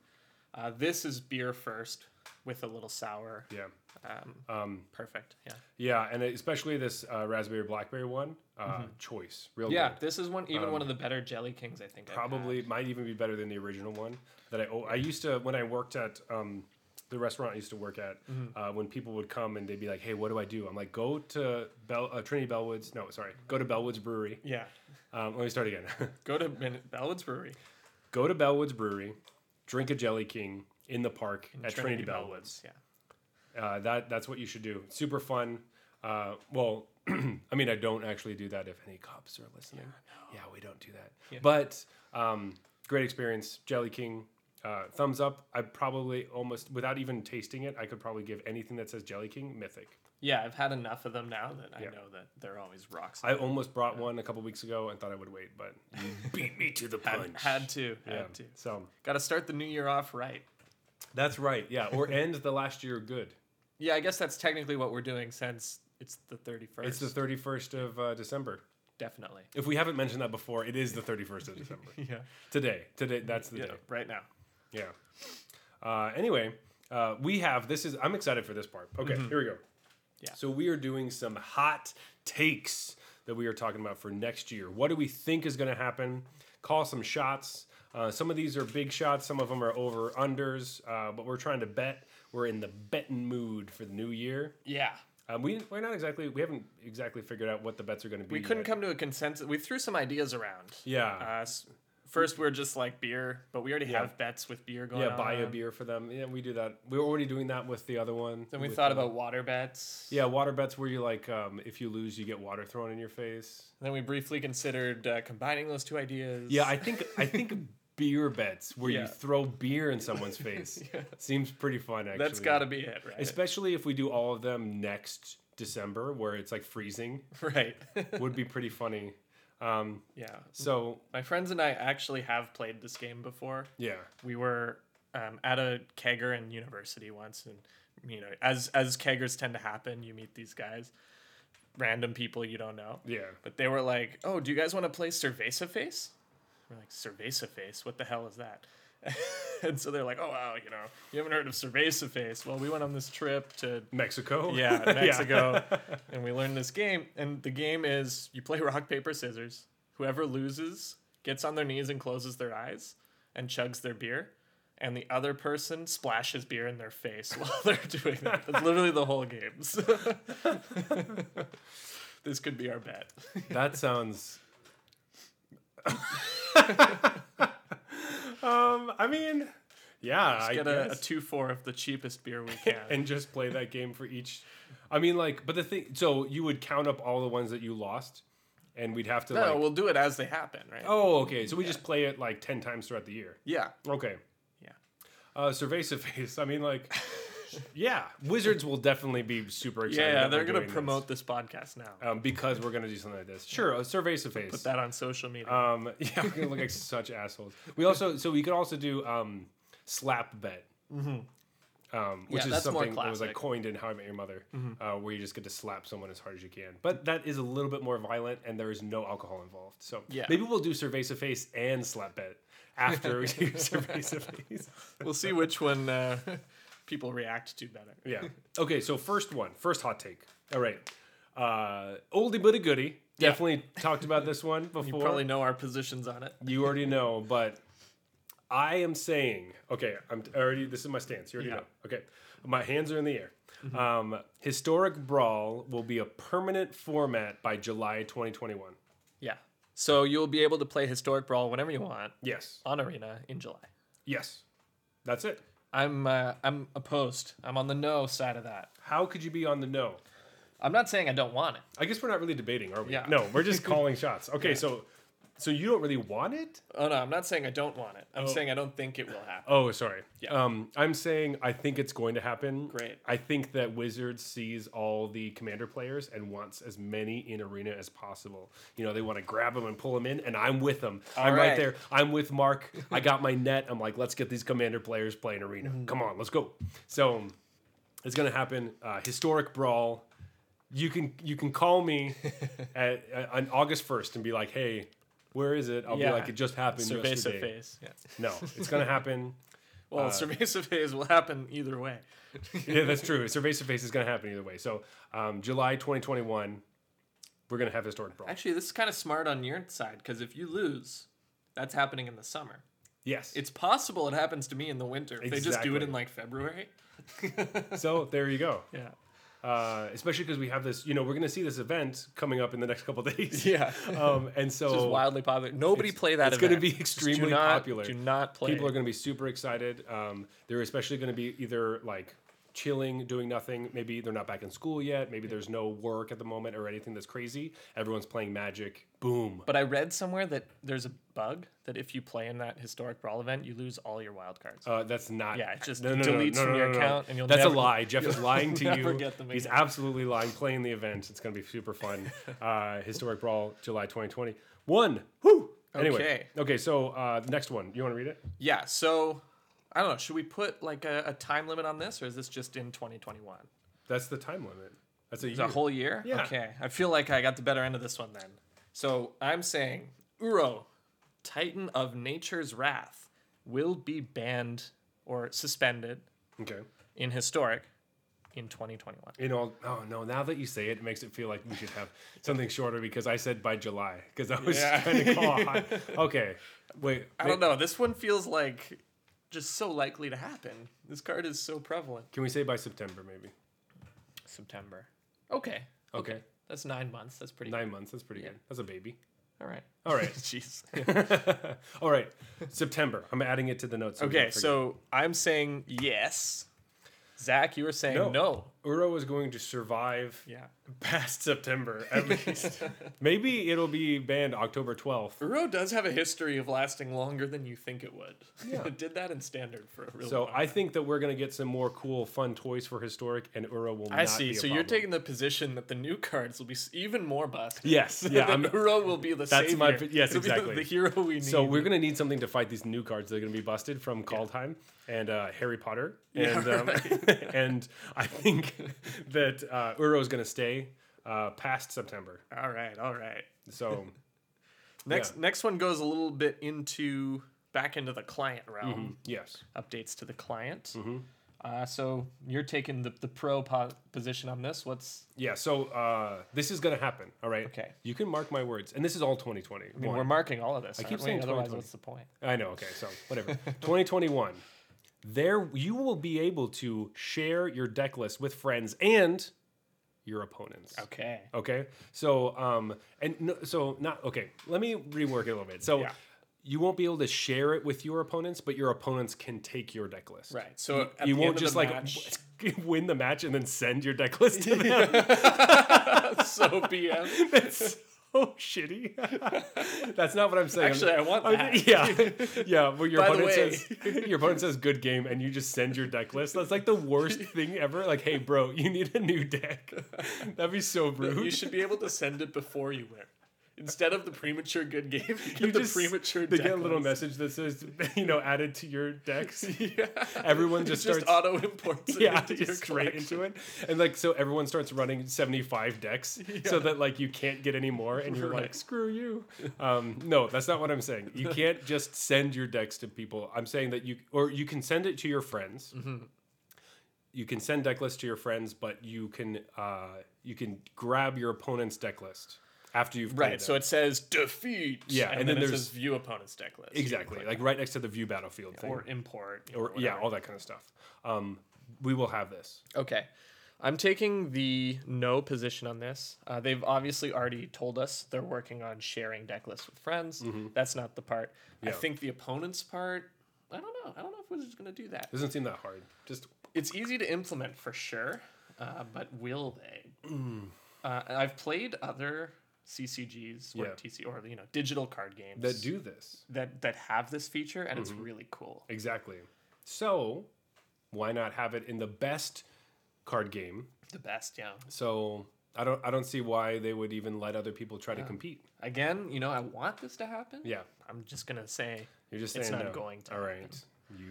Speaker 1: Uh, this is beer first with a little sour.
Speaker 2: Yeah.
Speaker 1: Um,
Speaker 2: Um,
Speaker 1: perfect. Yeah.
Speaker 2: yeah, and especially this uh, raspberry blackberry one, uh, choice, real
Speaker 1: Mm-hmm. Yeah.
Speaker 2: good.
Speaker 1: This is one, even one of the better Jelly Kings, I think. I've had.
Speaker 2: Um, Probably might even be better than the original one that I oh, I used to when I worked at um, the restaurant I used to work at. Uh, when people would come and they'd be like, "Hey, what do I do?" I'm like, "Go to Bell uh, Trinity Bellwoods." No, sorry, go to Bellwoods Brewery.
Speaker 1: Yeah.
Speaker 2: Um, let me start again.
Speaker 1: Go to Min- Bellwoods Brewery.
Speaker 2: go to Bellwoods Brewery, drink a Jelly King in the park at Trinity, Bellwoods.
Speaker 1: Yeah.
Speaker 2: Uh, that that's what you should do. Super fun. Uh, well, I mean, I don't actually do that. If any cops are listening, yeah, we don't do that. But um, great experience, Jelly King. Uh, thumbs up. I probably almost, without even tasting it, I could probably give anything that says Jelly King mythic.
Speaker 1: Yeah. I've had enough of them now that I
Speaker 2: Yeah.
Speaker 1: know that they're always rocks.
Speaker 2: I almost brought one a couple weeks ago and thought I would wait, but you beat me to the punch.
Speaker 1: had to.
Speaker 2: Yeah,
Speaker 1: Had to.
Speaker 2: So
Speaker 1: Got to start the new year off right.
Speaker 2: that's right. Yeah, or end the last year good.
Speaker 1: Yeah. I guess that's technically what we're doing since it's the 31st.
Speaker 2: It's the 31st of uh, December.
Speaker 1: Definitely.
Speaker 2: If we haven't mentioned that before, it is the 31st of December.
Speaker 1: Yeah.
Speaker 2: Today. Today, that's the
Speaker 1: Yeah.
Speaker 2: day.
Speaker 1: Right now.
Speaker 2: Yeah. Uh, anyway, uh, we have this is I'm excited for this part. Okay, here we go.
Speaker 1: Mm-hmm. Yeah.
Speaker 2: So we are doing some hot takes that we are talking about for next year. What do we think is going to happen? Call some shots. Uh, some of these are big shots. Some of them are over unders. Uh, but we're trying to bet. We're in the betting mood for the new year.
Speaker 1: Yeah.
Speaker 2: Um, we we're not exactly we haven't exactly figured out what the bets are going to be.
Speaker 1: We couldn't
Speaker 2: yet.
Speaker 1: come to a consensus. We threw some ideas around.
Speaker 2: Yeah.
Speaker 1: Uh, s- first, we're just like beer, but we already have bets with beer going
Speaker 2: yeah, buy a
Speaker 1: on.
Speaker 2: beer for them. Yeah, we do that. We were already doing that with the other one.
Speaker 1: Then we
Speaker 2: with,
Speaker 1: thought
Speaker 2: uh,
Speaker 1: about water bets.
Speaker 2: Yeah, water bets where you like um, if you lose, you get water thrown in your face.
Speaker 1: Then we briefly considered uh, combining those two ideas.
Speaker 2: Yeah, I think I think beer bets where
Speaker 1: Yeah.
Speaker 2: you throw beer in someone's face seems pretty fun. Actually,
Speaker 1: that's got to be it, right?
Speaker 2: especially if we do all of them next December where it's like freezing
Speaker 1: right.
Speaker 2: would be pretty funny. Um,
Speaker 1: yeah.
Speaker 2: so
Speaker 1: My friends and I actually have played this game before.
Speaker 2: yeah,
Speaker 1: We were um, at a kegger in university once, and you know, as as keggers tend to happen, you meet these guys, random people you don't know.
Speaker 2: yeah,
Speaker 1: But they were like, "Oh, do you guys want to play Cerveza Face?" We're like, "Cerveza Face? What the hell is that?" and so they're like, "Oh, wow, you know, you haven't heard of Cerveza Face? Well, we went on this trip to
Speaker 2: Mexico.
Speaker 1: yeah Mexico, and we learned this game. And the game is you play rock paper scissors. Whoever loses gets on their knees and closes their eyes and chugs their beer." And the other person splashes beer in their face while they're doing that. That's literally the whole game. So- this could be our bet.
Speaker 2: That sounds. um, I mean, yeah, I
Speaker 1: get a, a
Speaker 2: guess.
Speaker 1: two four of the cheapest beer we can.
Speaker 2: and just play that game for each. I mean, like, but the thing, so you would count up all the ones that you lost, and we'd have to
Speaker 1: no,
Speaker 2: like.
Speaker 1: we'll do it as they happen, right?
Speaker 2: oh, okay. So we just play it like ten times throughout the year.
Speaker 1: yeah,
Speaker 2: Okay.
Speaker 1: Yeah.
Speaker 2: Uh, Cerveza face. I mean, like, yeah, wizards will definitely be super excited.
Speaker 1: yeah.
Speaker 2: that
Speaker 1: They're
Speaker 2: we're
Speaker 1: gonna
Speaker 2: doing this,
Speaker 1: promote this. podcast now.
Speaker 2: um, because we're gonna do something like this. Sure, a Cerveza face.
Speaker 1: Put that on social media.
Speaker 2: Um, yeah, we're gonna look like such assholes. We also, so we could also do um, slap bet, um, which
Speaker 1: Yeah,
Speaker 2: is
Speaker 1: that's more
Speaker 2: something that was like
Speaker 1: classic.
Speaker 2: coined in How I Met Your Mother, uh, where you just get to slap someone as hard as you can. But that is a little bit more violent, and there is no alcohol involved. So
Speaker 1: Yeah.
Speaker 2: maybe we'll do Cerveza face and slap bet after we do Cerveza face.
Speaker 1: we'll see which one uh, people react to better.
Speaker 2: Yeah. Okay, so first one, first hot take. All right, uh, oldie but a goodie. Definitely talked about this one before.
Speaker 1: You probably know our positions on it.
Speaker 2: You already know, but I am saying, okay, I'm already. This is my stance. You already
Speaker 1: Yeah. Mm-hmm.
Speaker 2: know. Okay, my hands are in the air. Um, historic brawl will be a permanent format by July 2021.
Speaker 1: Yeah. So you'll be able to play historic brawl whenever you want
Speaker 2: Yes,
Speaker 1: on arena in July.
Speaker 2: yes, that's it.
Speaker 1: I'm uh, I'm opposed. I'm on the no side of that.
Speaker 2: How could you be on the no?
Speaker 1: I'm not saying I don't want it.
Speaker 2: I guess we're not really debating, are we?
Speaker 1: Yeah.
Speaker 2: No, we're just calling shots. Okay, so so you don't really want it?
Speaker 1: Oh no, I'm not saying I don't want it. I'm saying I don't think it will happen.
Speaker 2: Oh, sorry.
Speaker 1: Yeah.
Speaker 2: Um, I'm saying I think it's going to happen.
Speaker 1: Great.
Speaker 2: I think that Wizards sees all the commander players and wants as many in arena as possible. You know, they want to grab them and pull them in, and I'm with them. I'm right.
Speaker 1: right.
Speaker 2: there. I'm with Mark. I got my net. I'm like, let's get these commander players playing arena.
Speaker 1: Mm-hmm.
Speaker 2: Come on, let's go. So it's going to happen. Uh, historic brawl. You can you can call me at, uh, on August 1st and be like, hey, where is it? I'll
Speaker 1: Yeah.
Speaker 2: be like, it just happened
Speaker 1: Oh, Cerveza
Speaker 2: yesterday.
Speaker 1: face. Yeah.
Speaker 2: No, it's gonna happen.
Speaker 1: Well, cerveza phase will happen either way.
Speaker 2: yeah, that's true. Cerveza Face is going to happen either way. So, um, July 2021, we're going to have historic brawl.
Speaker 1: Actually, this is kind of smart on your side because if you lose, that's happening in the summer.
Speaker 2: Yes.
Speaker 1: It's possible it happens to me in the winter. If They just do it
Speaker 2: Exactly.
Speaker 1: in like February.
Speaker 2: so there you go.
Speaker 1: Yeah.
Speaker 2: Uh, especially because we have this, you know, we're going to see this event coming up in the next couple days.
Speaker 1: Yeah.
Speaker 2: Um, and so
Speaker 1: Just wildly popular. Nobody play that.
Speaker 2: it's gonna
Speaker 1: event.
Speaker 2: be
Speaker 1: Just do
Speaker 2: extremely
Speaker 1: not-
Speaker 2: popular.
Speaker 1: Do not play.
Speaker 2: people are
Speaker 1: it.
Speaker 2: going to be super excited. Um, they're especially going to be either like chilling, doing nothing. Maybe they're not back in school yet. Maybe there's no work at the moment or anything that's crazy. Everyone's playing Magic. Boom.
Speaker 1: But I read somewhere that there's a bug that if you play in that historic brawl event, you lose all your wild cards.
Speaker 2: Uh, that's not.
Speaker 1: Yeah, it just deletes from your account and you'll
Speaker 2: That's
Speaker 1: never-
Speaker 2: a lie. Jeff is lying to
Speaker 1: never
Speaker 2: you.
Speaker 1: get them
Speaker 2: He's
Speaker 1: again.
Speaker 2: absolutely lying. Playing the event. It's going to be super fun. Uh, Historic Brawl, July 2020. One. Woo. Anyway.
Speaker 1: Okay.
Speaker 2: Okay. So uh, the next one. You want to read it?
Speaker 1: yeah. So I don't know. Should we put like a, a time limit on this, or is this just in 2021?
Speaker 2: That's the time limit. That's a year.
Speaker 1: The whole year?
Speaker 2: Yeah.
Speaker 1: Okay. I feel like I got the better end of this one then. So I'm saying Uro, Titan of Nature's Wrath, will be banned or suspended
Speaker 2: okay.
Speaker 1: in historic in 2021.
Speaker 2: You know, oh no! Now that you say it, it makes it feel like we should have something shorter because I said by July because I was
Speaker 1: Yeah.
Speaker 2: trying to call. High. Okay, wait.
Speaker 1: I don't know. This one feels like just so likely to happen. This card is so prevalent.
Speaker 2: Can we say by September maybe?
Speaker 1: September. Okay.
Speaker 2: Okay,
Speaker 1: That's nine months. That's pretty
Speaker 2: nine months. That's pretty good. That's a baby.
Speaker 1: All right.
Speaker 2: All right.
Speaker 1: Jeez.
Speaker 2: All right, September. I'm adding it to the notes. we don't
Speaker 1: Okay,
Speaker 2: forget.
Speaker 1: so I'm saying yes. Zach, you were saying no.
Speaker 2: Uro is going to survive
Speaker 1: Yeah.
Speaker 2: past September at least. Maybe it'll be banned October 12th.
Speaker 1: Uro does have a history of lasting longer than you think it would.
Speaker 2: Yeah.
Speaker 1: it did that in standard for a really
Speaker 2: So
Speaker 1: long
Speaker 2: I
Speaker 1: time.
Speaker 2: think that we're gonna get some more cool, fun toys for historic, and Uro will.
Speaker 1: I
Speaker 2: not
Speaker 1: see.
Speaker 2: Be a
Speaker 1: So you're
Speaker 2: problem.
Speaker 1: taking the position that the new cards will be s- even more busted.
Speaker 2: Yes. Yeah.
Speaker 1: That
Speaker 2: I'm,
Speaker 1: Uro will be the
Speaker 2: That's my-
Speaker 1: savior.
Speaker 2: yes,
Speaker 1: It'll be the-
Speaker 2: exactly.
Speaker 1: the hero we need.
Speaker 2: So we're gonna need something to fight these new cards that are gonna be busted from Kaldheim and uh, Harry Potter,
Speaker 1: Yeah,
Speaker 2: and um, and I think that uh, Uro is gonna stay uh, past September.
Speaker 1: All right, all right.
Speaker 2: So
Speaker 1: Next
Speaker 2: Yeah.
Speaker 1: next one goes a little bit into back into the client realm.
Speaker 2: yes,
Speaker 1: Updates to the client.
Speaker 2: Mm-hmm.
Speaker 1: Uh, so you're taking the, the pro po- position on this. What's
Speaker 2: yeah. So uh, this is gonna happen. All right.
Speaker 1: Okay.
Speaker 2: You can mark my words, and this is all 2020.
Speaker 1: I mean, we're marking all of this. I
Speaker 2: keep saying
Speaker 1: Otherwise,
Speaker 2: 2020.
Speaker 1: what's the point?
Speaker 2: I know. Okay, so whatever. 2021. There, you will be able to share your deck list with friends and your opponents.
Speaker 1: Okay.
Speaker 2: Okay. So, um, and no, so not okay. Let me rework it a little bit. So,
Speaker 1: Yeah.
Speaker 2: you won't be able to share it with your opponents, but your opponents can take your deck list.
Speaker 1: Right. So at
Speaker 2: You
Speaker 1: the
Speaker 2: won't
Speaker 1: end of
Speaker 2: just
Speaker 1: the
Speaker 2: like
Speaker 1: match,
Speaker 2: w- win the match and then send your deck list to them.
Speaker 1: so BM.
Speaker 2: That's so shitty. That's not what I'm saying.
Speaker 1: Actually, I want
Speaker 2: I'm-
Speaker 1: that.
Speaker 2: yeah, yeah. Well, your
Speaker 1: By the
Speaker 2: opponent
Speaker 1: way.
Speaker 2: says your opponent says good game, and you just send your deck list. That's like the worst thing ever. Like, hey, bro, you need a new deck. That'd be so rude.
Speaker 1: You should be able to send it before you win. Instead of the premature good game, you get the premature.
Speaker 2: they
Speaker 1: deck
Speaker 2: get a little
Speaker 1: list.
Speaker 2: message that says you know added to your decks everyone just,
Speaker 1: Just
Speaker 2: starts
Speaker 1: auto imports it
Speaker 2: yeah
Speaker 1: into your
Speaker 2: just straight
Speaker 1: collection.
Speaker 2: into it and like so everyone starts running 75 decks so that like you can't get any more and you're like
Speaker 1: Right.
Speaker 2: screw you um, no that's not what i'm saying you can't just send your decks to people i'm saying that you or you can send it to your friends you can send deck lists to your friends but you can uh, you can grab your opponent's deck list after you've played
Speaker 1: Right. So
Speaker 2: them.
Speaker 1: it says defeat.
Speaker 2: Yeah,
Speaker 1: And,
Speaker 2: and
Speaker 1: then,
Speaker 2: then
Speaker 1: it
Speaker 2: there's-
Speaker 1: says view opponent's deck list.
Speaker 2: exactly like right next to the view battlefield thing
Speaker 1: Or import. you know,
Speaker 2: or yeah, all that kind of stuff. Um, we will have this.
Speaker 1: Okay. I'm taking the no position on this. Uh, they've obviously already told us they're working on sharing deck lists with friends. That's not the part. I
Speaker 2: Mm-hmm. Yeah.
Speaker 1: think the opponent's part, I don't know. I don't know if Wizards going to do that.
Speaker 2: Doesn't seem that hard. Just
Speaker 1: It's easy to implement for sure, uh, but will they?
Speaker 2: Mm.
Speaker 1: Uh, and I've played other CCGs or
Speaker 2: Yeah.
Speaker 1: TC or you know digital card games
Speaker 2: that do Mm-hmm. this
Speaker 1: that that have this feature, and it's really cool.
Speaker 2: exactly. So why not have it in the best card game?
Speaker 1: The best, yeah.
Speaker 2: So I don't I don't see why they would even let other people try to compete.
Speaker 1: Again, you know, I want this to happen.
Speaker 2: Yeah,
Speaker 1: I'm just gonna say
Speaker 2: you're just saying
Speaker 1: It's not
Speaker 2: no.
Speaker 1: going to
Speaker 2: All
Speaker 1: happen.
Speaker 2: right, you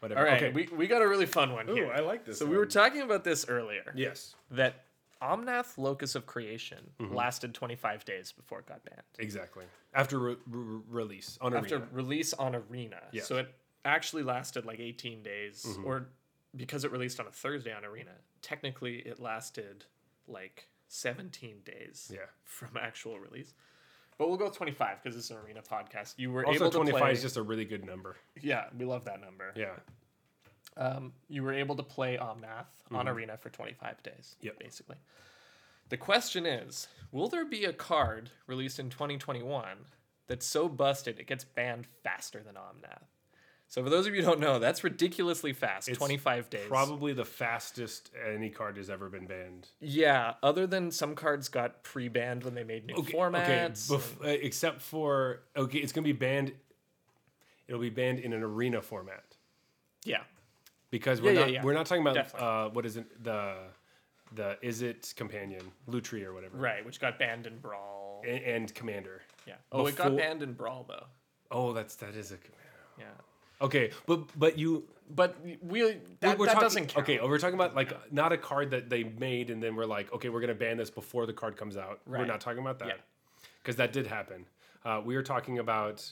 Speaker 2: whatever.
Speaker 1: All right,
Speaker 2: okay.
Speaker 1: we, we got a really fun one
Speaker 2: Ooh,
Speaker 1: here.
Speaker 2: I like this.
Speaker 1: so we were
Speaker 2: one.
Speaker 1: talking about this earlier
Speaker 2: yes,
Speaker 1: that Omnath Locus of Creation
Speaker 2: Mm-hmm.
Speaker 1: lasted 25 days before it got banned
Speaker 2: exactly. After re- re- release on
Speaker 1: after
Speaker 2: Arena.
Speaker 1: release on Arena.
Speaker 2: Yes. Mm-hmm.
Speaker 1: So it actually lasted like 18 days, or because it released on a Thursday on Arena, technically it lasted like 17 days
Speaker 2: Yeah.
Speaker 1: from actual release. But we'll go 25 because it's an Arena podcast. You were
Speaker 2: Also,
Speaker 1: able to
Speaker 2: 25
Speaker 1: play.
Speaker 2: is just a really good number.
Speaker 1: yeah, we love that number.
Speaker 2: Yeah.
Speaker 1: Um, you were able to play Omnath on Arena for 25 days,
Speaker 2: Mm-hmm. Yep.
Speaker 1: basically. The question is Will there be a card released in 2021 that's so busted it gets banned faster than Omnath? So, for those of you who don't know, that's ridiculously fast 25 days.
Speaker 2: Probably the fastest any card has ever been banned.
Speaker 1: yeah, other than some cards got pre banned when they made new formats.
Speaker 2: Okay, bef- uh, except for okay, it's gonna be banned. It'll be banned in an arena format
Speaker 1: yeah.
Speaker 2: because
Speaker 1: Yeah,
Speaker 2: we're
Speaker 1: yeah,
Speaker 2: not
Speaker 1: yeah.
Speaker 2: we're not talking about
Speaker 1: Definitely.
Speaker 2: uh, what is it the the is it companion Lutri or whatever
Speaker 1: Right, which got banned in Brawl.
Speaker 2: and, and commander.
Speaker 1: Yeah. Oh, it got
Speaker 2: Before-
Speaker 1: banned in Brawl, though.
Speaker 2: Oh, that's that is a commander.
Speaker 1: Yeah.
Speaker 2: Okay, but but you
Speaker 1: But we, that,
Speaker 2: we're
Speaker 1: that
Speaker 2: talking,
Speaker 1: doesn't count.
Speaker 2: Okay, oh, we're talking about like not a card that they made and then we're like, okay, we're gonna ban this before the card comes out. We're
Speaker 1: Right.
Speaker 2: not talking about
Speaker 1: Yeah.
Speaker 2: that because that did happen. Uh, we were talking about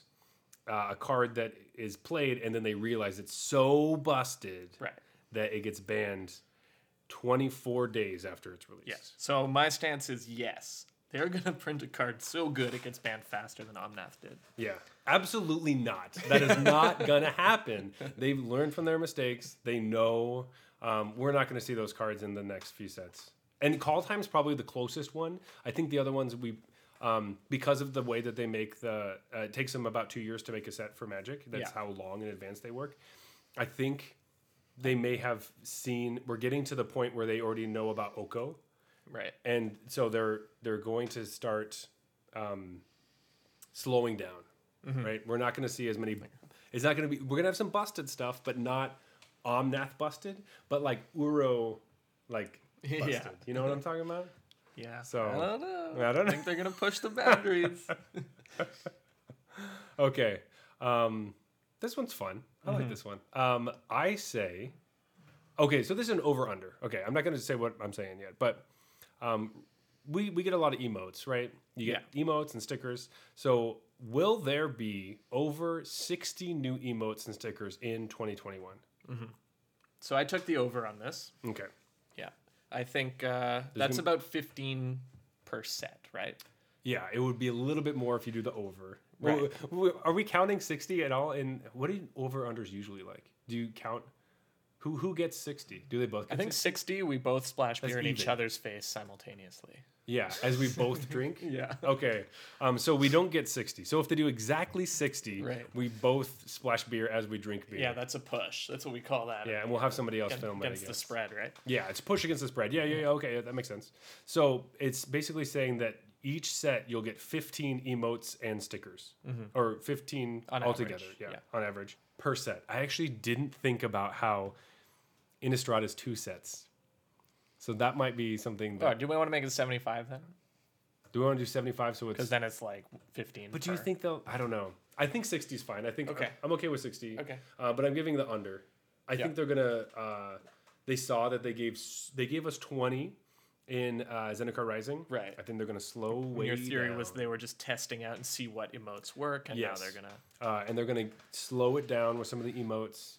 Speaker 2: uh, a card that is played and then they realize it's so busted
Speaker 1: Right.
Speaker 2: that it gets banned 24 days after it's released.
Speaker 1: Yes. So my stance is yes. They're gonna print a card so good it gets banned faster than Omnath did.
Speaker 2: Yeah, absolutely not. That is not going to happen. They've learned from their mistakes. They know um, we're not going to see those cards in the next few sets. And call time's probably the closest one. I think the other ones we, um, because of the way that they make the, uh, it takes them about two years to make a set for Magic. That's
Speaker 1: Yeah.
Speaker 2: how long in advance they work. I think they may have seen. We're getting to the point where they already know about Oko
Speaker 1: Right.
Speaker 2: and so they're they're going to start um, slowing down right we're not going to see as many it's not going to be we're going to have some busted stuff but not omnath busted but like uro like
Speaker 1: Yeah.
Speaker 2: busted you know what i'm talking about
Speaker 1: Yeah.
Speaker 2: So,
Speaker 1: I don't know.
Speaker 2: I don't
Speaker 1: think they're gonna push the boundaries.
Speaker 2: okay um, this one's fun i
Speaker 1: Mm-hmm.
Speaker 2: like this one um, i say okay so this is an over under okay i'm not going to say what i'm saying yet but um, we we get a lot of emotes, right? You get emotes and stickers. So will there be over 60 new emotes and stickers in 2021?
Speaker 1: so I took the over on this.
Speaker 2: Okay.
Speaker 1: Yeah. I think uh, that's about fifteen per set, right?
Speaker 2: Yeah, it would be a little bit more if you do the over.
Speaker 1: Right.
Speaker 2: W- w- Are we counting 60 at all? And what do over unders usually like? Do you count who who gets 60? Do they both get
Speaker 1: I think
Speaker 2: 60?
Speaker 1: sixty. We both splash beer in each
Speaker 2: even.
Speaker 1: other's face simultaneously.
Speaker 2: Yeah, as we both drink.
Speaker 1: Yeah.
Speaker 2: Okay. Um, so we don't get 60. So if they do exactly 60,
Speaker 1: Right.
Speaker 2: we both splash beer as we drink beer.
Speaker 1: Yeah, that's a push. That's what we call that. uh,
Speaker 2: Yeah, and we'll have somebody else film it. I
Speaker 1: Against the
Speaker 2: guess.
Speaker 1: spread, right?
Speaker 2: Yeah, it's push against the spread. Yeah, yeah, yeah. Okay, yeah, that makes sense. So it's basically saying that each set you'll get 15 emotes and stickers, or 15
Speaker 1: Mm-hmm. On
Speaker 2: altogether.
Speaker 1: average,
Speaker 2: Yeah,
Speaker 1: yeah.
Speaker 2: on average per set. I actually didn't think about how Innistrad is two sets, so that might be something. That,
Speaker 1: Oh, do we want to make it seventy-five then?
Speaker 2: Do we want to do 75? So
Speaker 1: Because
Speaker 2: it's.
Speaker 1: then it's like fifteen.
Speaker 2: But do you
Speaker 1: per.
Speaker 2: think they'll? I don't know. I think 60 is fine. I think
Speaker 1: Okay.
Speaker 2: I'm okay with 60.
Speaker 1: Okay.
Speaker 2: Uh, but I'm giving the under. I
Speaker 1: Yeah.
Speaker 2: think they're gonna. Uh, they saw that they gave s- they gave us 20 in uh, Zendikar Rising.
Speaker 1: Right.
Speaker 2: I think they're gonna slow way.
Speaker 1: Your theory was
Speaker 2: down.
Speaker 1: they were just testing out and see what emotes work, and
Speaker 2: Yes.
Speaker 1: now they're gonna.
Speaker 2: uh, and they're gonna slow it down with some of the emotes,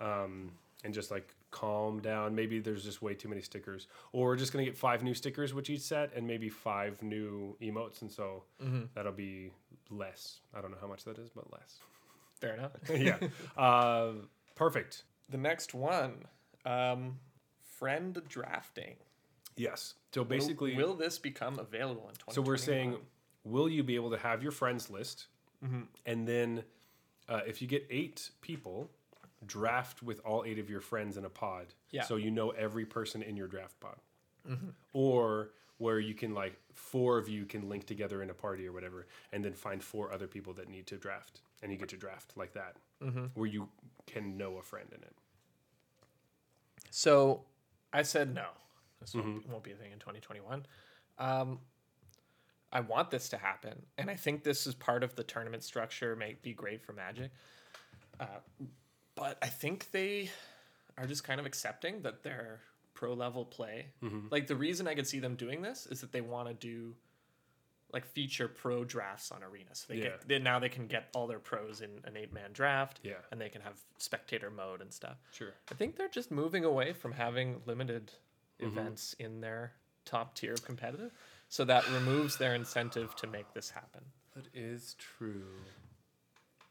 Speaker 2: um, and just like calm down. Maybe there's just way too many stickers, or we're just gonna get five new stickers with each set, and maybe five new emotes, and so
Speaker 1: Mm-hmm.
Speaker 2: that'll be less. I don't know how much that is, but less.
Speaker 1: Fair enough.
Speaker 2: yeah. Uh, perfect.
Speaker 1: the next one, um, friend drafting.
Speaker 2: Yes. So
Speaker 1: Will-
Speaker 2: basically,
Speaker 1: will, this become available in 2021?
Speaker 2: So we're saying, will you be able to have your friends list? And then uh, if you get eight people, draft with all eight of your friends in a pod.
Speaker 1: Yeah.
Speaker 2: So you know every person in your draft pod. Mm-hmm. Or where you can, like, four of you can link together in a party or whatever, and then find four other people that need to draft. And you get to draft like that, where you can know a friend in it.
Speaker 1: So I said no. This
Speaker 2: Mm-hmm.
Speaker 1: won't, won't be a thing in 2021. Um, I want this to happen, and I think this is part of the tournament structure. May be great for Magic, uh, but I think they are just kind of accepting that they're
Speaker 2: Mm-hmm.
Speaker 1: pro level play. Like the reason I could see them doing this is that they want to do like feature pro drafts on Arena. So they
Speaker 2: Yeah.
Speaker 1: get they, now they can get all their pros in an eight man draft.
Speaker 2: Yeah.
Speaker 1: and they can have spectator mode and stuff.
Speaker 2: Sure.
Speaker 1: I think they're just moving away from having limited events in their top tier of competitive. So that removes their incentive to make this happen.
Speaker 2: That is true.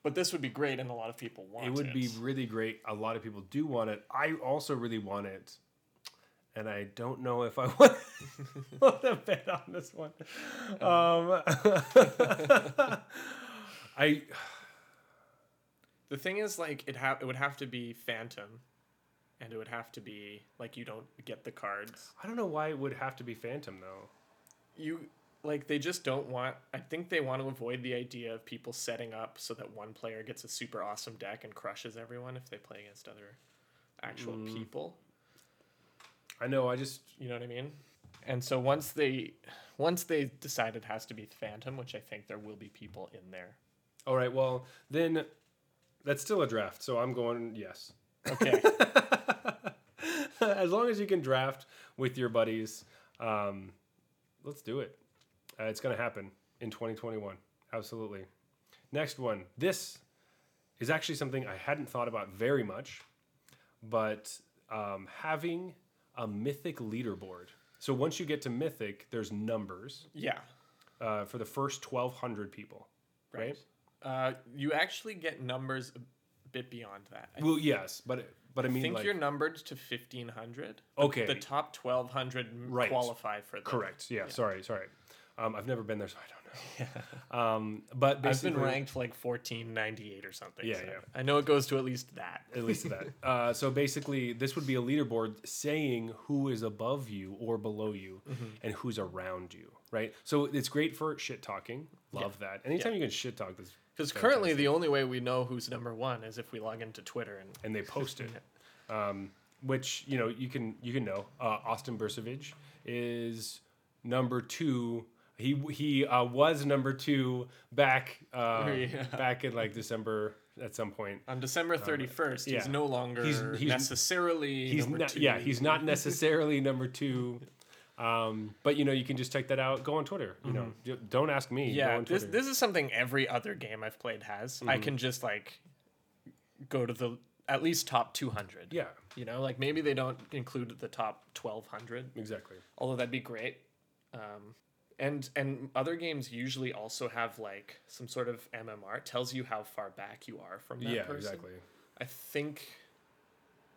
Speaker 1: But this would be great, and a lot of people want
Speaker 2: It would be really great. A lot of people do want it. I also really want it. And I don't know if I want want to bet on this one. Um, I
Speaker 1: The thing is, like, it ha- it would have to be Phantom, and it would have to be like you don't get the cards.
Speaker 2: I don't know why it would have to be Phantom though.
Speaker 1: You like they just don't want. I think they want to avoid the idea of people setting up so that one player gets a super awesome deck and crushes everyone if they play against other actual
Speaker 2: Mm.
Speaker 1: people.
Speaker 2: I know. I just
Speaker 1: You know what I mean? And so once they once they decide it has to be Phantom, which I think there will be people in there.
Speaker 2: all right. Well, then that's still a draft. So I'm going yes.
Speaker 1: Okay.
Speaker 2: as long as you can draft with your buddies, um, let's do it. Uh, it's going to happen in 2021. Absolutely. Next one. This is actually something I hadn't thought about very much, but um, having a mythic leaderboard. So once you get to mythic, there's numbers
Speaker 1: yeah.
Speaker 2: uh, for the first 1,200 people, right?
Speaker 1: Uh, you actually get numbers a bit beyond that. I
Speaker 2: Well, yes, but but I mean,
Speaker 1: think
Speaker 2: like,
Speaker 1: you're numbered to 1500.
Speaker 2: okay,
Speaker 1: The top 1200 m-
Speaker 2: Right.
Speaker 1: qualify for that.
Speaker 2: correct. Yeah, sorry, sorry. Um, I've never been there, so I don't know. Um, but
Speaker 1: I've
Speaker 2: basically,
Speaker 1: been ranked like 1498 or something.
Speaker 2: Yeah,
Speaker 1: so
Speaker 2: yeah.
Speaker 1: I know it goes to at least that.
Speaker 2: at least that. Uh, so basically, this would be a leaderboard saying who is above you or below you
Speaker 1: Mm-hmm.
Speaker 2: and who's around you, right? So it's great for shit talking. Love that. Anytime you can shit talk this
Speaker 1: Because currently the only way we know who's number one is if we log into Twitter and
Speaker 2: and they post it, um, which you know you can you can know. Uh, Austin Bursavage is number two. He he uh, was number two back uh,
Speaker 1: Yeah.
Speaker 2: back in like December at some point.
Speaker 1: on December 31st,
Speaker 2: yeah.
Speaker 1: he's no longer
Speaker 2: He's- he's-
Speaker 1: necessarily
Speaker 2: he's
Speaker 1: number
Speaker 2: not
Speaker 1: two.
Speaker 2: yeah he's not necessarily number two um, but you know you can just check that out go on twitter you know J- don't ask me go
Speaker 1: Mm-hmm. Yeah,
Speaker 2: on
Speaker 1: this
Speaker 2: Twitter. Mm-hmm.
Speaker 1: this is something every other game I've played has. I can just like go to the at least top 200.
Speaker 2: yeah
Speaker 1: You know, like maybe they don't include the top 1200,
Speaker 2: exactly
Speaker 1: although that'd be great. Um and and other games usually also have like some sort of MMR It tells you how far back you are from that
Speaker 2: yeah
Speaker 1: person.
Speaker 2: exactly
Speaker 1: I think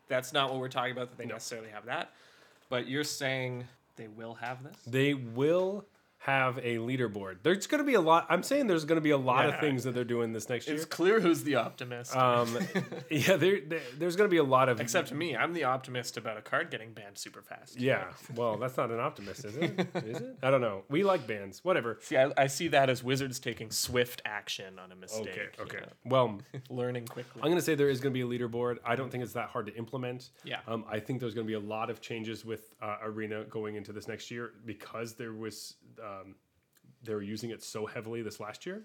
Speaker 1: that's not what we're talking about that they necessarily have that. But you're saying they will have this?
Speaker 2: they will have a leaderboard there's going to be a lot i'm saying there's going to be a lot of
Speaker 1: Yeah.
Speaker 2: things that they're doing this next
Speaker 1: It's
Speaker 2: year
Speaker 1: clear who's the optimist.
Speaker 2: um, yeah there, there- there's going to be a lot of
Speaker 1: Except me, I'm the optimist about a card getting banned super fast.
Speaker 2: yeah well that's not an optimist is it is it i don't know we like bands whatever
Speaker 1: See, I, I see that as wizards taking swift action on a mistake.
Speaker 2: okay
Speaker 1: you
Speaker 2: okay
Speaker 1: know,
Speaker 2: well
Speaker 1: learning quickly.
Speaker 2: I'm going to say there is going to be a leaderboard. I don't think it's that hard to implement.
Speaker 1: Yeah.
Speaker 2: Um, I think there's going to be a lot of changes with uh, Arena going into this next year because there was um, they were using it so heavily this last year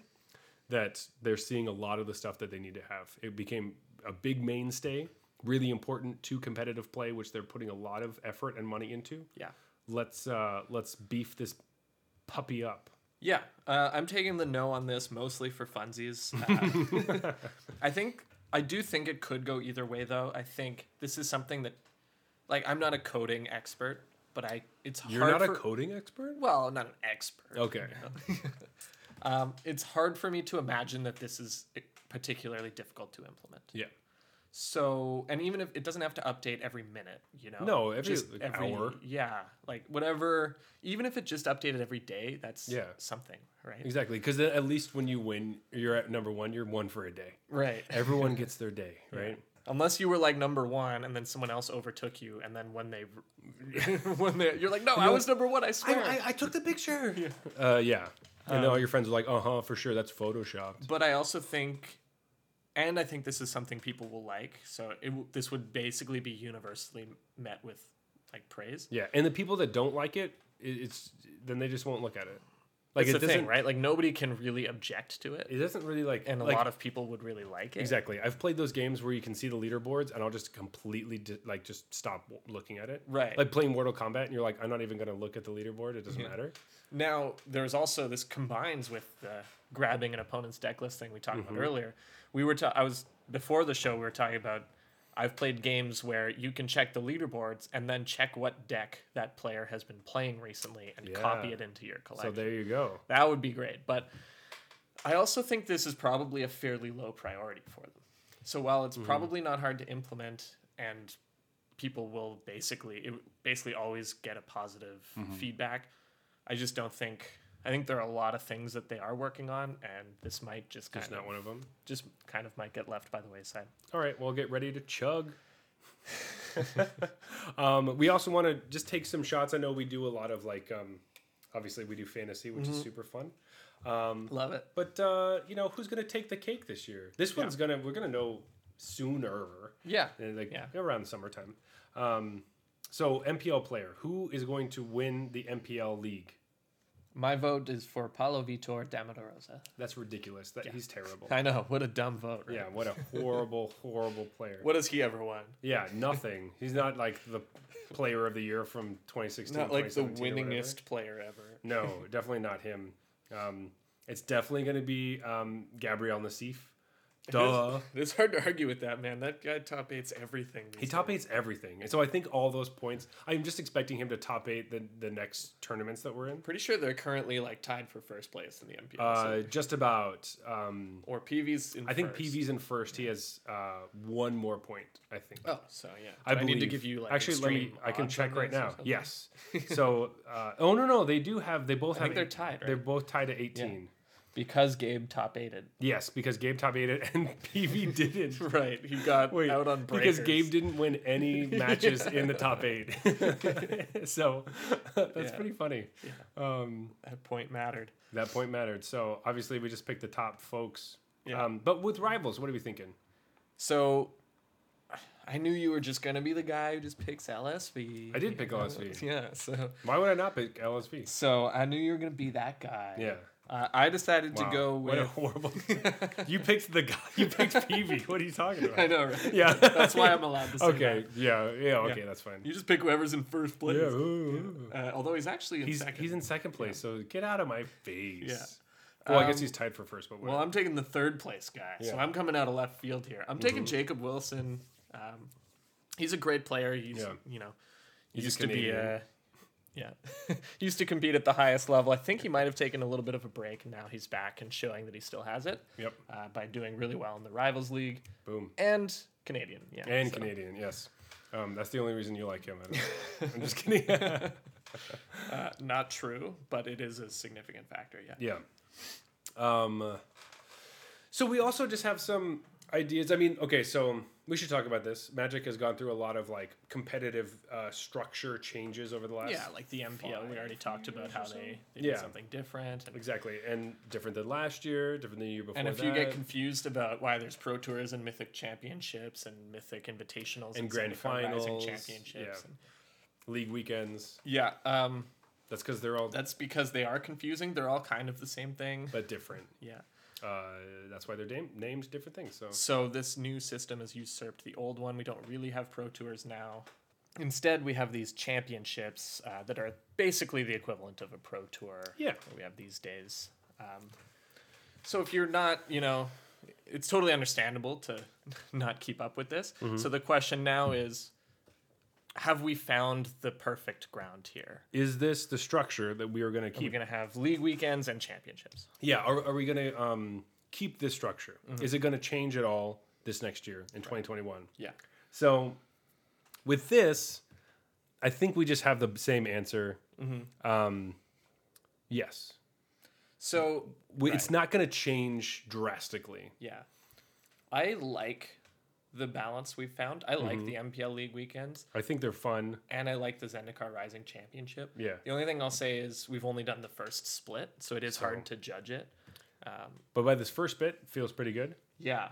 Speaker 2: that they're seeing a lot of the stuff that they need to have. It became a big mainstay, really important to competitive play, which they're putting a lot of effort and money into.
Speaker 1: yeah.
Speaker 2: Let's uh, let's beef this puppy up.
Speaker 1: Yeah, uh, I'm taking the no on this mostly for funsies. Uh, I think I do think it could go either way though. I think this is something that, like, I'm not a coding expert, but I it's
Speaker 2: You're
Speaker 1: hard
Speaker 2: not
Speaker 1: for,
Speaker 2: a coding expert.
Speaker 1: well, not an expert.
Speaker 2: Okay.
Speaker 1: Um, it's hard for me to imagine that this is uh, particularly difficult to implement.
Speaker 2: Yeah.
Speaker 1: So, and even if it doesn't have to update every minute, you know,
Speaker 2: No, every, like, hour.
Speaker 1: yeah, like whatever. Even if it just updated every day, that's
Speaker 2: Yeah.
Speaker 1: something, right?
Speaker 2: Exactly, because at least when you win, you're at number one. You're one for a day.
Speaker 1: Right.
Speaker 2: Everyone gets their day, right?
Speaker 1: Unless you were like number one, and then someone else overtook you, and then when they, when they, you're like, no, I was number one. I swear.
Speaker 2: I took the picture. Yeah. Uh, yeah. And
Speaker 1: Um,
Speaker 2: all your friends are like, "Uh huh, for sure, that's photoshopped."
Speaker 1: but I also think, and I think this is something people will like. So it, w- this would basically be universally met with like praise.
Speaker 2: Yeah, and the people that don't like it, it, it's then they just won't look at it. Like
Speaker 1: it's
Speaker 2: it
Speaker 1: the
Speaker 2: doesn't
Speaker 1: thing, right? Like nobody can really object to it,
Speaker 2: it doesn't really like
Speaker 1: and a
Speaker 2: like,
Speaker 1: lot of people would really like it.
Speaker 2: Exactly. I've played those games where you can see the leaderboards, and I'll just completely di- like just stop w- looking at it.
Speaker 1: Right.
Speaker 2: Like playing Mortal Kombat, and you're like, I'm not even gonna look at the leaderboard. It doesn't matter.
Speaker 1: Now, there's also this combines with the grabbing an opponent's deck list thing we talked about earlier. We were ta- I was before the show we were talking about I've played games where you can check the leaderboards and then check what deck that player has been playing recently and copy
Speaker 2: Yeah.
Speaker 1: it into your
Speaker 2: So
Speaker 1: collection.
Speaker 2: there you go.
Speaker 1: that would be great, but I also think this is probably a fairly low priority for them. So while it's probably not hard to implement and people will basically it basically always get a positive feedback, I just don't think I think there are a lot of things that they are working on and this might just kind
Speaker 2: It's
Speaker 1: of
Speaker 2: not one of them.
Speaker 1: just kind of might get left by the wayside.
Speaker 2: All right. Well, get ready to chug. um, we also want to just take some shots. I know we do a lot of like, um, obviously we do fantasy, which is super fun.
Speaker 1: Love it.
Speaker 2: But uh, you know, who's gonna take the cake this year? This one's gonna we're gonna know sooner.
Speaker 1: Yeah.
Speaker 2: And, like
Speaker 1: Yeah.
Speaker 2: around summertime. Um, so MPL player, who is going to win the MPL league?
Speaker 1: My vote is for Paulo Vitor D'Amadorosa.
Speaker 2: That's ridiculous. That he's terrible.
Speaker 1: I know, what a dumb vote, right?
Speaker 2: Yeah, what a horrible, horrible player.
Speaker 1: What has he ever won?
Speaker 2: Yeah, nothing. He's not like the player of the year from 2016.
Speaker 1: Not like the
Speaker 2: 2017 or whatever.
Speaker 1: winningest player ever.
Speaker 2: No, definitely not him. Um, it's definitely going to be um, Gabriel Nassif. Duh.
Speaker 1: It's hard to argue with that, man. That guy top eights everything.
Speaker 2: He top eights everything. And so I think all those points, I'm just expecting him to top eight the, the next tournaments that we're in.
Speaker 1: Pretty sure they're currently like tied for first place in the MPL. so-
Speaker 2: Uh, just about. Um,
Speaker 1: or PV's in
Speaker 2: I think
Speaker 1: first.
Speaker 2: PV's in first. He has uh, one more point, I think.
Speaker 1: Oh, so yeah.
Speaker 2: I,
Speaker 1: Do need to
Speaker 2: believe.
Speaker 1: give you like
Speaker 2: actually. Let me.
Speaker 1: extreme
Speaker 2: I can
Speaker 1: odds
Speaker 2: check
Speaker 1: on
Speaker 2: right
Speaker 1: this or
Speaker 2: now.
Speaker 1: something?
Speaker 2: Yes. so, uh, oh no, no, they do have. They both
Speaker 1: I
Speaker 2: have.
Speaker 1: think they're
Speaker 2: eight-
Speaker 1: tied, right?
Speaker 2: They're both tied to eighteen.
Speaker 1: Because Gabe top aided.
Speaker 2: Yes, because Gabe top eight it and PV didn't.
Speaker 1: Right, he got
Speaker 2: Wait,
Speaker 1: out on breakers.
Speaker 2: because Gabe didn't win any matches in the top eight. so that's
Speaker 1: Yeah.
Speaker 2: pretty funny. Um,
Speaker 1: that point mattered.
Speaker 2: that point mattered. So obviously we just picked the top folks.
Speaker 1: Yeah.
Speaker 2: Um, but with rivals, what are we thinking?
Speaker 1: So I knew you were just gonna be the guy who just picks LSV.
Speaker 2: I did pick LSV.
Speaker 1: Yeah, so
Speaker 2: Why would I not pick LSV?
Speaker 1: so I knew you were gonna be that guy.
Speaker 2: Yeah.
Speaker 1: Uh, I decided
Speaker 2: Wow,
Speaker 1: to go
Speaker 2: What a
Speaker 1: with.
Speaker 2: horrible. you picked the guy. You picked PV. What are you talking about?
Speaker 1: I know, right?
Speaker 2: Yeah.
Speaker 1: That's why I'm allowed to say
Speaker 2: Okay.
Speaker 1: that.
Speaker 2: Yeah. Yeah. Okay. That's fine.
Speaker 1: You just pick whoever's in first place.
Speaker 2: Yeah. ooh, ooh.
Speaker 1: Uh, although he's actually in
Speaker 2: He's
Speaker 1: second.
Speaker 2: he's in second place. So get out of my face.
Speaker 1: Yeah.
Speaker 2: Well, I guess
Speaker 1: Um,
Speaker 2: he's tied for first, but
Speaker 1: well,
Speaker 2: whatever.
Speaker 1: I'm taking the third place guy, so
Speaker 2: Yeah. Mm-hmm.
Speaker 1: I'm coming out of left field here. I'm taking Jacob Wilson. Um, he's a great player. He's
Speaker 2: Yeah.
Speaker 1: you know
Speaker 2: He's a
Speaker 1: used to be
Speaker 2: Canadian.
Speaker 1: uh, yeah used to compete at the highest level. I think he might have taken a little bit of a break, and now he's back and showing that he still has it
Speaker 2: Yep.
Speaker 1: uh, by doing really well in the Rivals League
Speaker 2: Boom.
Speaker 1: and Canadian. Yeah,
Speaker 2: And
Speaker 1: so-
Speaker 2: Canadian. Yes. Um, that's the only reason you like him. I don't know. I'm just kidding.
Speaker 1: Uh, not true, but it is a significant factor. Yeah.
Speaker 2: Yeah. Um, so we also just have some ideas. I mean, okay, so we should talk about this. Magic has gone through a lot of like competitive uh, structure changes over the last.
Speaker 1: Yeah, like the MPL, we already talked about how they, they
Speaker 2: Yeah.
Speaker 1: did something different. And,
Speaker 2: Exactly, and different than last year, different than the year before.
Speaker 1: and if you get
Speaker 2: that,
Speaker 1: confused about why there's Pro Tours and Mythic Championships and Mythic Invitationals and,
Speaker 2: Grand
Speaker 1: Zendikar Rising
Speaker 2: Finals,
Speaker 1: Championships.
Speaker 2: yeah. league weekends,
Speaker 1: Yeah. yeah um,
Speaker 2: that's because they're all
Speaker 1: that's because they are confusing. They're all kind of the same thing.
Speaker 2: but different.
Speaker 1: Yeah.
Speaker 2: Uh, that's why they're dam- named different things. So
Speaker 1: So this new system has usurped the old one. We don't really have pro tours now. Instead, we have these championships uh, that are basically the equivalent of a pro tour.
Speaker 2: Yeah.
Speaker 1: that we have these days. Um, so if you're not, you know, it's totally understandable to not keep up with this. So the question now is, have we found the perfect ground here?
Speaker 2: is this the structure that we are going to
Speaker 1: You're
Speaker 2: keep?
Speaker 1: going to have league weekends and championships.
Speaker 2: Yeah, are, are we going to um, keep this structure? Is it going to change at all this next year in 2021?
Speaker 1: Yeah.
Speaker 2: So with this, I think we just have the same answer. Um, yes.
Speaker 1: So
Speaker 2: We, It's not going to change drastically.
Speaker 1: Yeah. I like the balance we've found. I like the MPL League weekends
Speaker 2: I think they're fun.
Speaker 1: and I like the Zendikar Rising Championship.
Speaker 2: Yeah.
Speaker 1: The only thing I'll say is we've only done the first split, so it is hard to judge it.
Speaker 2: But by this first bit, feels pretty good.
Speaker 1: Yeah.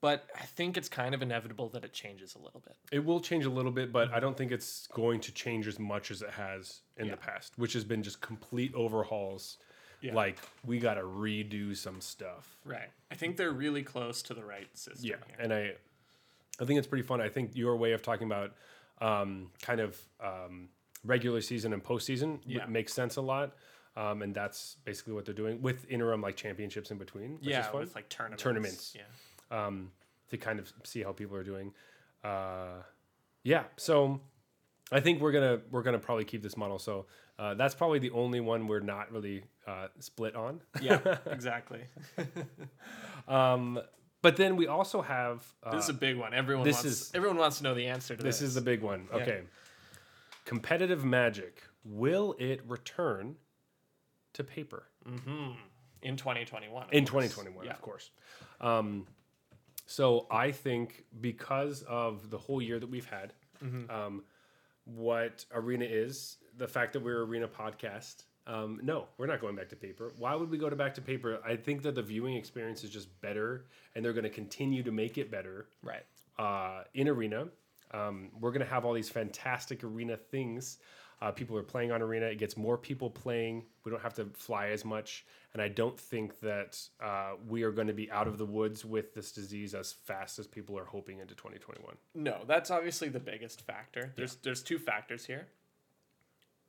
Speaker 1: But I think it's kind of inevitable that it changes a little bit.
Speaker 2: It will change a little bit, but I don't think it's going to change as much as it has in the past, which has been just complete overhauls
Speaker 1: Yeah.
Speaker 2: like we got to redo some stuff.
Speaker 1: Right. I think they're really close to the right system
Speaker 2: Yeah,
Speaker 1: here.
Speaker 2: and I, I think it's pretty fun. I think your way of talking about um, kind of um, regular season and postseason w-
Speaker 1: Yeah.
Speaker 2: makes sense a lot, um, and that's basically what they're doing with interim like championships in between. Which is
Speaker 1: yeah,
Speaker 2: fun
Speaker 1: with like tournaments.
Speaker 2: Tournaments.
Speaker 1: Yeah.
Speaker 2: um, to kind of see how people are doing. Uh, yeah, so I think we're gonna we're gonna probably keep this model. So uh, that's probably the only one we're not really uh, split on.
Speaker 1: Yeah, exactly.
Speaker 2: Um, but then we also have uh,
Speaker 1: this is a big one. Everyone
Speaker 2: this
Speaker 1: wants
Speaker 2: is-
Speaker 1: everyone wants to know the answer to this.
Speaker 2: This is the big one. Okay. Competitive magic. Will it return to paper
Speaker 1: in 2021. of
Speaker 2: in
Speaker 1: course.
Speaker 2: 2021?
Speaker 1: Yeah.
Speaker 2: Of course. Um, so I think because of the whole year that we've had,
Speaker 1: Mm-hmm.
Speaker 2: um, what Arena is, the fact that we're Arena podcast. Um, no, we're not going back to paper. Why would we go to back to paper? I think that the viewing experience is just better, and they're going to continue to make it better
Speaker 1: Right.
Speaker 2: uh, in Arena. Um, we're going to have all these fantastic Arena things. Uh, people are playing on Arena. It gets more people playing. We don't have to fly as much. And I don't think that uh, we are going to be out of the woods with this disease as fast as people are hoping into 2021.
Speaker 1: No, that's obviously the biggest factor. There's there's two factors here.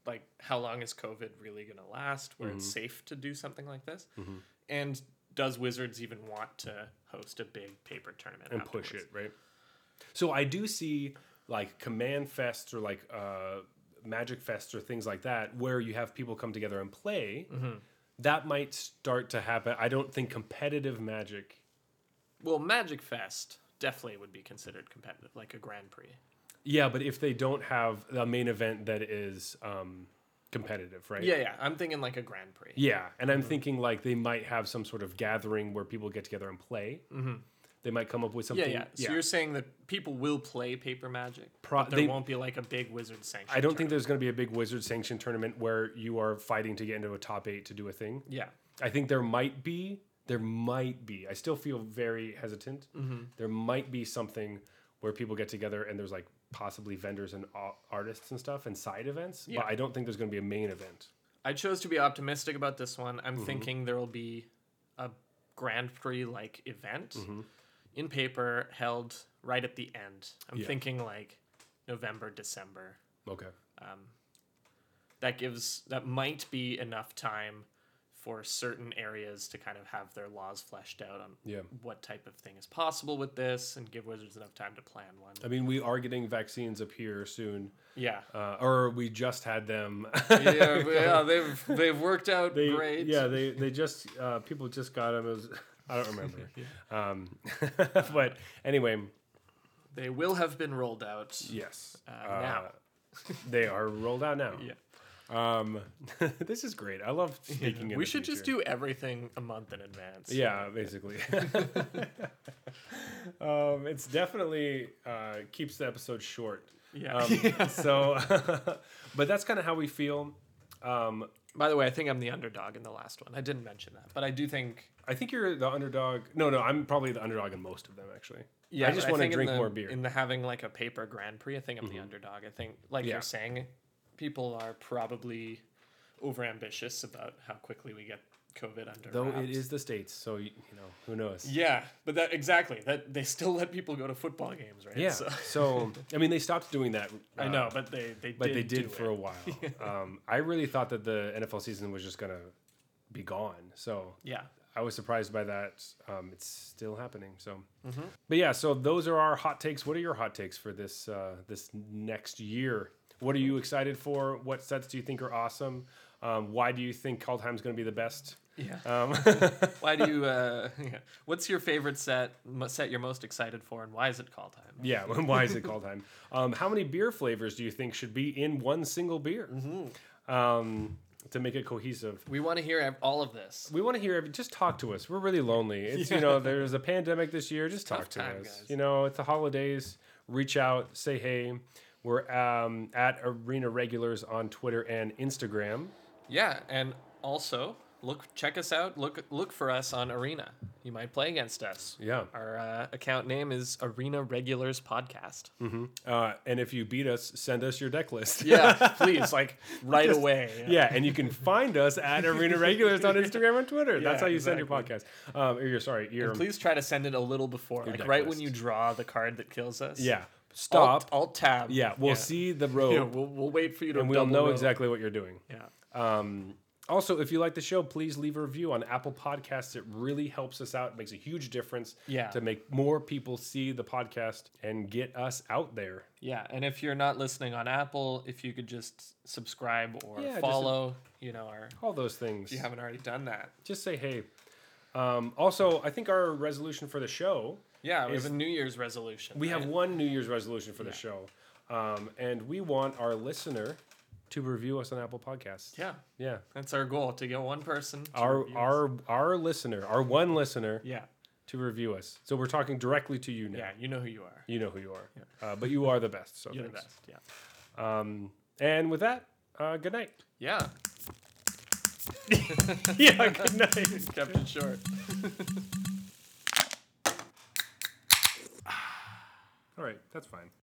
Speaker 1: Like how long is COVID really going to last? Where it's safe to do something like this, and does Wizards even want to host a big paper tournament
Speaker 2: and
Speaker 1: afterwards?
Speaker 2: push it, right? So I do see like command fests or like uh, magic fests or things like that where you have people come together and play. That might start to happen. I don't think competitive magic
Speaker 1: Well, Magic Fest definitely would be considered competitive, like a Grand Prix.
Speaker 2: Yeah, but if they don't have a main event that is um, competitive, right?
Speaker 1: Yeah, yeah. I'm thinking like a Grand Prix.
Speaker 2: Yeah, and I'm thinking like they might have some sort of gathering where people get together and play. Mm-hmm. They might come up with
Speaker 1: Yeah,
Speaker 2: something.
Speaker 1: yeah. So you're saying that people will play paper magic,
Speaker 2: Pro-
Speaker 1: but there
Speaker 2: they-
Speaker 1: won't be like a big wizard sanction.
Speaker 2: I don't think there's going to be a big wizard sanctioned tournament where you are fighting to get into a top eight to do a thing.
Speaker 1: Yeah,
Speaker 2: I think there might be. There might be. I still feel very hesitant. There might be something where people get together and there's like possibly vendors and a- artists and stuff and side events.
Speaker 1: Yeah.
Speaker 2: But I don't think there's going to be a main event.
Speaker 1: I chose to be optimistic about this one.
Speaker 2: Mm-hmm.
Speaker 1: I'm thinking there will be a Grand Prix like event
Speaker 2: Mm-hmm.
Speaker 1: in paper held right at the end. I'm
Speaker 2: Yeah.
Speaker 1: thinking like November, December.
Speaker 2: Okay.
Speaker 1: That gives that might be enough time for certain areas to kind of have their laws fleshed out on
Speaker 2: Yeah.
Speaker 1: what type of thing is possible with this and give wizards enough time to plan one.
Speaker 2: I mean, we are getting vaccines up here soon,
Speaker 1: Yeah.
Speaker 2: uh, or we just had them.
Speaker 1: yeah, but yeah, they've they've worked out
Speaker 2: They-
Speaker 1: great.
Speaker 2: Yeah, they they just uh, people just got them. It was, I don't remember. um, but anyway,
Speaker 1: They will have been rolled out.
Speaker 2: yes, uh,
Speaker 1: now.
Speaker 2: they are rolled out now.
Speaker 1: Yeah.
Speaker 2: Um, this is great. I love speaking. in
Speaker 1: we
Speaker 2: the
Speaker 1: should just do
Speaker 2: future.
Speaker 1: everything a month in advance.
Speaker 2: Yeah, basically. um, it's definitely uh, keeps the episode short.
Speaker 1: Yeah.
Speaker 2: Um, So, but that's kind of how we feel. Um,
Speaker 1: By the way, I think I'm the underdog in the last one. I didn't mention that, but I do think.
Speaker 2: I think you're the underdog. No, no, I'm probably the underdog in most of them actually.
Speaker 1: Yeah,
Speaker 2: I just
Speaker 1: but
Speaker 2: want to
Speaker 1: think in
Speaker 2: drink
Speaker 1: the-
Speaker 2: more beer. Mm-hmm.
Speaker 1: In the having like a paper Grand Prix, I think I'm the underdog. I think, like
Speaker 2: Yeah.
Speaker 1: you're saying, people are probably overambitious about how quickly we get COVID under
Speaker 2: Though
Speaker 1: wraps.
Speaker 2: it is the states, so you, you know who knows.
Speaker 1: Yeah, but that exactly that they still let people go to football games, right?
Speaker 2: Yeah.
Speaker 1: So,
Speaker 2: So I mean, they stopped doing that.
Speaker 1: uh, I
Speaker 2: uh,
Speaker 1: know, but they they
Speaker 2: but
Speaker 1: did
Speaker 2: they did
Speaker 1: do
Speaker 2: for
Speaker 1: it.
Speaker 2: a while. um, I really thought that the NFL season was just gonna be gone. So
Speaker 1: yeah.
Speaker 2: I was surprised by that. Um, it's still happening. So,
Speaker 1: Mm-hmm.
Speaker 2: but yeah. So those are our hot takes. What are your hot takes for this uh, this next year? What are you excited for? What sets do you think are awesome? Um, why do you think Kaldheim's going to be the best?
Speaker 1: Yeah.
Speaker 2: Um,
Speaker 1: Why do you? Uh, yeah. What's your favorite set? mo- Set you're most excited for, and why is it call time?
Speaker 2: yeah. Why is it Kaldheim? Um, how many beer flavors do you think should be in one single beer
Speaker 1: Mm-hmm.
Speaker 2: um, to make it cohesive?
Speaker 1: We want to hear ev- all of this.
Speaker 2: We want to hear. every- Just talk to us. We're really lonely. It's you know there's a pandemic this year. Just talk
Speaker 1: Tough
Speaker 2: to
Speaker 1: time,
Speaker 2: us.
Speaker 1: guys.
Speaker 2: You know it's the holidays. Reach out. Say hey. We're um, at Arena Regulars on Twitter and Instagram.
Speaker 1: Yeah, and also look check us out. Look look for us on Arena. You might play against us.
Speaker 2: Yeah.
Speaker 1: Our uh, account name is Arena Regulars Podcast.
Speaker 2: Uh, and if you beat us, send us your deck list.
Speaker 1: Yeah, please, like right
Speaker 2: Just-
Speaker 1: away.
Speaker 2: Yeah, and you can find us at Arena Regulars on Instagram and Twitter. That's
Speaker 1: Yeah,
Speaker 2: how you send your podcast. Um, or your sorry, your
Speaker 1: Please try to send it a little before, like
Speaker 2: deck
Speaker 1: right
Speaker 2: list.
Speaker 1: when you draw the card that kills us.
Speaker 2: yeah.
Speaker 1: Alt,
Speaker 2: Stop.
Speaker 1: alt tab.
Speaker 2: yeah, we'll see the road,
Speaker 1: Yeah, we'll, we'll wait for you to.
Speaker 2: and we'll
Speaker 1: double
Speaker 2: know
Speaker 1: row.
Speaker 2: exactly what you're doing.
Speaker 1: Yeah.
Speaker 2: Um, also, if you like the show, please leave a review on Apple Podcasts. It really helps us out. It makes a huge difference
Speaker 1: Yeah.
Speaker 2: to make more people see the podcast and get us out there.
Speaker 1: Yeah, and if you're not listening on Apple, if you could just subscribe or
Speaker 2: Yeah, just a-
Speaker 1: follow, you know, or
Speaker 2: All those things.
Speaker 1: if you haven't already done that.
Speaker 2: Just say hey. Um, also, I think our resolution for the show
Speaker 1: Yeah, we
Speaker 2: Is-
Speaker 1: have a New Year's resolution.
Speaker 2: we have
Speaker 1: right?
Speaker 2: one New Year's resolution for the show, um, and we want our listener to review us on Apple Podcasts.
Speaker 1: Yeah,
Speaker 2: Yeah.
Speaker 1: that's our goal to get one person. to
Speaker 2: Our,
Speaker 1: review us.
Speaker 2: our our listener, our one listener,
Speaker 1: yeah,
Speaker 2: to review us. So we're talking directly to you now.
Speaker 1: yeah, you know who you are.
Speaker 2: You know who you are. Uh, but you are the best. So
Speaker 1: You're the
Speaker 2: thanks.
Speaker 1: best. Yeah.
Speaker 2: Um, and with that, uh, good night.
Speaker 1: Yeah,
Speaker 2: yeah, good night.
Speaker 1: kept it short.
Speaker 2: All right, that's fine.